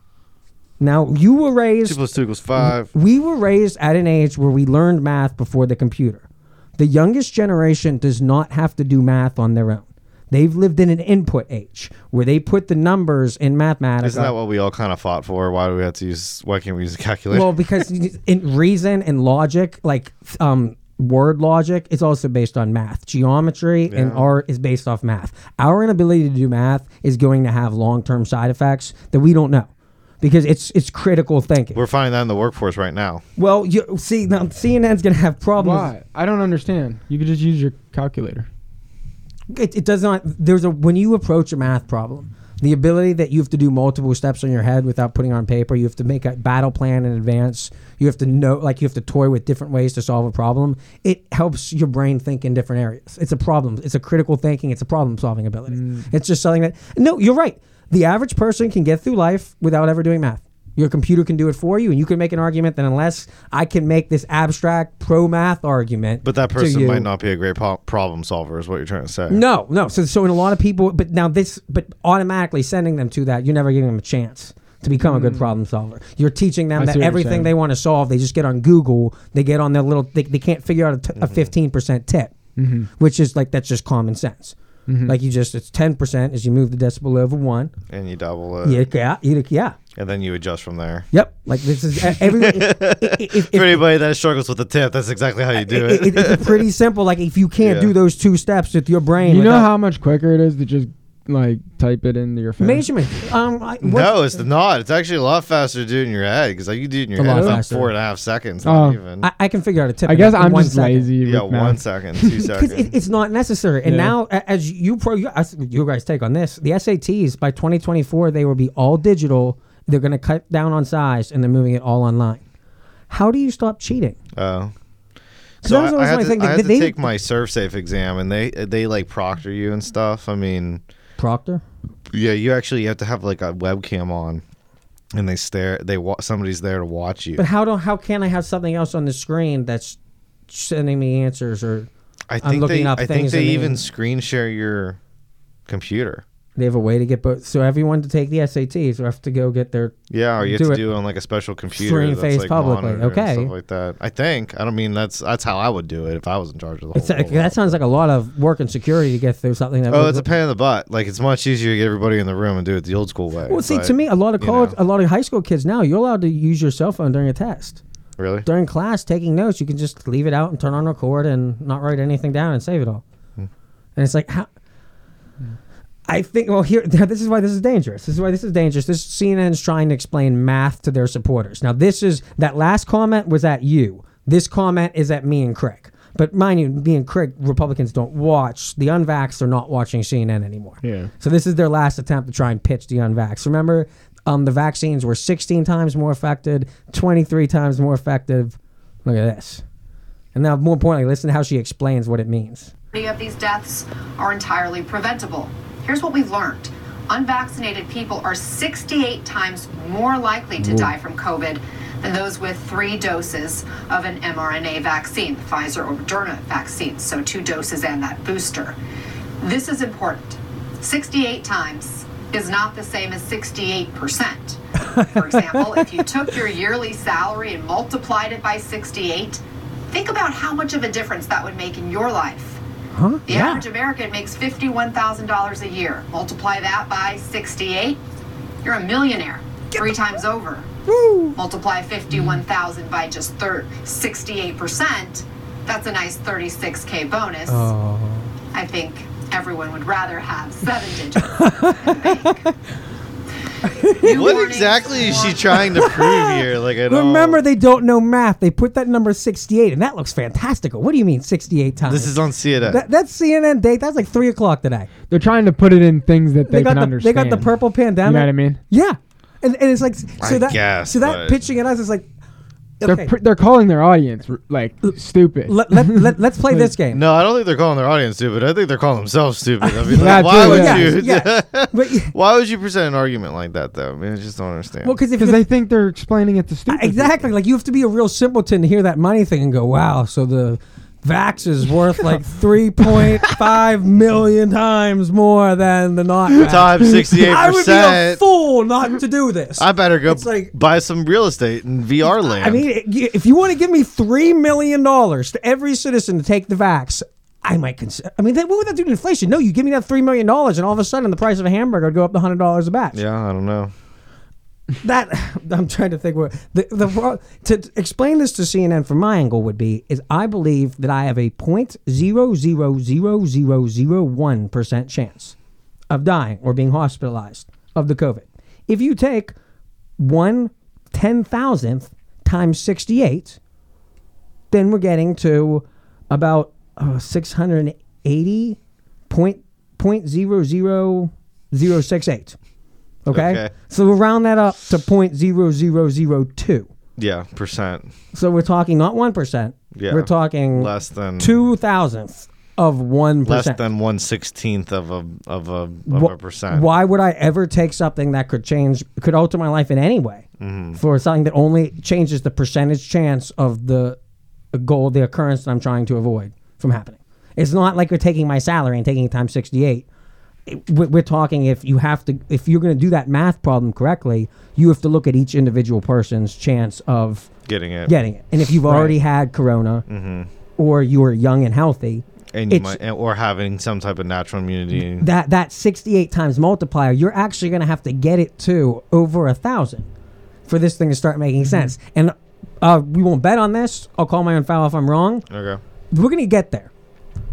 [SPEAKER 2] Now you were raised.
[SPEAKER 1] Two plus two equals five.
[SPEAKER 2] We were raised at an age where we learned math before the computer. The youngest generation does not have to do math on their own. They've lived in an input age where they put the numbers in mathematics.
[SPEAKER 1] Isn't that what we all kind of fought for? Why do we have to use? Why can't we use a calculator?
[SPEAKER 2] Well, because in reason and logic, like um, word logic, is also based on math. Geometry and
[SPEAKER 1] Yeah.
[SPEAKER 2] art is based off math. Our inability to do math is going to have long term side effects that we don't know because it's it's critical thinking.
[SPEAKER 1] We're finding that in the workforce right now.
[SPEAKER 2] Well, you see now CNN's going to have problems.
[SPEAKER 3] Why? I don't understand. You could just use your calculator.
[SPEAKER 2] It, it does not. There's a when you approach a math problem. The ability that you have to do multiple steps on your head without putting on paper, you have to make a battle plan in advance. You have to know, like, you have to toy with different ways to solve a problem. It helps your brain think in different areas. It's a problem. It's a critical thinking. It's a problem solving ability. It's just something that. No, you're right. The average person can get through life without ever doing math. Your computer can do it for you, and you can make an argument that unless I can make this abstract pro math argument,
[SPEAKER 1] But that
[SPEAKER 2] to
[SPEAKER 1] person
[SPEAKER 2] you-
[SPEAKER 1] might not be a great po- problem solver, is what you're trying to say.
[SPEAKER 2] no, no. So, so in a lot of people, but now this, but automatically sending them to that, you're never giving them a chance to become a good problem solver. You're teaching them
[SPEAKER 3] Hmm. I
[SPEAKER 2] that
[SPEAKER 3] see what you're
[SPEAKER 2] everything
[SPEAKER 3] saying.
[SPEAKER 2] they want to solve, they just get on Google, they get on their little, they, they can't figure out a t- a
[SPEAKER 3] Mm-hmm.
[SPEAKER 2] 15% tip,
[SPEAKER 3] Mhm.
[SPEAKER 2] which is like, that's just common sense.
[SPEAKER 3] Mhm.
[SPEAKER 2] Like you just, it's 10% as you move the decibel over one.
[SPEAKER 1] And you double it.
[SPEAKER 2] Yeah, yeah, yeah, yeah.
[SPEAKER 1] And then you adjust from there.
[SPEAKER 2] Yep. Like this is e- every. if-
[SPEAKER 1] For anybody that struggles with the tip, that's exactly how you do
[SPEAKER 2] it-
[SPEAKER 1] it.
[SPEAKER 2] it- it's pretty simple. Like if you can't
[SPEAKER 1] Yeah.
[SPEAKER 2] do those two steps with your brain,
[SPEAKER 3] You know
[SPEAKER 2] without-
[SPEAKER 3] how much quicker it is to just like type it into your phone.
[SPEAKER 2] measurement. Um, I,
[SPEAKER 1] no, it's not. It's actually a lot faster to do it in your head because like you do it in your
[SPEAKER 2] A lot
[SPEAKER 1] head about
[SPEAKER 2] faster.
[SPEAKER 1] four and a half seconds.
[SPEAKER 3] Oh.
[SPEAKER 1] Not even.
[SPEAKER 2] I, I can figure out a tip.
[SPEAKER 3] I
[SPEAKER 2] in-
[SPEAKER 3] guess
[SPEAKER 2] in
[SPEAKER 3] I'm
[SPEAKER 2] one
[SPEAKER 3] just
[SPEAKER 2] second.
[SPEAKER 3] lazy.
[SPEAKER 1] yeah,
[SPEAKER 3] with math.
[SPEAKER 1] one second, two
[SPEAKER 2] because
[SPEAKER 1] seconds.
[SPEAKER 2] it, it's not necessary. And
[SPEAKER 3] Yeah.
[SPEAKER 2] now, a- as you pro, you, as you guys take on this, the SATs by 2024 they will be all digital. They're going to cut down on size, and they're moving it all online. How do you stop cheating?
[SPEAKER 1] Oh.
[SPEAKER 2] 'Cause
[SPEAKER 1] So
[SPEAKER 2] that was
[SPEAKER 1] I,
[SPEAKER 2] always
[SPEAKER 1] I had
[SPEAKER 2] my
[SPEAKER 1] to,
[SPEAKER 2] thing,
[SPEAKER 1] I
[SPEAKER 2] that
[SPEAKER 1] had to
[SPEAKER 2] they-
[SPEAKER 1] take my SurfSafe exam, and they they like proctor you and stuff. I mean,
[SPEAKER 2] Proctor.
[SPEAKER 1] yeah, you actually have to have like a webcam on, and they stare. They wa- somebody's there to watch you.
[SPEAKER 2] But how do how can I have something else on the screen that's sending me answers or
[SPEAKER 1] I
[SPEAKER 2] I'm
[SPEAKER 1] think
[SPEAKER 2] looking
[SPEAKER 1] they,
[SPEAKER 2] up
[SPEAKER 1] I
[SPEAKER 2] things?
[SPEAKER 1] think
[SPEAKER 2] in
[SPEAKER 1] they
[SPEAKER 2] the-
[SPEAKER 1] even screen share your computer.
[SPEAKER 2] They have a way to get both. So everyone to take the SATs will have to go get their
[SPEAKER 1] Yeah, or you have to
[SPEAKER 2] it.
[SPEAKER 1] do it on like a special computer
[SPEAKER 2] Free
[SPEAKER 1] that's
[SPEAKER 2] face
[SPEAKER 1] like
[SPEAKER 2] publicly,
[SPEAKER 1] monitored and
[SPEAKER 2] okay.
[SPEAKER 1] stuff like that. I think. I don't mean that's that's how I would do it if I was in charge of the whole.
[SPEAKER 2] It's like, that sounds like a lot of work and security to get through something that.
[SPEAKER 1] Oh,
[SPEAKER 2] would-
[SPEAKER 1] it's a pain in the butt. Like it's much easier to get everybody in the room and do it the old school way.
[SPEAKER 2] Well, see,
[SPEAKER 1] but-
[SPEAKER 2] to me, a lot of college, a lot of high school kids now, you're allowed to use your cell phone during a test.
[SPEAKER 1] Really?
[SPEAKER 2] During class, taking notes, you can just leave it out and turn on record and not write anything down and save it all.
[SPEAKER 1] Hmm.
[SPEAKER 2] And it's like, how? I think. Well, here, this is why this is dangerous. This is why this is dangerous. This CNN's trying to explain math to their supporters. Now, this is that last comment was at you. This comment is at me and Craig. But mind you, me and Craig, Republicans don't watch the unvaxxed are not watching CNN anymore.
[SPEAKER 12] Yeah.
[SPEAKER 2] So this is their last attempt to try and pitch the unvax. Remember, um, the vaccines were 16 times more effective, 23 times more effective. Look at this. And now, more importantly, listen to how she explains what it means.
[SPEAKER 14] majority of these deaths are entirely preventable. Here's what we've learned. Unvaccinated people are 68 times more likely to
[SPEAKER 15] Whoa.
[SPEAKER 14] die from COVID than those with three doses of an mRNA vaccine, the Pfizer or Moderna vaccine, so two doses and that booster. This is important. 68 times is not the same as 68%. For example, if you took your yearly salary and multiplied it by 68, think about how much of a difference that would make in your life.
[SPEAKER 2] Huh?
[SPEAKER 14] The average American makes $51,000 a year. Multiply that by 68, you're a millionaire three times over. Multiply 51,000 by just thir- 68%, that's a nice 36K bonus.
[SPEAKER 2] Oh.
[SPEAKER 14] I think everyone would rather have seven digits.
[SPEAKER 1] what exactly is she trying to prove here? Like I don't.
[SPEAKER 2] Remember, they don't know math. They put that number 68, and that looks fantastical. What do you mean 68 times?
[SPEAKER 1] This is on CNN.
[SPEAKER 2] That, that's CNN date. That's like 3 o'clock today.
[SPEAKER 3] They're trying to put it in things that they,
[SPEAKER 2] got
[SPEAKER 3] can
[SPEAKER 2] the,
[SPEAKER 3] understand.
[SPEAKER 2] They got the purple pandemic.
[SPEAKER 3] You know what I mean?
[SPEAKER 2] Yeah. And, and it's like, so
[SPEAKER 3] I
[SPEAKER 2] that,
[SPEAKER 3] guess,
[SPEAKER 2] so that
[SPEAKER 3] but-
[SPEAKER 2] pitching at us is like,
[SPEAKER 3] They're
[SPEAKER 2] okay,
[SPEAKER 3] pr- they're calling their audience r- like stupid.
[SPEAKER 2] Let, let, let, let's play this game.
[SPEAKER 1] No, I don't think they're calling their audience stupid. I think they're calling themselves stupid. I mean,
[SPEAKER 3] Yeah,
[SPEAKER 1] like, why
[SPEAKER 3] too,
[SPEAKER 1] would
[SPEAKER 3] yeah.
[SPEAKER 1] you?
[SPEAKER 3] Yes,
[SPEAKER 1] why would you present an argument like that though? I mean, I just don't understand.
[SPEAKER 2] Well, because if
[SPEAKER 3] they think they're explaining it to stupid.
[SPEAKER 2] Exactly. Like you have to be a real simpleton to hear that money thing and go, wow, so the vax is worth like 3.5 million times more than the not vax."
[SPEAKER 1] Times
[SPEAKER 2] I would be a
[SPEAKER 1] 68%.
[SPEAKER 2] fool not to do this.
[SPEAKER 1] I better go
[SPEAKER 2] It's like-
[SPEAKER 1] buy some real estate in VR land.
[SPEAKER 2] I mean, i- if you want to give me $3 million to every citizen to take the vax, I might consider. I mean, that, what would that do to inflation? No, you give me that $3 million, and all of a sudden the price of a hamburger would go up to $100 a batch.
[SPEAKER 1] yeah, I don't know.
[SPEAKER 2] that I'm trying to think what the, the pro- to to explain this to CNN from my angle would be is I believe that I have a point zero zero zero zero zero one percent chance of dying or being hospitalized of the COVID. If you take one ten thousandth times sixty eight, then we're getting to about uh, six hundred eighty point point zero zero zero six eight. Okay?
[SPEAKER 1] Okay.
[SPEAKER 2] So we'll round that up to point zero zero zero two.
[SPEAKER 1] Yeah, percent.
[SPEAKER 2] So we're talking not one percent.
[SPEAKER 1] Yeah.
[SPEAKER 2] We're talking
[SPEAKER 1] Less than-
[SPEAKER 2] two thousandth of one
[SPEAKER 1] Less
[SPEAKER 2] percent.
[SPEAKER 1] than one sixteenth of a of a of a percent.
[SPEAKER 2] Why would I ever take something that could change, could alter my life in any way,
[SPEAKER 1] Mhm.
[SPEAKER 2] for something that only changes the percentage chance of the goal, the occurrence that I'm trying to avoid from happening? It's not like you're taking my salary and taking it times 68. It- we- We're talking if you have to, if you're going to do that math problem correctly, you have to look at each individual person's chance of
[SPEAKER 1] Getting it.
[SPEAKER 2] Getting it. And if you've
[SPEAKER 1] Right.
[SPEAKER 2] already had corona
[SPEAKER 1] Mhm.
[SPEAKER 2] or you're young and healthy,
[SPEAKER 1] And you
[SPEAKER 2] it's-
[SPEAKER 1] might, or having some type of natural immunity.
[SPEAKER 2] that that 68 times multiplier you're actually going to have to get it to over a thousand for this thing to start making
[SPEAKER 1] Mm-hmm.
[SPEAKER 2] sense and uh, we won't bet on this i'll call my own foul if i'm wrong
[SPEAKER 1] okay.
[SPEAKER 2] we're going to get there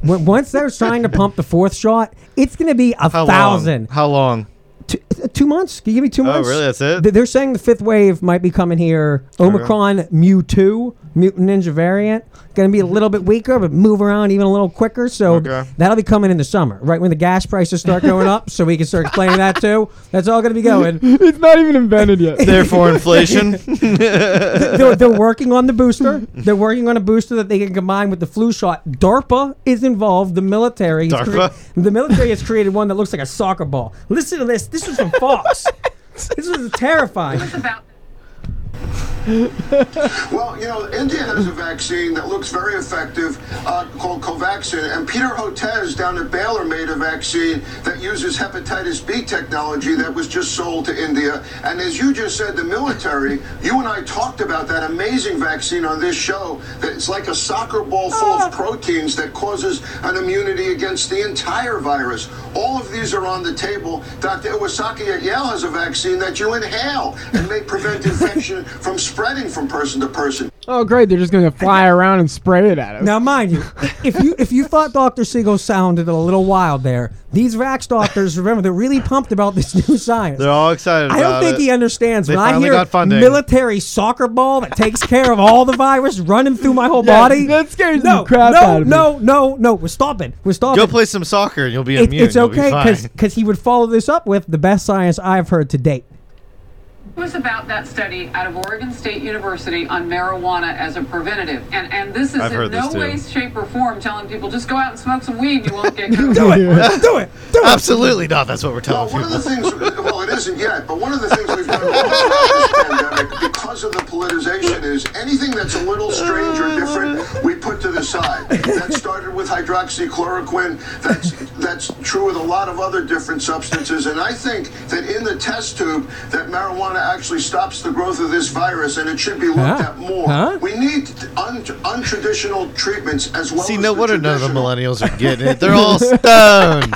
[SPEAKER 2] When- once they're trying to pump the fourth shot it's going to be a
[SPEAKER 1] How long?
[SPEAKER 2] thousand
[SPEAKER 1] How long?
[SPEAKER 2] Two, two months can you give me two
[SPEAKER 1] Oh,
[SPEAKER 2] months
[SPEAKER 1] really? That's it?
[SPEAKER 2] They- they're saying the fifth wave might be coming here omicron mu2 mutant ninja variant going to be a little bit weaker but move around even a little quicker so
[SPEAKER 1] Okay.
[SPEAKER 2] That'll be coming in the summer, right when the gas prices start going up, so we can start explaining that too. That's all going to be going.
[SPEAKER 3] it's not even invented yet.
[SPEAKER 1] Therefore, inflation.
[SPEAKER 2] they're, they're working on the booster. They're working on a booster that they can combine with the flu shot. DARPA is involved. The military. has
[SPEAKER 1] DARPA?
[SPEAKER 2] crea- the military has created one that looks like a soccer ball. Listen to this. This is from Fox. this is terrifying.
[SPEAKER 8] well, you know, India has a vaccine that looks very effective uh, called Covaxin, and Peter Hotez down at Baylor made a vaccine that uses hepatitis B technology that was just sold to India. And as you just said, the military, you and I talked about that amazing vaccine on this show that it's like a soccer ball full of proteins that causes an immunity against the entire virus. All of these are on the table. Dr. Iwasaki at Yale has a vaccine that you inhale and may prevent infection from spreading from person to person.
[SPEAKER 3] Oh, great! They're just gonna fly around and spray it at us.
[SPEAKER 2] Now, mind you, if you if you thought Doctor Siegel sounded a little wild there, these Vax doctors remember they're really pumped about this new science.
[SPEAKER 1] They're all excited.
[SPEAKER 2] I don't
[SPEAKER 1] about
[SPEAKER 2] think
[SPEAKER 1] it.
[SPEAKER 2] he understands.
[SPEAKER 1] They
[SPEAKER 2] when I
[SPEAKER 1] finally
[SPEAKER 2] hear
[SPEAKER 1] got funding.
[SPEAKER 2] military soccer ball that takes care of all the virus running through my whole
[SPEAKER 3] Yeah,
[SPEAKER 2] body,
[SPEAKER 3] that scares the
[SPEAKER 2] no,
[SPEAKER 3] crap
[SPEAKER 2] no,
[SPEAKER 3] out of me.
[SPEAKER 2] no, no, no, We're stopping. We're stopping.
[SPEAKER 1] Go play some soccer and you'll be
[SPEAKER 2] It-
[SPEAKER 1] immune.
[SPEAKER 2] it's
[SPEAKER 1] You'll be
[SPEAKER 2] okay
[SPEAKER 1] fine.
[SPEAKER 2] because he would follow this up with the best science I've heard to date.
[SPEAKER 11] It was about that study out of Oregon State University on marijuana as a preventative. And and this is
[SPEAKER 1] I've
[SPEAKER 11] in
[SPEAKER 1] heard this
[SPEAKER 11] no
[SPEAKER 1] too.
[SPEAKER 11] way, shape, or form telling people just go out and smoke some weed, you won't get
[SPEAKER 2] Do
[SPEAKER 11] COVID.
[SPEAKER 2] it. Do it. Do it.
[SPEAKER 1] Absolutely not. That's what we're telling
[SPEAKER 8] One of the
[SPEAKER 1] people.
[SPEAKER 8] things, well, it isn't yet, but one of the things we've done this pandemic because of the politicization is anything that's a little strange or different, we put to the side. That started with hydroxychloroquine. That's that's true with a lot of other different substances, and I think that in the test tube, that marijuana actually stops the growth of this virus, and it should be looked
[SPEAKER 1] Huh?
[SPEAKER 8] at more.
[SPEAKER 1] Huh?
[SPEAKER 8] We need un- untraditional treatments as well.
[SPEAKER 1] See,
[SPEAKER 8] as
[SPEAKER 1] no
[SPEAKER 8] the
[SPEAKER 1] wonder none of the
[SPEAKER 8] traditional.
[SPEAKER 1] millennials are getting it. They're all stoned.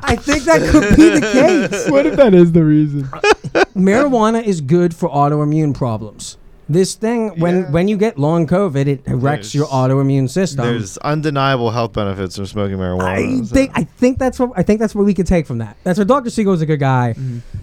[SPEAKER 2] I think that could be the case.
[SPEAKER 3] what if that is the reason?
[SPEAKER 2] marijuana is good for autoimmune problems. This thing, when when you get long COVID, it wrecks your autoimmune system.
[SPEAKER 1] There's undeniable health benefits from smoking marijuana.
[SPEAKER 2] I think I think that's what I think that's what we could take from that. That's what Dr. Siegel's a good guy.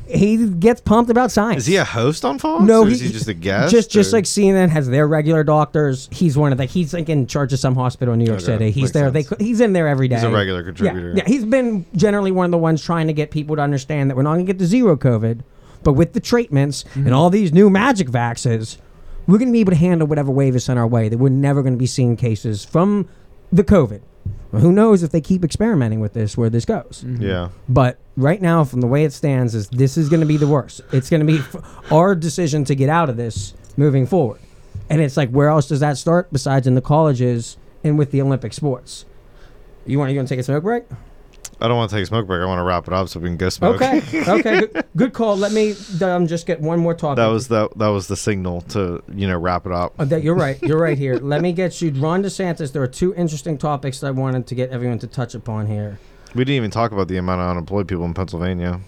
[SPEAKER 2] He gets pumped about science.
[SPEAKER 1] Is he a host on Fox?
[SPEAKER 2] No,
[SPEAKER 1] or is
[SPEAKER 2] he-
[SPEAKER 1] he just a guest?
[SPEAKER 2] Just just
[SPEAKER 1] or-
[SPEAKER 2] like CNN has their regular doctors. He's one of the he's like in charge of some hospital in New York
[SPEAKER 1] Okay,
[SPEAKER 2] City. He's
[SPEAKER 1] makes
[SPEAKER 2] there. They They he's in there every day.
[SPEAKER 1] He's a regular
[SPEAKER 2] Yeah,
[SPEAKER 1] contributor.
[SPEAKER 2] Yeah, he's been generally one of the ones trying to get people to understand that we're not going to get to zero COVID, but with the treatments and all these new magic vaxes, we're going to be able to handle whatever wave is sent our way. That we're never going to be seeing cases from the COVID. Well, who knows if they keep experimenting with this, where this goes?
[SPEAKER 1] Yeah.
[SPEAKER 2] But right now, from the way it stands, is this is going to be the worst. It's going to be f- our decision to get out of this moving forward. And it's like, where else does that start besides in the colleges and with the Olympic sports? You want you want to take a smoke break?
[SPEAKER 1] I don't want to take a smoke break. I want to wrap it up so we can go smoke.
[SPEAKER 2] Okay, okay, good, good call. Let me um, just get one more topic.
[SPEAKER 1] that was that. That was the signal to you know wrap it up.
[SPEAKER 2] Uh, that- you're right. You're right here. Let me get you Ron DeSantis. There are two interesting topics that I wanted to get everyone to touch upon here.
[SPEAKER 1] We didn't even talk about the amount of unemployed people in Pennsylvania.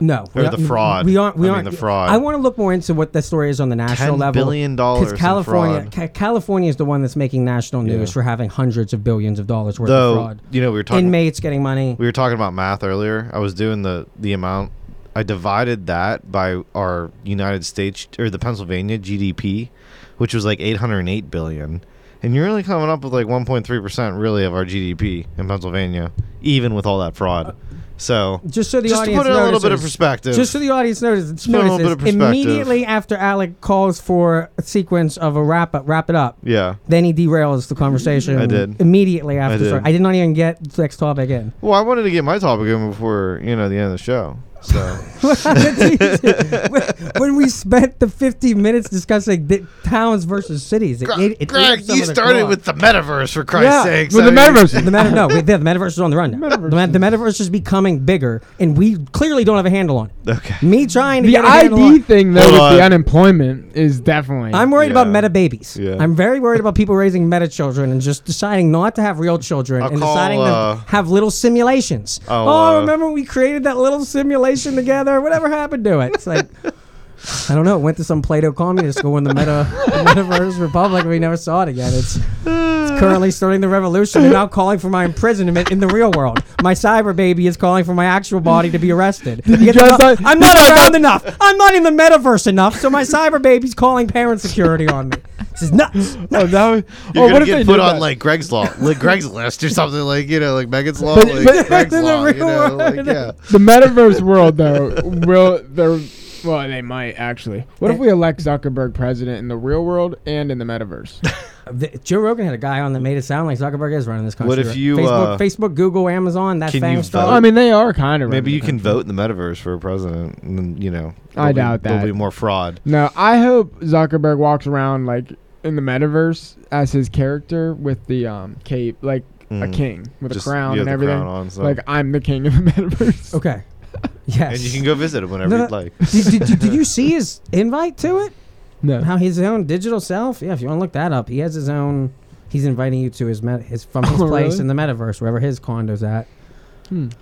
[SPEAKER 2] No, we
[SPEAKER 1] Or the
[SPEAKER 2] aren't-
[SPEAKER 1] fraud.
[SPEAKER 2] We aren't. We
[SPEAKER 1] I mean,
[SPEAKER 2] aren't
[SPEAKER 1] the fraud.
[SPEAKER 2] I want to look more into what the story is on the national
[SPEAKER 1] $10
[SPEAKER 2] level.
[SPEAKER 1] billion dollars in
[SPEAKER 2] California,
[SPEAKER 1] fraud.
[SPEAKER 2] Ca- California is the one that's making national news
[SPEAKER 1] Yeah.
[SPEAKER 2] for having hundreds of billions of dollars worth
[SPEAKER 1] Though
[SPEAKER 2] of fraud.
[SPEAKER 1] you know we were talking
[SPEAKER 2] Inmates getting money.
[SPEAKER 1] We were talking about math earlier. I was doing the the amount. I divided that by our United States or the Pennsylvania GDP, which was like 808 billion, and you're only coming up with like 1.3 percent really of our GDP in Pennsylvania, even with all that fraud. So
[SPEAKER 2] Uh, Just so the
[SPEAKER 1] just
[SPEAKER 2] audience
[SPEAKER 1] to put it in a little bit of
[SPEAKER 2] notices-
[SPEAKER 1] perspective.
[SPEAKER 2] Just so the audience notices,
[SPEAKER 1] put it in a little
[SPEAKER 2] notices,
[SPEAKER 1] bit of perspective.
[SPEAKER 2] immediately after Alec calls for a sequence of a wrap up, wrap it up.
[SPEAKER 1] yeah.
[SPEAKER 2] Then he derails the conversation.
[SPEAKER 1] I did.
[SPEAKER 2] immediately after.
[SPEAKER 1] did.
[SPEAKER 2] sorry. I did not even get the next topic in.
[SPEAKER 1] Well, I wanted to get my topic in before you know the end of the show. So
[SPEAKER 2] when we spent the 50 minutes discussing the towns versus cities, it, ate- it
[SPEAKER 1] Greg,
[SPEAKER 2] ate some
[SPEAKER 1] you
[SPEAKER 2] of the
[SPEAKER 1] started
[SPEAKER 2] clock.
[SPEAKER 1] with the metaverse for Christ's sake.
[SPEAKER 2] the metaverse. the, meta- no, wait, the, the metaverse is on the run. now. The, metaverse. the metaverse is becoming bigger, and we clearly don't have a handle on it.
[SPEAKER 1] Okay.
[SPEAKER 2] Me trying to
[SPEAKER 3] The
[SPEAKER 2] get a handle on
[SPEAKER 3] ID thing though
[SPEAKER 1] Hold
[SPEAKER 3] with the
[SPEAKER 1] on.
[SPEAKER 3] unemployment is definitely.
[SPEAKER 2] I'm worried about
[SPEAKER 1] Yeah.
[SPEAKER 2] meta babies.
[SPEAKER 1] Yeah.
[SPEAKER 2] I'm very worried about people raising meta children and just deciding not to have real children
[SPEAKER 1] I'll
[SPEAKER 2] and
[SPEAKER 1] call,
[SPEAKER 2] deciding
[SPEAKER 1] uh,
[SPEAKER 2] to have little simulations.
[SPEAKER 1] I'll,
[SPEAKER 2] oh,
[SPEAKER 1] uh,
[SPEAKER 2] remember we created that little simulation together? Whatever happened to it? It's like I don't know. It went to some Plato communist school in the meta metaverse republic, and we never saw it again. It's, it's currently starting the revolution. They're now calling for my imprisonment in the real world. My cyber baby is calling for my actual body to be arrested. Yet
[SPEAKER 3] guys
[SPEAKER 2] I'm not,
[SPEAKER 3] not-
[SPEAKER 2] I'm
[SPEAKER 3] did
[SPEAKER 2] not
[SPEAKER 3] you guys
[SPEAKER 2] around
[SPEAKER 3] not-
[SPEAKER 2] enough. I'm not in the metaverse enough, so my cyber baby's calling parent security on me. This is nuts.
[SPEAKER 3] Oh, that was,
[SPEAKER 1] You're
[SPEAKER 3] oh, what
[SPEAKER 1] gonna
[SPEAKER 3] if they
[SPEAKER 1] get
[SPEAKER 3] did
[SPEAKER 1] put on
[SPEAKER 3] that?
[SPEAKER 1] like Greg's law, like Greg's list or something like you know, like Megan's law,
[SPEAKER 3] But-
[SPEAKER 1] like
[SPEAKER 3] but-
[SPEAKER 1] Greg's
[SPEAKER 2] in the
[SPEAKER 1] law. You
[SPEAKER 2] real
[SPEAKER 1] know, like,
[SPEAKER 2] world.
[SPEAKER 1] yeah.
[SPEAKER 3] the metaverse world though will there Well, they might actually. What
[SPEAKER 2] Eh.
[SPEAKER 3] if we elect Zuckerberg president in the real world and in the metaverse?
[SPEAKER 2] The- Joe Rogan had a guy on that made it sound like Zuckerberg is running this country.
[SPEAKER 1] What if you,
[SPEAKER 2] Facebook,
[SPEAKER 1] uh,
[SPEAKER 2] Facebook, Google, Amazon, that
[SPEAKER 1] can
[SPEAKER 2] thing?
[SPEAKER 1] you
[SPEAKER 2] stuff?
[SPEAKER 1] vote? I mean,
[SPEAKER 3] they are kind of.
[SPEAKER 1] Maybe you can vote in the metaverse for a president, and then, you know.
[SPEAKER 3] I
[SPEAKER 1] there'll be-
[SPEAKER 3] doubt that.
[SPEAKER 1] There'll be more fraud.
[SPEAKER 3] no, I hope Zuckerberg walks around like in the metaverse as his character with the um cape, like a
[SPEAKER 1] Mhm.
[SPEAKER 3] king with
[SPEAKER 1] Just-
[SPEAKER 3] a crown
[SPEAKER 1] yeah,
[SPEAKER 3] and
[SPEAKER 1] the
[SPEAKER 3] everything.
[SPEAKER 1] crown on, so-
[SPEAKER 3] Like I'm the king of the metaverse.
[SPEAKER 2] Okay. Yes.
[SPEAKER 1] And you can go visit him whenever
[SPEAKER 2] No,
[SPEAKER 1] you'd
[SPEAKER 2] no.
[SPEAKER 1] like.
[SPEAKER 2] did, did- did- did you see his invite to it?
[SPEAKER 3] No.
[SPEAKER 2] How his own digital self? Yeah, if you want to look that up, he has his own. He's inviting you to his met his from his
[SPEAKER 3] Oh,
[SPEAKER 2] place
[SPEAKER 3] really?
[SPEAKER 2] in the metaverse, wherever his condo's at.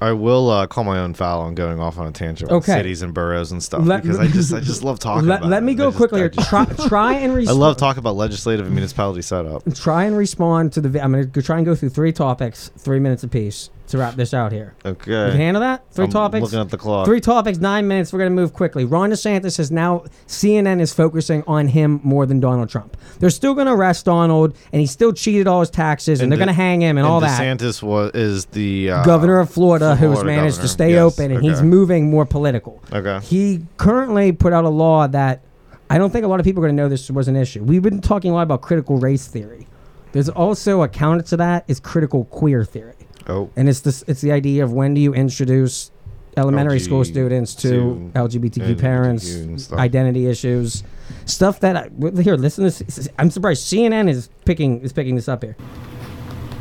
[SPEAKER 1] I will uh, call my own foul on going off on a tangent on
[SPEAKER 2] Okay.
[SPEAKER 1] cities and boroughs and stuff
[SPEAKER 2] Let-
[SPEAKER 1] because I just I just love talking
[SPEAKER 2] Let,
[SPEAKER 1] about
[SPEAKER 2] let
[SPEAKER 1] it.
[SPEAKER 2] me
[SPEAKER 1] I
[SPEAKER 2] go
[SPEAKER 1] just-
[SPEAKER 2] quickly.
[SPEAKER 1] I
[SPEAKER 2] Here.
[SPEAKER 1] just-
[SPEAKER 2] Try, try and
[SPEAKER 1] I
[SPEAKER 2] respond.
[SPEAKER 1] love talking about legislative and municipality setup.
[SPEAKER 2] Try and respond to the. vi- I'm gonna go try and go through three topics, three minutes apiece to wrap this out here.
[SPEAKER 1] Okay.
[SPEAKER 2] You can handle that? 3
[SPEAKER 1] I'm
[SPEAKER 2] topics.
[SPEAKER 1] looking at the clock.
[SPEAKER 2] Three topics, nine minutes. We're going to move quickly. Ron DeSantis is now, CNN is focusing on him more than Donald Trump. They're still going to arrest Donald, and he still cheated all his taxes, and,
[SPEAKER 1] And
[SPEAKER 2] they're
[SPEAKER 1] De-
[SPEAKER 2] going to hang him and, all that.
[SPEAKER 1] DeSantis was is the uh,
[SPEAKER 2] Governor of Florida, who has
[SPEAKER 1] Florida
[SPEAKER 2] managed to
[SPEAKER 1] governor.
[SPEAKER 2] stay
[SPEAKER 1] Yes,
[SPEAKER 2] open, and he's
[SPEAKER 1] okay.
[SPEAKER 2] moving more political.
[SPEAKER 1] Okay.
[SPEAKER 2] He currently put out a law that I don't think a lot of people are going to know this was an issue. We've been talking a lot about critical race theory. There's also a counter to that is critical queer theory.
[SPEAKER 1] Oh.
[SPEAKER 2] And it's this it's the idea of when do you introduce elementary school
[SPEAKER 1] LG
[SPEAKER 2] students to
[SPEAKER 1] to
[SPEAKER 2] LGBTQ
[SPEAKER 1] LGBTQ and
[SPEAKER 2] parents,
[SPEAKER 1] stuff.
[SPEAKER 2] identity issues, stuff that I, well, here listen to this- this. is- I'm surprised CNN is picking is picking this up here.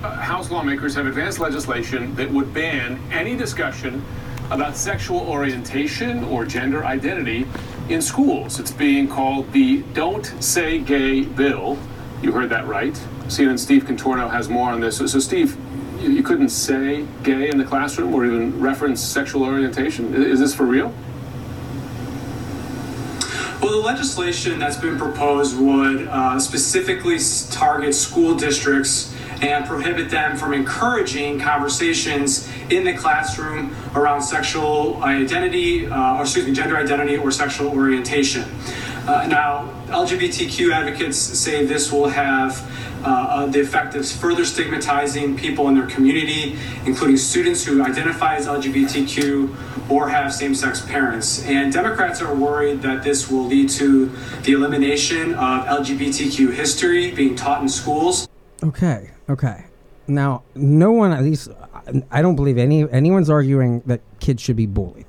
[SPEAKER 12] Uh, House lawmakers have advanced legislation that would ban any discussion about sexual orientation or gender identity in schools. It's being called the Don't Say Gay Bill. You heard that right. CNN Steve Contorno has more on this. So, so Steve, you, you couldn't say gay in the classroom or even reference sexual orientation? I- Is, this for real?
[SPEAKER 15] Well, the legislation that's been proposed would uh, specifically s- target school districts and prohibit them from encouraging conversations in the classroom around sexual identity, uh, or excuse me, gender identity or sexual orientation. Uh, now, LGBTQ advocates say this will have uh, uh, the effect of further stigmatizing people in their community, including students who identify as LGBTQ or have same sex parents. And Democrats are worried that this will lead to the elimination of LGBTQ history being taught in schools.
[SPEAKER 2] Okay, okay. Now, no one at least I- I don't believe any anyone's arguing that kids should be bullied.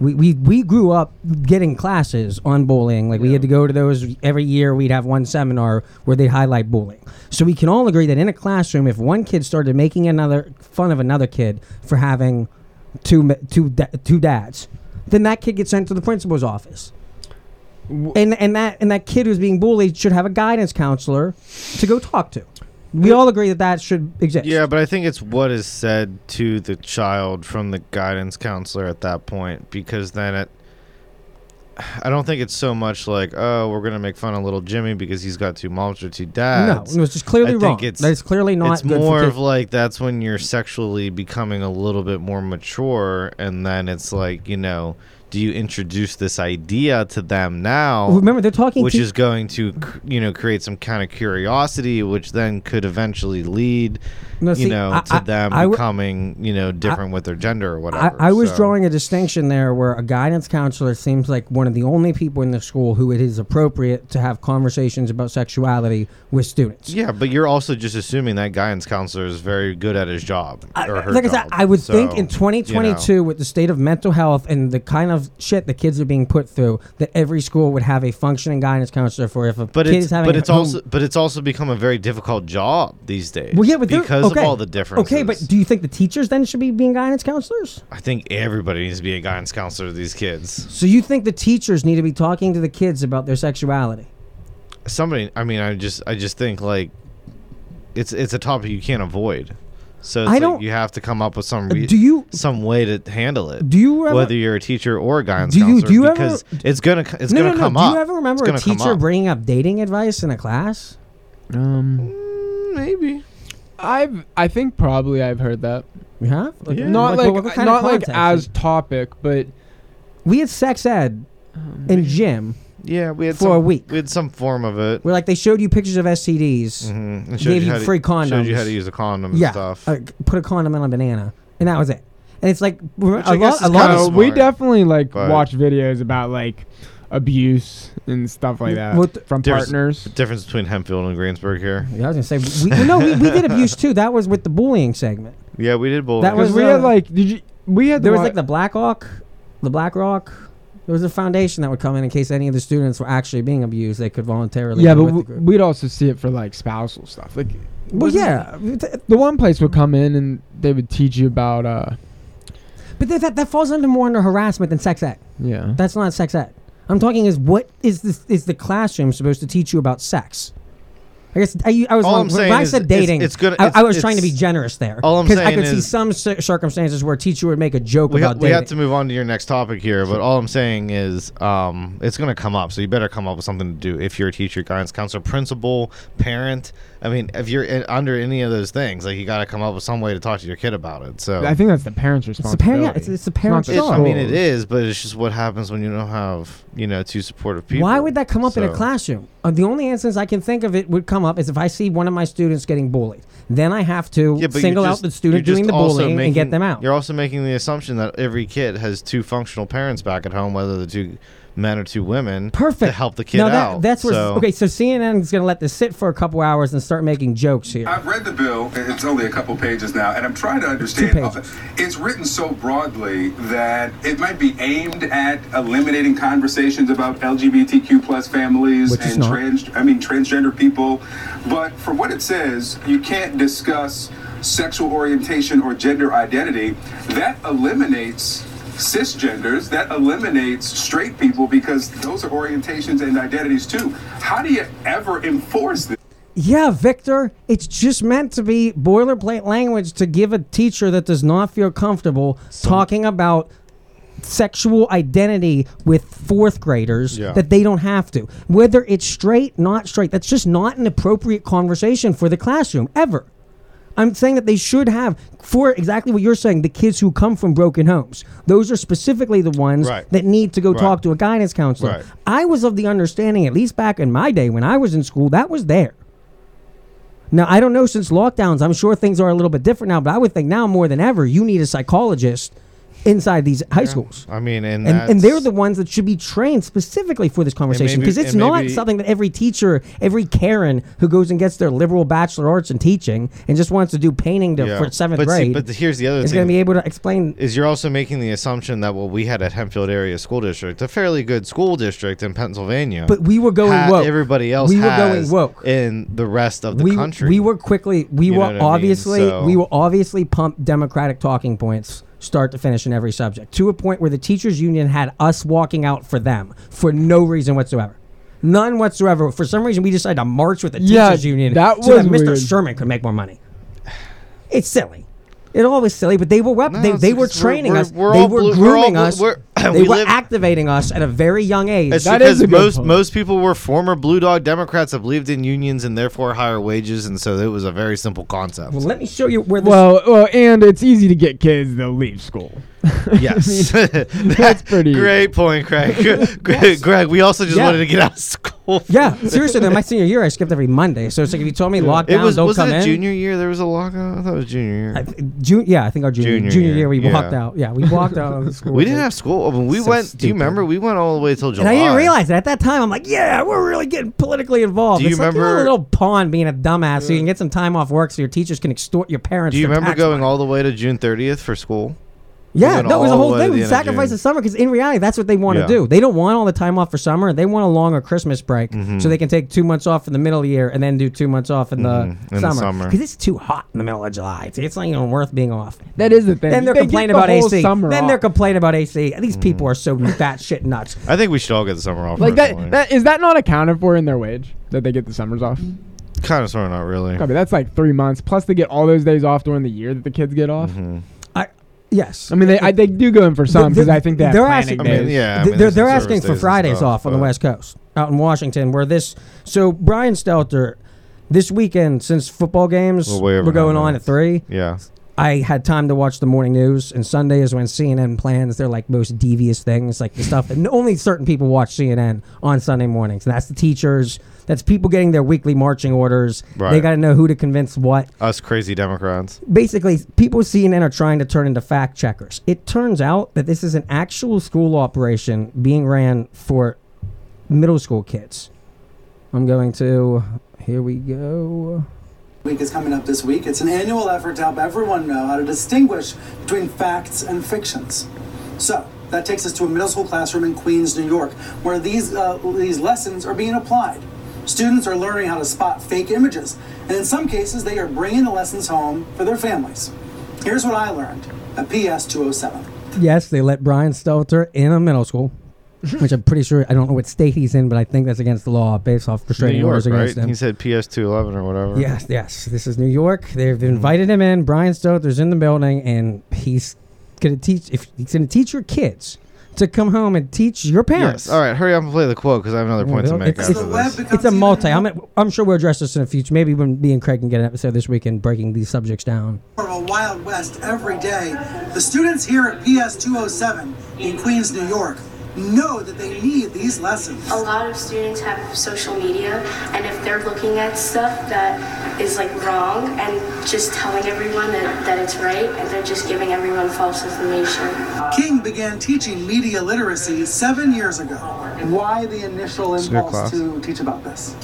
[SPEAKER 2] We, we, we grew up getting classes on bullying. Like, we had to go to those every year. We'd have one seminar where they'd highlight bullying. So, we can all agree that in a classroom, if one kid started making another fun of another kid for having two, ma- two, da- two dads, then that kid gets sent to the principal's office. And, and that and that kid who's being bullied should have a guidance counselor to go talk to. We all agree that that should exist.
[SPEAKER 1] Yeah, but I think it's what is said to the child from the guidance counselor at that point because then it I don't think it's so much like, oh, we're gonna make fun of little Jimmy because he's got two moms or two dads.
[SPEAKER 2] no, it's just clearly
[SPEAKER 1] I think
[SPEAKER 2] wrong.
[SPEAKER 1] It's,
[SPEAKER 2] That is clearly not
[SPEAKER 1] It's
[SPEAKER 2] good for
[SPEAKER 1] more
[SPEAKER 2] kids.
[SPEAKER 1] of like that's when you're sexually becoming a little bit more mature, and then it's like you know, do you introduce this idea to them now?
[SPEAKER 2] Well, remember, they're talking
[SPEAKER 1] which
[SPEAKER 2] to-
[SPEAKER 1] is going to c- you know create some kind of curiosity, which then could eventually lead
[SPEAKER 2] No, see,
[SPEAKER 1] you know
[SPEAKER 2] I-
[SPEAKER 1] to
[SPEAKER 2] I-
[SPEAKER 1] them
[SPEAKER 2] I w-
[SPEAKER 1] becoming you know different with their gender or
[SPEAKER 2] I,
[SPEAKER 1] whatever.
[SPEAKER 2] I was
[SPEAKER 1] so-
[SPEAKER 2] drawing a distinction there where a guidance counselor seems like one of the only people in the school who it is appropriate to have conversations about sexuality with students.
[SPEAKER 1] Yeah, but you're also just assuming that guidance counselor is very good at his job or her
[SPEAKER 2] like I said,
[SPEAKER 1] job.
[SPEAKER 2] I would think in
[SPEAKER 1] So, you know.
[SPEAKER 2] 2022, with the state of mental health and the kind of shit the kids are being put through, that every school would have a functioning guidance counselor for if a
[SPEAKER 1] But
[SPEAKER 2] kid
[SPEAKER 1] it's
[SPEAKER 2] is having.
[SPEAKER 1] but
[SPEAKER 2] a-
[SPEAKER 1] it's also but it's also become a very difficult job these days.
[SPEAKER 2] well, yeah, but they're-
[SPEAKER 1] because
[SPEAKER 2] okay.
[SPEAKER 1] of all the differences.
[SPEAKER 2] Okay, but do you think the teachers then should be being guidance counselors?
[SPEAKER 1] I think everybody needs to be a guidance counselor to these kids.
[SPEAKER 2] So you think the teachers need to be talking to the kids about their sexuality?
[SPEAKER 1] Somebody, I mean, I just I just think like it's it's a topic you can't avoid. So it's
[SPEAKER 2] I
[SPEAKER 1] like
[SPEAKER 2] don't- Uh,
[SPEAKER 1] you have to come up with some re-
[SPEAKER 2] Do you-
[SPEAKER 1] some way to handle it.
[SPEAKER 2] Do you ever-
[SPEAKER 1] whether you're a teacher or a guidance
[SPEAKER 2] Do you-
[SPEAKER 1] counselor
[SPEAKER 2] do you ever-
[SPEAKER 1] because it's gonna c- it's
[SPEAKER 2] no,
[SPEAKER 1] gonna
[SPEAKER 2] no, no.
[SPEAKER 1] come
[SPEAKER 2] Do
[SPEAKER 1] up.
[SPEAKER 2] you ever remember
[SPEAKER 1] it's
[SPEAKER 2] a
[SPEAKER 1] gonna come
[SPEAKER 2] teacher
[SPEAKER 1] up.
[SPEAKER 2] bringing up dating advice in a class?
[SPEAKER 3] Um,
[SPEAKER 1] maybe.
[SPEAKER 3] I've I think probably I've heard that.
[SPEAKER 2] You have? Like, Yeah.
[SPEAKER 3] Not
[SPEAKER 2] like,
[SPEAKER 3] like,
[SPEAKER 2] what- what kind of
[SPEAKER 3] not like
[SPEAKER 2] context?
[SPEAKER 3] as topic, but
[SPEAKER 2] We had sex ed
[SPEAKER 3] Um,
[SPEAKER 2] in gym.
[SPEAKER 1] Yeah, we had
[SPEAKER 2] for a
[SPEAKER 1] some-
[SPEAKER 2] week.
[SPEAKER 1] We had some form of it.
[SPEAKER 2] Where like they showed you pictures of STDs,
[SPEAKER 1] Mhm. It showed
[SPEAKER 2] gave you,
[SPEAKER 1] how to-
[SPEAKER 2] free condoms,
[SPEAKER 1] Showed you how to use a condom and
[SPEAKER 2] yeah, uh,
[SPEAKER 1] stuff.
[SPEAKER 2] like, put a condom on a banana, and that was it. And it's like we're-
[SPEAKER 3] a lot, a lot of we definitely like
[SPEAKER 1] but-
[SPEAKER 3] watch videos about like abuse and stuff like that from
[SPEAKER 1] Difference-
[SPEAKER 3] partners.
[SPEAKER 1] Difference between Hempfield and Greensburg here.
[SPEAKER 2] Yeah, I was gonna say we, no, we, we did abuse too. That was with the bullying segment.
[SPEAKER 1] Yeah, we did both.
[SPEAKER 2] That was uh,
[SPEAKER 3] we had like did you we had
[SPEAKER 2] there was
[SPEAKER 3] wa-
[SPEAKER 2] like the Black Rock, the Black Rock. There was a foundation that would come in in case any of the students were actually being abused. They could voluntarily.
[SPEAKER 3] yeah,
[SPEAKER 2] be
[SPEAKER 3] but
[SPEAKER 2] with the
[SPEAKER 3] w- we'd also see it for like spousal stuff. Like,
[SPEAKER 2] Well,
[SPEAKER 3] wasn't-
[SPEAKER 2] yeah.
[SPEAKER 3] the one place would come in and they would teach you about uh
[SPEAKER 2] But that, that, that falls under more under harassment than sex act.
[SPEAKER 3] yeah
[SPEAKER 2] That's not sex ed. I'm talking is what is this is the classroom supposed to teach you about sex? I guess I, I was
[SPEAKER 1] All
[SPEAKER 2] wrong.
[SPEAKER 1] I'm
[SPEAKER 2] when
[SPEAKER 1] saying
[SPEAKER 2] I
[SPEAKER 1] is
[SPEAKER 2] said
[SPEAKER 1] it's-
[SPEAKER 2] dating.
[SPEAKER 1] it's gonna-
[SPEAKER 2] I, I
[SPEAKER 1] it's-
[SPEAKER 2] was trying to be
[SPEAKER 1] it's-
[SPEAKER 2] generous there.
[SPEAKER 1] all I'm
[SPEAKER 2] 'Cause I
[SPEAKER 1] saying
[SPEAKER 2] could see
[SPEAKER 1] is-
[SPEAKER 2] some cir- circumstances where a teacher would make a joke
[SPEAKER 1] we, ha-
[SPEAKER 2] about
[SPEAKER 1] we
[SPEAKER 2] dating.
[SPEAKER 1] have to move on to your next topic here, but all I'm saying is um, it's going to come up, so you better come up with something to do if you're a teacher, guidance counselor, principal, parent. I mean, if you're in, under any of those things, like you got to come up with some way to talk to your kid about it. So
[SPEAKER 3] I think that's the parents'
[SPEAKER 2] It's the parent.
[SPEAKER 3] responsibility.
[SPEAKER 2] It's, it's the parents'
[SPEAKER 1] It's-
[SPEAKER 2] job.
[SPEAKER 1] I mean, it is, but it's just what happens when you don't have you know two supportive people.
[SPEAKER 2] Why would that come up in a
[SPEAKER 1] So-
[SPEAKER 2] classroom? Uh, the only instance I can think of it would come up is if I see one of my students getting bullied. Then I have to
[SPEAKER 1] Yeah, but you're
[SPEAKER 2] single
[SPEAKER 1] just-
[SPEAKER 2] out the student
[SPEAKER 1] you're just
[SPEAKER 2] doing the
[SPEAKER 1] also
[SPEAKER 2] bullying and
[SPEAKER 1] making-
[SPEAKER 2] get them out.
[SPEAKER 1] You're also making the assumption that every kid has two functional parents back at home, whether the two men or two women, perfect to help the kid
[SPEAKER 2] now that,
[SPEAKER 1] out.
[SPEAKER 2] that's where
[SPEAKER 1] so.
[SPEAKER 2] okay. So CNN is going to let this sit for a couple hours and start making jokes here.
[SPEAKER 16] I've read the bill. It's only a couple pages now, and I'm trying to understand.
[SPEAKER 2] Two pages.
[SPEAKER 16] It's written so broadly that it might be aimed at eliminating conversations about LGBTQ plus families
[SPEAKER 2] Which is
[SPEAKER 16] and
[SPEAKER 2] not.
[SPEAKER 16] trans. I mean transgender people. But for what it says, you can't discuss sexual orientation or gender identity. That eliminates cisgenders that eliminates straight people because those are orientations and identities too how do you ever enforce this
[SPEAKER 2] Yeah, Victor, it's just meant to be boilerplate language to give a teacher that does not feel comfortable talking about sexual identity with fourth graders
[SPEAKER 17] Yeah.
[SPEAKER 2] that they don't have to. Whether it's straight, not straight, that's just not an appropriate conversation for the classroom ever. I'm saying that they should have, for exactly what you're saying, the kids who come from broken homes. Those are specifically the ones
[SPEAKER 17] Right.
[SPEAKER 2] that need to go
[SPEAKER 17] Right.
[SPEAKER 2] talk to a guidance counselor.
[SPEAKER 17] Right.
[SPEAKER 2] I was of the understanding, at least back in my day when I was in school, that was there. Now, I don't know since lockdowns, I'm sure things are a little bit different now, but I would think now more than ever, you need a psychologist inside these high schools.
[SPEAKER 1] I mean, and
[SPEAKER 2] And, and
[SPEAKER 1] that's-
[SPEAKER 2] they're the ones that should be trained specifically for this conversation
[SPEAKER 1] maybe-
[SPEAKER 2] because it's
[SPEAKER 1] and
[SPEAKER 2] not
[SPEAKER 1] maybe-
[SPEAKER 2] something that every teacher, every Karen who goes and gets their liberal bachelor arts in teaching and just wants to do painting to,
[SPEAKER 1] Yeah.
[SPEAKER 2] for seventh
[SPEAKER 1] but see-
[SPEAKER 2] grade.
[SPEAKER 1] but the- here's the other
[SPEAKER 2] is
[SPEAKER 1] thing.
[SPEAKER 2] going to be able to explain.
[SPEAKER 1] is you're also making the assumption that what we had at Hempfield Area School District, a fairly good school district in Pennsylvania,
[SPEAKER 2] But we were going
[SPEAKER 1] ha-
[SPEAKER 2] woke.
[SPEAKER 1] Everybody else
[SPEAKER 2] We were going
[SPEAKER 1] has
[SPEAKER 2] woke.
[SPEAKER 1] in the rest of the
[SPEAKER 2] we,
[SPEAKER 1] country.
[SPEAKER 2] we were quickly. We
[SPEAKER 1] You know
[SPEAKER 2] were
[SPEAKER 1] what I mean?
[SPEAKER 2] obviously.
[SPEAKER 1] So-
[SPEAKER 2] We were obviously pumped Democratic talking points, start to finish in every subject, to a point where the teachers' union had us walking out for them for no reason whatsoever. None whatsoever. For some reason, we decided to march with the
[SPEAKER 3] Yeah,
[SPEAKER 2] teachers' union
[SPEAKER 3] that
[SPEAKER 2] so that
[SPEAKER 3] was
[SPEAKER 2] Mr.
[SPEAKER 3] weird.
[SPEAKER 2] Sherman could make more money. It's silly. It all was silly, but they were wep-
[SPEAKER 1] No,
[SPEAKER 2] they,
[SPEAKER 1] it's
[SPEAKER 2] they were
[SPEAKER 1] because we're-
[SPEAKER 2] training
[SPEAKER 1] we're-
[SPEAKER 2] us.
[SPEAKER 1] we're
[SPEAKER 2] they
[SPEAKER 1] all
[SPEAKER 2] were
[SPEAKER 1] blue- we're all
[SPEAKER 2] grooming
[SPEAKER 1] blue-
[SPEAKER 2] us.
[SPEAKER 1] we're-
[SPEAKER 2] they
[SPEAKER 1] we
[SPEAKER 2] were
[SPEAKER 1] live-
[SPEAKER 2] activating us at a very young age.
[SPEAKER 1] It's because most most people were former blue dog Democrats that believed in unions and therefore higher wages, and so it was a very simple concept.
[SPEAKER 2] Well, let me show you where this
[SPEAKER 3] well well and it's easy to get kids to leave school.
[SPEAKER 1] yes, that's
[SPEAKER 3] pretty
[SPEAKER 1] great point, Craig. Greg, Greg, we also just
[SPEAKER 2] Yeah.
[SPEAKER 1] wanted to get out of school.
[SPEAKER 2] Yeah, seriously though, my senior year I skipped every Monday. So it's like if you told me lockdown,
[SPEAKER 1] It was
[SPEAKER 2] don't
[SPEAKER 1] was
[SPEAKER 2] come
[SPEAKER 1] it
[SPEAKER 2] in.
[SPEAKER 1] junior year? There was a lockout. I thought it was junior year.
[SPEAKER 2] June, yeah, I think our junior
[SPEAKER 1] Junior
[SPEAKER 2] junior, year,
[SPEAKER 1] year,
[SPEAKER 2] we
[SPEAKER 1] yeah.
[SPEAKER 2] walked out. Yeah, we walked out of the school.
[SPEAKER 1] we didn't
[SPEAKER 2] like-
[SPEAKER 1] have school. I mean, we
[SPEAKER 2] So
[SPEAKER 1] went. Do you
[SPEAKER 2] stupid.
[SPEAKER 1] remember? We went all the way till July.
[SPEAKER 2] And I didn't realize it at that time. I'm like, yeah, we're really getting politically involved.
[SPEAKER 1] Do you
[SPEAKER 2] it's like, you're
[SPEAKER 1] remember-
[SPEAKER 2] a little pawn being a dumbass so you can get some time off work so your teachers can extort your parents.
[SPEAKER 1] Do you
[SPEAKER 2] for
[SPEAKER 1] remember
[SPEAKER 2] tax
[SPEAKER 1] going all the way to June 30th for school? We
[SPEAKER 2] Yeah,
[SPEAKER 1] went
[SPEAKER 2] no, it was a
[SPEAKER 1] all
[SPEAKER 2] whole
[SPEAKER 1] the way
[SPEAKER 2] thing.
[SPEAKER 1] to the
[SPEAKER 2] We
[SPEAKER 1] end of
[SPEAKER 2] sacrificed
[SPEAKER 1] June.
[SPEAKER 2] the summer because in reality, that's what they want to
[SPEAKER 1] Yeah.
[SPEAKER 2] do. They don't want all the time off for summer. They want a longer Christmas break
[SPEAKER 1] Mm-hmm.
[SPEAKER 2] so they can take two months off in the middle of the year and then do two months off in
[SPEAKER 1] Mhm, in
[SPEAKER 2] the
[SPEAKER 1] the
[SPEAKER 2] summer
[SPEAKER 1] summer.
[SPEAKER 2] because it's too hot in the middle of July. It's, it's not even worth being off.
[SPEAKER 3] That is the thing.
[SPEAKER 2] Then they're
[SPEAKER 3] They get
[SPEAKER 2] complaining
[SPEAKER 3] the
[SPEAKER 2] about
[SPEAKER 3] whole
[SPEAKER 2] AC. Then
[SPEAKER 3] summer
[SPEAKER 2] they're complaining about AC. These people are so fat shit nuts.
[SPEAKER 1] I think we should all get the summer off.
[SPEAKER 3] Like
[SPEAKER 1] personally.
[SPEAKER 3] that, that is that not accounted for in their wage that they get the summers off?
[SPEAKER 2] Mm-hmm.
[SPEAKER 1] Kind of, sort of, not really.
[SPEAKER 3] I mean, that's like three months. Plus, they get all those days off during the year that the kids get off.
[SPEAKER 2] Mm-hmm. I, yes.
[SPEAKER 3] I mean, they I, they do go in for some because I think that
[SPEAKER 2] they're asking,
[SPEAKER 1] I mean, yeah, I
[SPEAKER 2] they- they're,
[SPEAKER 1] mean, there's
[SPEAKER 2] they're
[SPEAKER 1] some
[SPEAKER 2] asking
[SPEAKER 1] service days
[SPEAKER 2] for
[SPEAKER 1] and
[SPEAKER 2] Fridays
[SPEAKER 1] stuff,
[SPEAKER 2] off on the
[SPEAKER 1] but-
[SPEAKER 2] West Coast, out in Washington, where this. So Brian Stelter, this weekend, since football games
[SPEAKER 1] We're way over
[SPEAKER 2] were going
[SPEAKER 1] nine
[SPEAKER 2] on at
[SPEAKER 1] minutes.
[SPEAKER 2] three,
[SPEAKER 1] Yeah.
[SPEAKER 2] I had time to watch the morning news, and Sunday is when CNN plans their like most devious things, like the stuff that only certain people watch CNN on Sunday mornings. And that's the teachers, that's people getting their weekly marching orders. They
[SPEAKER 1] Right.
[SPEAKER 2] got to know who to convince what.
[SPEAKER 1] Us crazy Democrats.
[SPEAKER 2] Basically, people at CNN are trying to turn into fact checkers. It turns out that this is an actual school operation being ran for middle school kids. I'm going to. Here we go.
[SPEAKER 17] Week is coming up this week. It's an annual effort to help everyone know how to distinguish between facts and fictions. So that takes us to a middle school classroom in Queens, New York, where these uh, these lessons are being applied. Students are learning how to spot fake images, and in some cases, they are bringing the lessons home for their families. Here's what I learned at PS 207.
[SPEAKER 2] Yes, they let Brian Stelter in a middle school, which I'm pretty sure I don't know what state he's in, but I think that's against the law based off restraining
[SPEAKER 1] New York,
[SPEAKER 2] orders
[SPEAKER 1] right?
[SPEAKER 2] against him.
[SPEAKER 1] He said PS211 or Mm-hmm. whatever.
[SPEAKER 2] Yes, yes. This is New York. They've invited him in. Brian Stoker's in the building, and he's gonna teach. If he's gonna teach your kids to come home and teach your parents.
[SPEAKER 1] Yes. All right, hurry up and play the quote because I have another point to make
[SPEAKER 2] It's,
[SPEAKER 1] after
[SPEAKER 2] it's-
[SPEAKER 1] this.
[SPEAKER 2] it's a multi. I'm, I'm sure we'll address this in the future. Maybe when me and Craig can get an episode this weekend breaking these subjects down.
[SPEAKER 17] More of a Wild West every day. The students here at PS 207 in Queens, New York, know that they need these lessons.
[SPEAKER 18] A lot of students have social media, and if they're looking at stuff that is like wrong and just telling everyone that, that it's right, and they're just giving everyone false information.
[SPEAKER 17] King began teaching media literacy seven years ago. Why the initial
[SPEAKER 1] It's a good
[SPEAKER 17] impulse
[SPEAKER 1] class.
[SPEAKER 17] to teach about this?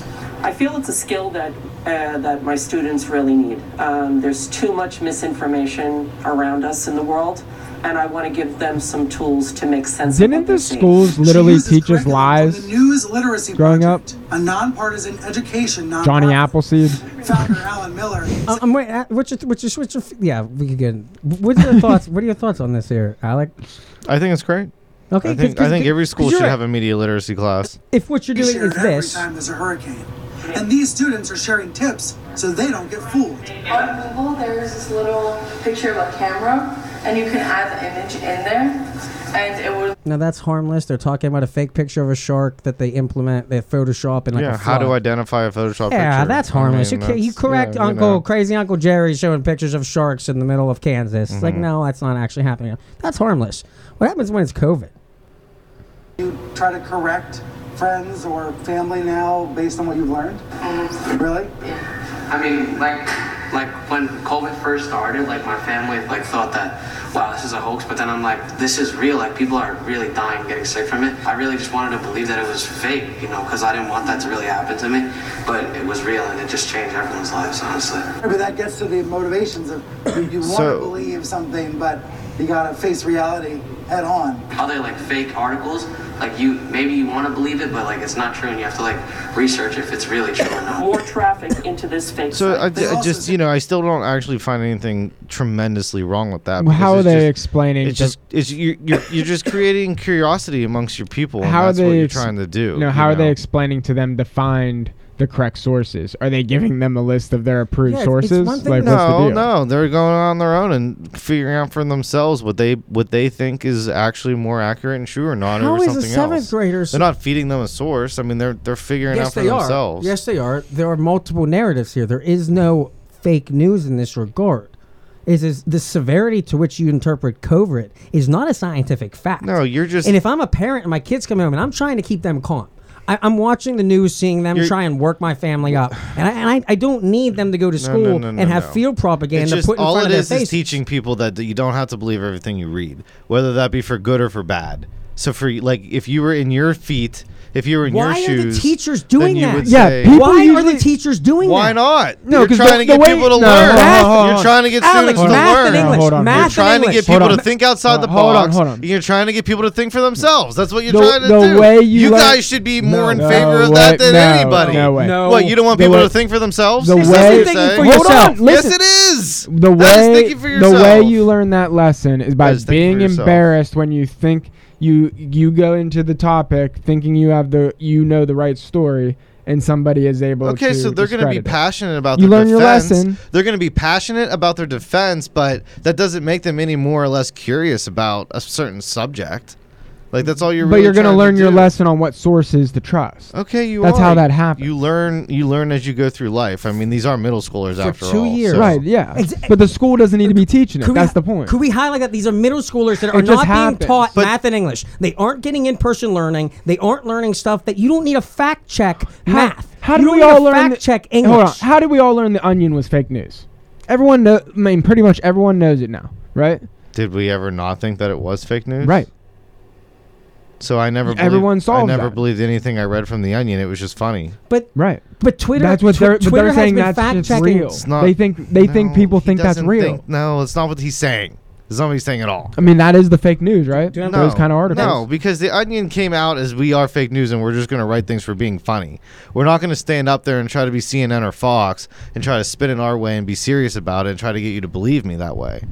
[SPEAKER 19] I feel it's a skill that uh, that my students really need. Um, there's too much misinformation around us in the world, and I want to give them some tools to make sense. of
[SPEAKER 3] Didn't
[SPEAKER 19] what they
[SPEAKER 3] the
[SPEAKER 19] see.
[SPEAKER 3] schools literally teach us lies
[SPEAKER 17] News literacy,
[SPEAKER 3] growing up?
[SPEAKER 17] a nonpartisan education non
[SPEAKER 3] Johnny Appleseed.
[SPEAKER 17] founder Alan Miller.
[SPEAKER 2] I'm, I'm wait. uh, What's your, what's your, what's your, f- yeah, we could get. What's your thoughts? What are your thoughts on this here, Alec?
[SPEAKER 1] I think it's great.
[SPEAKER 2] Okay,
[SPEAKER 1] I think,
[SPEAKER 2] 'cause-
[SPEAKER 1] I think
[SPEAKER 2] 'cause-
[SPEAKER 1] every school
[SPEAKER 2] 'cause
[SPEAKER 1] should
[SPEAKER 2] you're right.
[SPEAKER 1] have a media literacy class.
[SPEAKER 2] If what you're
[SPEAKER 17] Be
[SPEAKER 2] doing
[SPEAKER 17] shared
[SPEAKER 2] is this,
[SPEAKER 17] Every time there's a hurricane. And these students are sharing tips so they don't get fooled.
[SPEAKER 18] On Google, there's this little picture of a camera, and you can add the image in there, and it will
[SPEAKER 2] Now that's harmless. They're talking about a fake picture of a shark that they implement, they Photoshop and like
[SPEAKER 1] yeah,
[SPEAKER 2] a
[SPEAKER 1] how to
[SPEAKER 2] frog.
[SPEAKER 1] identify a Photoshop
[SPEAKER 2] yeah,
[SPEAKER 1] picture.
[SPEAKER 2] that's
[SPEAKER 1] I
[SPEAKER 2] harmless.
[SPEAKER 1] mean,
[SPEAKER 2] you, ca- you
[SPEAKER 1] that's-
[SPEAKER 2] correct
[SPEAKER 1] yeah, you
[SPEAKER 2] Uncle
[SPEAKER 1] know.
[SPEAKER 2] Crazy Uncle Jerry showing pictures of sharks in the middle of Kansas. It's Like,
[SPEAKER 1] Mhm.
[SPEAKER 2] no, that's not actually happening. That's harmless. What happens when it's COVID?
[SPEAKER 17] You try to correct friends or family now based on what you've learned? Really?
[SPEAKER 20] I mean, like, like when COVID first started, like my family like thought that, wow, this is a hoax. But then I'm like, this is real. Like people are really dying, getting sick from it. I really just wanted to believe that it was fake, you know, because I didn't want that to really happen to me. But it was real, and it just changed everyone's lives, honestly.
[SPEAKER 17] But that gets to the motivations of you, you want to
[SPEAKER 20] So-
[SPEAKER 17] believe something, but you gotta face reality head on.
[SPEAKER 20] Other like fake articles, like you maybe you want to believe it, but like it's not true, and you have to like research if it's really true or not.
[SPEAKER 19] More traffic into this fake.
[SPEAKER 1] So
[SPEAKER 19] site.
[SPEAKER 1] I, I just, you know, I still don't actually find anything tremendously wrong with that.
[SPEAKER 3] Well, how
[SPEAKER 1] because
[SPEAKER 3] are
[SPEAKER 1] it's
[SPEAKER 3] they
[SPEAKER 1] just-
[SPEAKER 3] explaining
[SPEAKER 1] It's
[SPEAKER 3] the-
[SPEAKER 1] just, it's you're, you're, you're just creating curiosity amongst your people. And
[SPEAKER 3] How
[SPEAKER 1] that's
[SPEAKER 3] are they
[SPEAKER 1] what you're
[SPEAKER 3] ex-
[SPEAKER 1] trying to do?
[SPEAKER 3] No,
[SPEAKER 1] you
[SPEAKER 3] how are
[SPEAKER 1] know?
[SPEAKER 3] they explaining to them to find the correct sources? Are they giving them a list of their approved sources? like what's the
[SPEAKER 1] no,
[SPEAKER 3] deal?
[SPEAKER 1] no, they're going on their own and figuring out for themselves what they what they think is actually more accurate and true or not,
[SPEAKER 2] How
[SPEAKER 1] or
[SPEAKER 2] is a
[SPEAKER 1] something
[SPEAKER 2] seventh
[SPEAKER 1] else.
[SPEAKER 2] grader-
[SPEAKER 1] They're not feeding them a source. I mean, they're they're figuring out for themselves.
[SPEAKER 2] are. Yes, they are. There are multiple narratives here. There is no fake news in this regard. Is is the severity to which you interpret COVID is not a scientific fact. No,
[SPEAKER 1] you're just.
[SPEAKER 2] And if I'm a parent and my kids come home and I'm trying to keep them calm, I, I'm watching the news, seeing them
[SPEAKER 1] You're-
[SPEAKER 2] try and work my family up, and I, and I, I don't need them to go to
[SPEAKER 1] No,
[SPEAKER 2] school
[SPEAKER 1] no, no, no,
[SPEAKER 2] and have
[SPEAKER 1] no.
[SPEAKER 2] field
[SPEAKER 1] It's
[SPEAKER 2] propaganda
[SPEAKER 1] just
[SPEAKER 2] put in
[SPEAKER 1] all
[SPEAKER 2] front
[SPEAKER 1] it
[SPEAKER 2] of their face.
[SPEAKER 1] is is teaching people that, that you don't have to believe everything you read, whether that be for good or for bad. So for like, if you were in your feet, if you were in
[SPEAKER 2] Why are
[SPEAKER 1] your
[SPEAKER 2] the
[SPEAKER 1] shoes,
[SPEAKER 2] teachers
[SPEAKER 1] then
[SPEAKER 2] doing
[SPEAKER 1] you
[SPEAKER 2] that?
[SPEAKER 1] would
[SPEAKER 2] Yeah,
[SPEAKER 1] say-
[SPEAKER 2] people Why are usually- the teachers doing
[SPEAKER 1] Why
[SPEAKER 2] that?
[SPEAKER 1] not?
[SPEAKER 2] No,
[SPEAKER 1] you're
[SPEAKER 2] 'cause
[SPEAKER 1] trying
[SPEAKER 2] the-
[SPEAKER 1] to get
[SPEAKER 2] the way-
[SPEAKER 1] people to
[SPEAKER 2] no,
[SPEAKER 1] learn.
[SPEAKER 2] hold on, hold
[SPEAKER 1] you're
[SPEAKER 2] on.
[SPEAKER 1] trying to get
[SPEAKER 2] Alex,
[SPEAKER 1] students to
[SPEAKER 2] math and
[SPEAKER 1] learn.
[SPEAKER 2] English, Hold on. math
[SPEAKER 1] you're
[SPEAKER 2] and
[SPEAKER 1] trying to
[SPEAKER 2] English.
[SPEAKER 1] get people
[SPEAKER 2] Hold
[SPEAKER 1] to
[SPEAKER 2] on.
[SPEAKER 1] think outside the
[SPEAKER 3] Hold on,
[SPEAKER 1] box.
[SPEAKER 3] hold on.
[SPEAKER 1] You're trying to get people to think for themselves. That's what you're
[SPEAKER 3] The-
[SPEAKER 1] trying to
[SPEAKER 3] the
[SPEAKER 1] do.
[SPEAKER 3] way you learn-
[SPEAKER 1] guys should be more in
[SPEAKER 3] No
[SPEAKER 1] favor of
[SPEAKER 3] way-
[SPEAKER 1] that than
[SPEAKER 3] no,
[SPEAKER 1] anybody.
[SPEAKER 3] no way. No.
[SPEAKER 1] What you don't want
[SPEAKER 3] The
[SPEAKER 1] people
[SPEAKER 3] way-
[SPEAKER 1] to think for themselves?
[SPEAKER 3] the
[SPEAKER 1] Is that
[SPEAKER 3] way
[SPEAKER 1] what you're saying?
[SPEAKER 3] hold on,
[SPEAKER 1] Yes,
[SPEAKER 3] listen.
[SPEAKER 1] it is.
[SPEAKER 3] The way
[SPEAKER 1] That is thinking for
[SPEAKER 3] the way
[SPEAKER 1] yourself.
[SPEAKER 3] you learn that lesson is by
[SPEAKER 1] That is thinking
[SPEAKER 3] being
[SPEAKER 1] for yourself.
[SPEAKER 3] embarrassed when you think you you go into the topic thinking you have the you know the right story and somebody is able to
[SPEAKER 1] Okay, so they're going to
[SPEAKER 3] discredit
[SPEAKER 1] be
[SPEAKER 3] it.
[SPEAKER 1] passionate about
[SPEAKER 3] You
[SPEAKER 1] their
[SPEAKER 3] learn your
[SPEAKER 1] defense.
[SPEAKER 3] lesson.
[SPEAKER 1] They're going to be passionate about their defense, but that doesn't make them any more or less curious about a certain subject. Like that's all you're.
[SPEAKER 3] but
[SPEAKER 1] really
[SPEAKER 3] you're going to
[SPEAKER 1] trying
[SPEAKER 3] learn your
[SPEAKER 1] do.
[SPEAKER 3] lesson on what sources to trust.
[SPEAKER 1] Okay, you.
[SPEAKER 3] That's
[SPEAKER 1] are.
[SPEAKER 3] how that happens.
[SPEAKER 1] You learn. You learn as you go through life. I mean, these are middle schoolers after all. so-
[SPEAKER 3] right? Yeah, but the school doesn't need to be teaching it. That's the point.
[SPEAKER 2] Could we highlight that these are middle schoolers that are
[SPEAKER 3] It just
[SPEAKER 2] not
[SPEAKER 3] happens.
[SPEAKER 2] being taught
[SPEAKER 3] But-
[SPEAKER 2] math and English? They aren't getting in-person learning. They aren't learning stuff that you don't need a fact check math.
[SPEAKER 3] How
[SPEAKER 2] You
[SPEAKER 3] do
[SPEAKER 2] don't
[SPEAKER 3] we
[SPEAKER 2] need to
[SPEAKER 3] all learn?
[SPEAKER 2] fact
[SPEAKER 3] that-
[SPEAKER 2] check
[SPEAKER 3] Hey,
[SPEAKER 2] English?
[SPEAKER 3] Hold on. How did we all learn the Onion was fake news? Everyone know. I mean, pretty much everyone knows it now, right?
[SPEAKER 1] Did we ever not think that it was fake news?
[SPEAKER 3] Right.
[SPEAKER 1] So I never. Believed,
[SPEAKER 3] Everyone
[SPEAKER 1] I
[SPEAKER 3] solved
[SPEAKER 1] never
[SPEAKER 3] that.
[SPEAKER 1] believed anything I read from the Onion. It was just funny.
[SPEAKER 2] But
[SPEAKER 3] right.
[SPEAKER 2] But Twitter.
[SPEAKER 3] That's what
[SPEAKER 2] Tw-
[SPEAKER 3] they're. But
[SPEAKER 2] Twitter
[SPEAKER 3] they're
[SPEAKER 2] has
[SPEAKER 3] saying
[SPEAKER 2] been
[SPEAKER 3] that's
[SPEAKER 2] fact
[SPEAKER 3] just
[SPEAKER 2] checking.
[SPEAKER 3] real. they think they think people think that's
[SPEAKER 1] Doesn't
[SPEAKER 3] real.
[SPEAKER 1] think- no, it's not what he's saying. It's not what he's saying at all.
[SPEAKER 3] I mean, that is the fake news, right? Those kind of articles.
[SPEAKER 1] No, because the Onion came out as we are fake news, and we're just going to write things for being funny. We're not going to stand up there and try to be CNN or Fox and try to spin it our way and be serious about it and try to get you to believe me that way.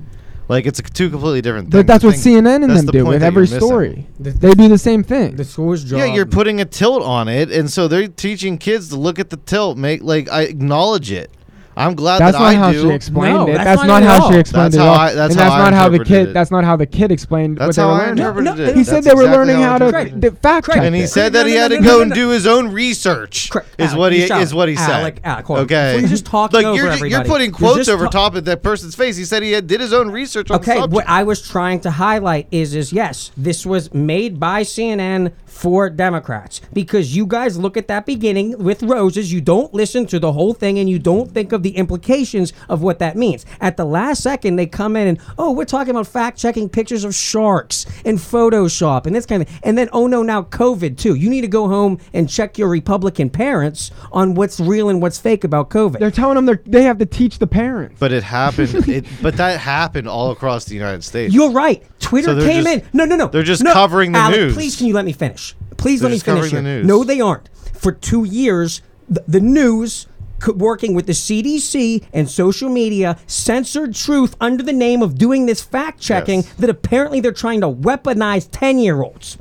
[SPEAKER 1] Like it's a two completely different things.
[SPEAKER 3] But that's
[SPEAKER 1] The
[SPEAKER 3] what
[SPEAKER 1] thing-
[SPEAKER 3] CNN and
[SPEAKER 1] that's
[SPEAKER 3] them
[SPEAKER 1] the
[SPEAKER 3] do
[SPEAKER 1] point
[SPEAKER 3] with
[SPEAKER 1] that
[SPEAKER 3] every
[SPEAKER 1] you're missing.
[SPEAKER 3] story. They do the same thing. The
[SPEAKER 2] school's
[SPEAKER 1] Yeah, you're putting a tilt on it, and so they're teaching kids to look at the tilt. Make like I acknowledge it. I'm glad
[SPEAKER 3] That's
[SPEAKER 1] that
[SPEAKER 3] not
[SPEAKER 1] I
[SPEAKER 3] how
[SPEAKER 1] do.
[SPEAKER 3] she explained it. That's, not how she explained
[SPEAKER 1] that's
[SPEAKER 3] it.
[SPEAKER 1] How
[SPEAKER 3] at all.
[SPEAKER 1] I, that's
[SPEAKER 3] and
[SPEAKER 1] how
[SPEAKER 3] that's
[SPEAKER 1] I
[SPEAKER 3] not how the
[SPEAKER 1] interpreted
[SPEAKER 3] kid.
[SPEAKER 1] it.
[SPEAKER 3] That's not how the kid explained.
[SPEAKER 1] That's
[SPEAKER 3] what they
[SPEAKER 1] how
[SPEAKER 3] were
[SPEAKER 1] I
[SPEAKER 3] learning.
[SPEAKER 1] interpreted it.
[SPEAKER 3] He
[SPEAKER 1] That's
[SPEAKER 3] said they were
[SPEAKER 1] exactly
[SPEAKER 3] learning
[SPEAKER 1] how I
[SPEAKER 3] how to
[SPEAKER 1] interpreted
[SPEAKER 3] d- fact check.
[SPEAKER 1] and he
[SPEAKER 3] it.
[SPEAKER 1] said that he had to go and do his own research. Is what he
[SPEAKER 2] you shut
[SPEAKER 1] is
[SPEAKER 2] up.
[SPEAKER 1] what he said.
[SPEAKER 2] Alec, Alec, hold on.
[SPEAKER 1] okay,
[SPEAKER 2] Before you just talking
[SPEAKER 1] like
[SPEAKER 2] over
[SPEAKER 1] you're, ju- you're
[SPEAKER 2] everybody.
[SPEAKER 1] putting
[SPEAKER 2] You're
[SPEAKER 1] quotes
[SPEAKER 2] just
[SPEAKER 1] over
[SPEAKER 2] ta-
[SPEAKER 1] top of that person's face. He said he had, did his own research on the
[SPEAKER 2] Okay,
[SPEAKER 1] subject.
[SPEAKER 2] what I was trying to highlight is is yes, this was made by CNN for Democrats because you guys look at that beginning with roses, you don't listen to the whole thing and you don't think of the implications of what that means. At the last second they come in and oh, we're talking about fact-checking pictures of sharks and Photoshop and this kind of and then oh no, now COVID too. You need to go home and check your Republican parents on what's real and what's fake about COVID.
[SPEAKER 3] They're telling them they they have to teach the parents.
[SPEAKER 1] But it happened. it, but that happened all across the United States.
[SPEAKER 2] You're right. Twitter
[SPEAKER 1] So they're
[SPEAKER 2] came
[SPEAKER 1] just-
[SPEAKER 2] in. No, no, no.
[SPEAKER 1] they're just
[SPEAKER 2] No,
[SPEAKER 1] covering the
[SPEAKER 2] Alec,
[SPEAKER 1] news.
[SPEAKER 2] Please, can you let me finish? Please
[SPEAKER 1] They're
[SPEAKER 2] let me
[SPEAKER 1] just
[SPEAKER 2] finish.
[SPEAKER 1] covering the
[SPEAKER 2] here.
[SPEAKER 1] news.
[SPEAKER 2] No, they aren't. For two years, the, the news. co- Working with the CDC and social media censored truth under the name of doing this fact checking that apparently they're trying to weaponize 10 year olds.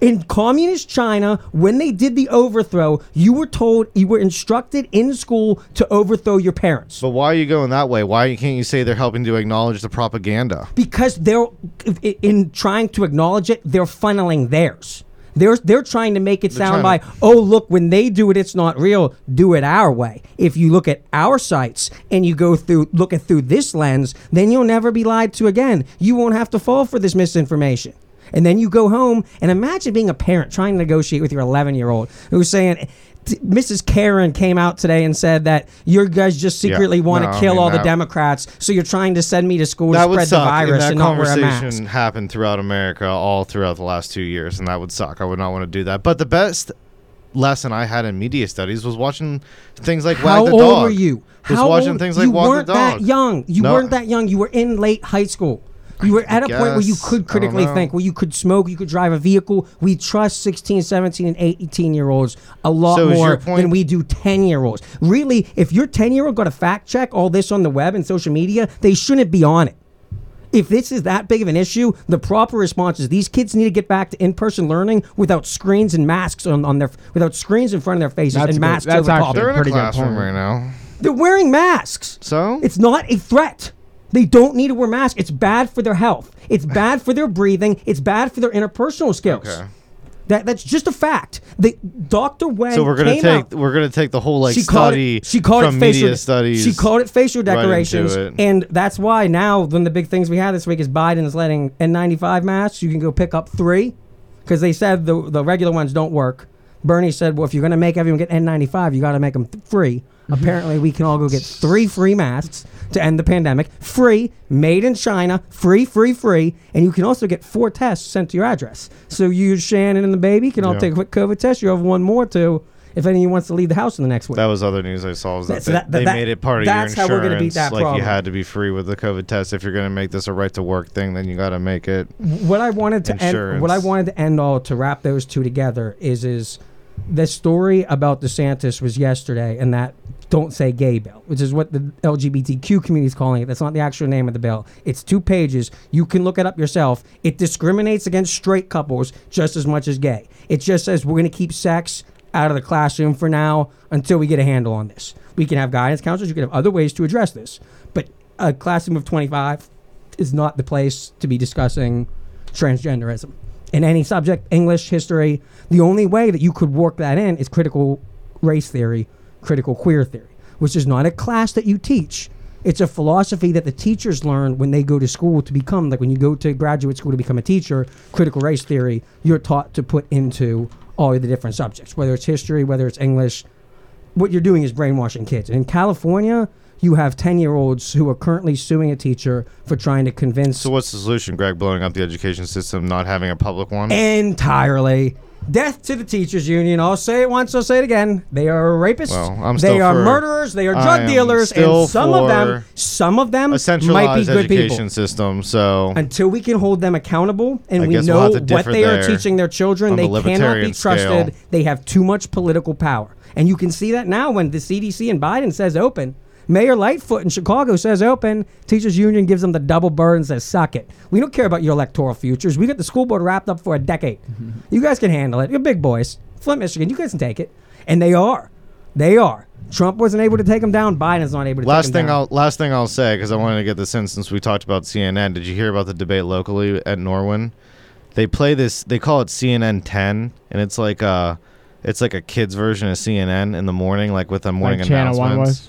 [SPEAKER 2] In communist China, when they did the overthrow, you were told, you were instructed in school to overthrow your parents.
[SPEAKER 1] But why are you going that way? Why can't you say they're helping to acknowledge the propaganda?
[SPEAKER 2] because they're i- in trying to acknowledge it they're funneling theirs they're, they're trying to make it
[SPEAKER 1] They're
[SPEAKER 2] sound by
[SPEAKER 1] trying to-
[SPEAKER 2] oh look when they do it it's not real do it our way if you look at our sites and you go through look at through this lens then you'll never be lied to again you won't have to fall for this misinformation and then you go home and imagine being a parent trying to negotiate with your 11 year old who's saying t- mrs karen came out today and said that you guys just
[SPEAKER 1] Yeah.
[SPEAKER 2] secretly want to
[SPEAKER 1] No, I
[SPEAKER 2] kill
[SPEAKER 1] mean,
[SPEAKER 2] all the
[SPEAKER 1] that-
[SPEAKER 2] democrats so you're trying to send me to school
[SPEAKER 1] that
[SPEAKER 2] to
[SPEAKER 1] would
[SPEAKER 2] spread the
[SPEAKER 1] suck. and
[SPEAKER 2] virus
[SPEAKER 1] that
[SPEAKER 2] and not wear a mask.
[SPEAKER 1] conversation happened throughout America all throughout the last two years, and that would suck. I would not want to do that. But the best lesson I had in media studies was watching things like
[SPEAKER 2] How
[SPEAKER 1] Wag the
[SPEAKER 2] old
[SPEAKER 1] Dog.
[SPEAKER 2] were you?
[SPEAKER 1] Was
[SPEAKER 2] How
[SPEAKER 1] watching
[SPEAKER 2] old-
[SPEAKER 1] things like
[SPEAKER 2] you
[SPEAKER 1] Wag
[SPEAKER 2] weren't
[SPEAKER 1] the Dog.
[SPEAKER 2] that young. You
[SPEAKER 1] No,
[SPEAKER 2] weren't that young. You were in late high school. You were at a point where you
[SPEAKER 1] guess. I
[SPEAKER 2] could
[SPEAKER 1] don't
[SPEAKER 2] critically
[SPEAKER 1] know.
[SPEAKER 2] think, where you could smoke, you could drive a vehicle. We trust 16, 17, and 18 year olds a lot
[SPEAKER 1] So is your
[SPEAKER 2] more
[SPEAKER 1] point-
[SPEAKER 2] than we do 10 year olds. Really, if your 10 year old got to fact check all this on the web and social media, they shouldn't be on it. If this is that big of an issue, the proper response is these kids need to get back to in-person learning without screens and masks on, on their without screens in front of their faces
[SPEAKER 3] That's
[SPEAKER 2] and
[SPEAKER 3] good.
[SPEAKER 2] masks
[SPEAKER 3] That's
[SPEAKER 2] over
[SPEAKER 3] actually
[SPEAKER 2] top.
[SPEAKER 3] a They're in a pretty good
[SPEAKER 1] classroom point. right now.
[SPEAKER 2] They're wearing masks.
[SPEAKER 1] So
[SPEAKER 2] it's not a threat. They don't need to wear masks. It's bad for their health. It's bad for their breathing. It's bad for their interpersonal skills.
[SPEAKER 1] Okay.
[SPEAKER 2] That, that's just a fact. The Dr. Wen
[SPEAKER 1] So we're gonna
[SPEAKER 2] came
[SPEAKER 1] take
[SPEAKER 2] out-
[SPEAKER 1] we're gonna take the whole like
[SPEAKER 2] she called
[SPEAKER 1] study
[SPEAKER 2] it, she called
[SPEAKER 1] from
[SPEAKER 2] it facial,
[SPEAKER 1] media studies.
[SPEAKER 2] She called it facial
[SPEAKER 1] right into
[SPEAKER 2] decorations,
[SPEAKER 1] it.
[SPEAKER 2] and that's why now one of the big things we had this week is Biden is letting N95 masks. You can go pick up three because they said the the regular ones don't work. Bernie said, "Well, if you're going to make everyone get N95, you got to make them th- free." Apparently, we can all go get three free masks to end the pandemic. Free, made in China, free, free, free, and you can also get four tests sent to your address. So you, Shannon, and the baby can all
[SPEAKER 1] Yeah.
[SPEAKER 2] take a quick COVID test. You have one more too. If anyone wants to leave the house in the next week.
[SPEAKER 1] That was other news I saw. Was that,
[SPEAKER 2] So
[SPEAKER 1] they,
[SPEAKER 2] that- that-
[SPEAKER 1] they
[SPEAKER 2] that-
[SPEAKER 1] made it part of
[SPEAKER 2] that's
[SPEAKER 1] your
[SPEAKER 2] how
[SPEAKER 1] insurance.
[SPEAKER 2] we're gonna beat that
[SPEAKER 1] like you
[SPEAKER 2] problem.
[SPEAKER 1] had to be free with the COVID test if you're going to make this a right to work thing. Then you got to make it.
[SPEAKER 2] what I wanted to end, what I
[SPEAKER 1] Insurance.
[SPEAKER 2] wanted to end all to wrap those two together is is the story about DeSantis was yesterday, and that don't say gay bill, which is what the LGBTQ community is calling it. That's not the actual name of the bill. It's two pages. You can look it up yourself. It discriminates against straight couples just as much as gay. It just says we're going to keep sex out of the classroom for now until we get a handle on this. We can have guidance counselors. You can have other ways to address this, but a classroom of twenty five is not the place to be discussing transgenderism. in any subject, English, history. The only way that you could work that in is critical race theory, critical queer theory, which is not a class that you teach. It's a philosophy that the teachers learn when they go to school to become, like when you go to graduate school to become a teacher, critical race theory, you're taught to put into all of the different subjects, whether it's history, whether it's English. What you're doing is brainwashing kids. And in California, you have 10 year olds who are currently suing a teacher for trying to convince
[SPEAKER 1] So what's the solution, Greg? Blowing up the education system, not having a public one?
[SPEAKER 2] entirely. Death to the teachers union. I'll say it once, I'll say it again. They are rapists.
[SPEAKER 1] Well, I'm
[SPEAKER 2] they
[SPEAKER 1] still
[SPEAKER 2] are
[SPEAKER 1] for-
[SPEAKER 2] murderers. They are
[SPEAKER 1] I
[SPEAKER 2] drug
[SPEAKER 1] am
[SPEAKER 2] dealers.
[SPEAKER 1] still
[SPEAKER 2] And some of them
[SPEAKER 1] for
[SPEAKER 2] some of them might be
[SPEAKER 1] a centralized
[SPEAKER 2] good
[SPEAKER 1] education
[SPEAKER 2] people.
[SPEAKER 1] system. So
[SPEAKER 2] Until we can hold them accountable and
[SPEAKER 1] I
[SPEAKER 2] we
[SPEAKER 1] guess we'll
[SPEAKER 2] know
[SPEAKER 1] have to
[SPEAKER 2] what
[SPEAKER 1] differ
[SPEAKER 2] they are
[SPEAKER 1] there
[SPEAKER 2] teaching their children,
[SPEAKER 1] on the
[SPEAKER 2] they cannot be
[SPEAKER 1] libertarian scale.
[SPEAKER 2] trusted. They have too much political power. And you can see that now when the CDC and Biden says open. Mayor Lightfoot in Chicago says open. Teachers Union gives them the double bird and says suck it. We don't care about your electoral futures. We got the school board wrapped up for a decade. You guys can handle it. You're big boys. Flint, Michigan, you guys can take it. And they are. They are. Trump wasn't able to take them down. Biden's not able to
[SPEAKER 1] last
[SPEAKER 2] take them
[SPEAKER 1] thing
[SPEAKER 2] down.
[SPEAKER 1] I'll last thing I'll say because I wanted to get this in since we talked about CNN. Did you hear about the debate locally at Norwin? They play this. They call it CNN 10, and it's like uh it's like a kids version of CNN in the morning, like with the morning
[SPEAKER 3] Channel
[SPEAKER 1] announcements.
[SPEAKER 3] One was?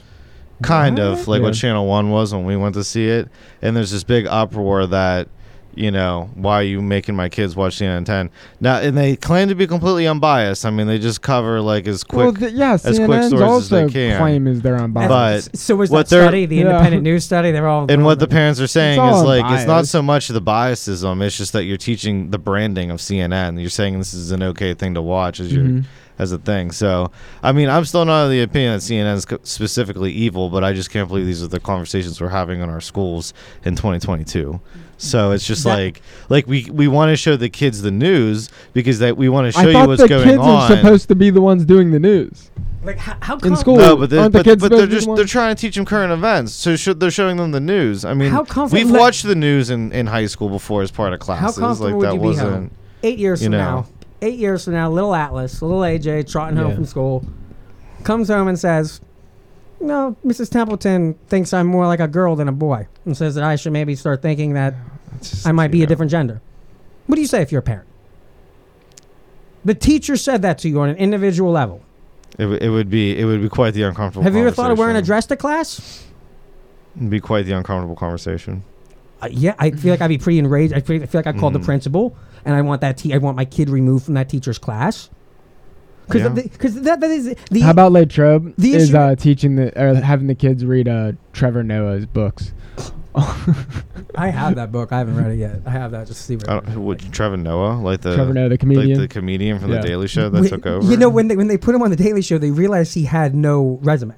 [SPEAKER 1] kind of like what
[SPEAKER 3] Yeah.
[SPEAKER 1] Channel One was when we went to see it. And there's this big uproar that you know why are you making my kids watch CNN 10 now? And they claim to be completely unbiased. I mean, they just cover like as quick
[SPEAKER 3] well, th- yeah,
[SPEAKER 1] as quick
[SPEAKER 3] CNN's
[SPEAKER 1] stories
[SPEAKER 3] also
[SPEAKER 1] as they can.
[SPEAKER 3] claim is their own bias.
[SPEAKER 1] But
[SPEAKER 2] so was
[SPEAKER 1] what
[SPEAKER 2] that
[SPEAKER 1] they're-
[SPEAKER 2] study, the
[SPEAKER 1] Yeah.
[SPEAKER 2] independent news study? They're all
[SPEAKER 1] and what the parents are saying
[SPEAKER 2] all
[SPEAKER 1] is like it's not
[SPEAKER 2] unbiased.
[SPEAKER 1] so much the biasism; it's just that you're teaching the branding of CNN. You're saying this is an okay thing to watch as your
[SPEAKER 3] Mhm.
[SPEAKER 1] as a thing. So, I mean, I'm still not of the opinion that CNN is co- specifically evil, but I just can't believe these are the conversations we're having in our schools in 2022. So it's just
[SPEAKER 3] That-
[SPEAKER 1] like like we we want to show the kids the news because that we want to show
[SPEAKER 3] I
[SPEAKER 1] you
[SPEAKER 3] thought
[SPEAKER 1] what's
[SPEAKER 3] the
[SPEAKER 1] going
[SPEAKER 3] kids
[SPEAKER 1] on.
[SPEAKER 3] are supposed to be the ones doing the news.
[SPEAKER 2] Like how, how
[SPEAKER 3] in school?
[SPEAKER 1] No, but, they're,
[SPEAKER 3] aren't the
[SPEAKER 1] but,
[SPEAKER 3] kids
[SPEAKER 1] but
[SPEAKER 3] supposed
[SPEAKER 1] they're
[SPEAKER 3] to be the
[SPEAKER 1] just they're trying to teach them current events, so should, they're showing them the news. I mean,
[SPEAKER 2] How comfort-
[SPEAKER 1] we've
[SPEAKER 2] let-
[SPEAKER 1] watched the news in, in high school before as part of classes.
[SPEAKER 2] How comfortable
[SPEAKER 1] like that
[SPEAKER 2] would you
[SPEAKER 1] wasn't
[SPEAKER 2] be home? Eight years
[SPEAKER 1] you
[SPEAKER 2] from
[SPEAKER 1] know.
[SPEAKER 2] now. Eight years from now, little Atlas, little AJ, trotting home
[SPEAKER 1] Yeah.
[SPEAKER 2] from school, comes home and says, "No, Mrs. Templeton thinks I'm more like a girl than a boy," and says that I should maybe start thinking that I might be a different gender. What do you say if you're a parent? The teacher said that to you on an individual level.
[SPEAKER 1] It, w- it would be it would be quite the uncomfortable.
[SPEAKER 2] Have you ever thought of wearing a
[SPEAKER 1] conversation.
[SPEAKER 2] dress to class?
[SPEAKER 1] It'd be quite the uncomfortable conversation.
[SPEAKER 2] Uh, yeah, I feel like I'd be pretty enraged. I feel, I feel like I called
[SPEAKER 1] Mhm.
[SPEAKER 2] the principal, and I want that. Te- I want my kid removed from that teacher's class.
[SPEAKER 3] Yeah.
[SPEAKER 2] Because that, that is the
[SPEAKER 3] How about Latrobe
[SPEAKER 2] the
[SPEAKER 3] is
[SPEAKER 2] issue-
[SPEAKER 3] uh, teaching the or having the kids read uh, Trevor Noah's books.
[SPEAKER 2] I have that book. I haven't read it yet. I have that just to see what.
[SPEAKER 1] I don't, who would Trevor Noah, like the
[SPEAKER 3] Trevor Noah, the
[SPEAKER 1] like
[SPEAKER 3] comedian?
[SPEAKER 1] the comedian from
[SPEAKER 3] Yeah.
[SPEAKER 1] the Daily Show that
[SPEAKER 2] Wait,
[SPEAKER 1] took over.
[SPEAKER 2] You know when they when they put him on the Daily Show, they realized he had no resume.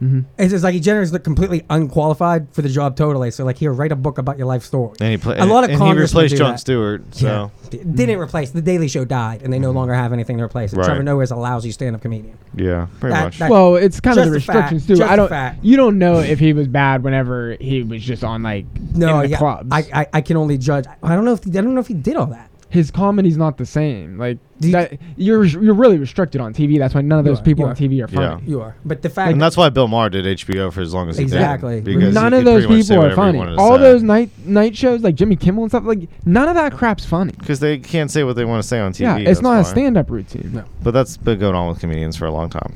[SPEAKER 3] Mhm.
[SPEAKER 2] It's just like he generally looked completely unqualified for the job totally. So like here, write a book about your life story.
[SPEAKER 1] and he played
[SPEAKER 2] a lot of
[SPEAKER 1] and he
[SPEAKER 2] congressmen
[SPEAKER 1] replaced
[SPEAKER 2] do
[SPEAKER 1] John
[SPEAKER 2] that.
[SPEAKER 1] Stewart.
[SPEAKER 2] Yeah.
[SPEAKER 1] So Mm-hmm.
[SPEAKER 2] D- didn't replace the Daily Show died, and they no longer have anything to replace it.
[SPEAKER 1] Right.
[SPEAKER 2] Trevor Noah is a lousy stand-up comedian.
[SPEAKER 1] yeah, pretty
[SPEAKER 2] That-
[SPEAKER 1] much.
[SPEAKER 2] that-
[SPEAKER 3] well, it's kind of
[SPEAKER 2] just
[SPEAKER 3] the
[SPEAKER 2] a fact,
[SPEAKER 3] restrictions too.
[SPEAKER 2] just
[SPEAKER 3] I
[SPEAKER 2] a
[SPEAKER 3] don't.
[SPEAKER 2] fact.
[SPEAKER 3] You don't know if he was bad whenever he was just on like
[SPEAKER 2] No,
[SPEAKER 3] in the
[SPEAKER 2] yeah,
[SPEAKER 3] clubs.
[SPEAKER 2] I, I I can only judge. I don't know if he, I don't know if he did all that.
[SPEAKER 3] His comedy's not the same. Like that, you're you're really restricted on TV. That's why none of
[SPEAKER 2] You
[SPEAKER 3] those
[SPEAKER 2] are,
[SPEAKER 3] people
[SPEAKER 2] you
[SPEAKER 3] on
[SPEAKER 2] are.
[SPEAKER 3] TV are funny.
[SPEAKER 2] You are, but the fact
[SPEAKER 1] and that's why Bill Maher did HBO for as long as he
[SPEAKER 2] Exactly.
[SPEAKER 1] did. because
[SPEAKER 3] none
[SPEAKER 1] he
[SPEAKER 3] of
[SPEAKER 1] could
[SPEAKER 3] those
[SPEAKER 1] pretty much say
[SPEAKER 3] people are
[SPEAKER 1] whatever he
[SPEAKER 3] funny.
[SPEAKER 1] wanted to
[SPEAKER 3] All
[SPEAKER 1] say.
[SPEAKER 3] those night night shows like Jimmy Kimmel and stuff like none of that crap's funny.
[SPEAKER 1] because they can't say what they want to say on TV.
[SPEAKER 3] yeah, it's
[SPEAKER 1] that's
[SPEAKER 3] not
[SPEAKER 1] why.
[SPEAKER 3] a stand-up routine.
[SPEAKER 1] But that's been going on with comedians for a long time.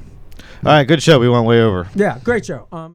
[SPEAKER 1] All right, good show. We went way over.
[SPEAKER 2] yeah, great show. Um.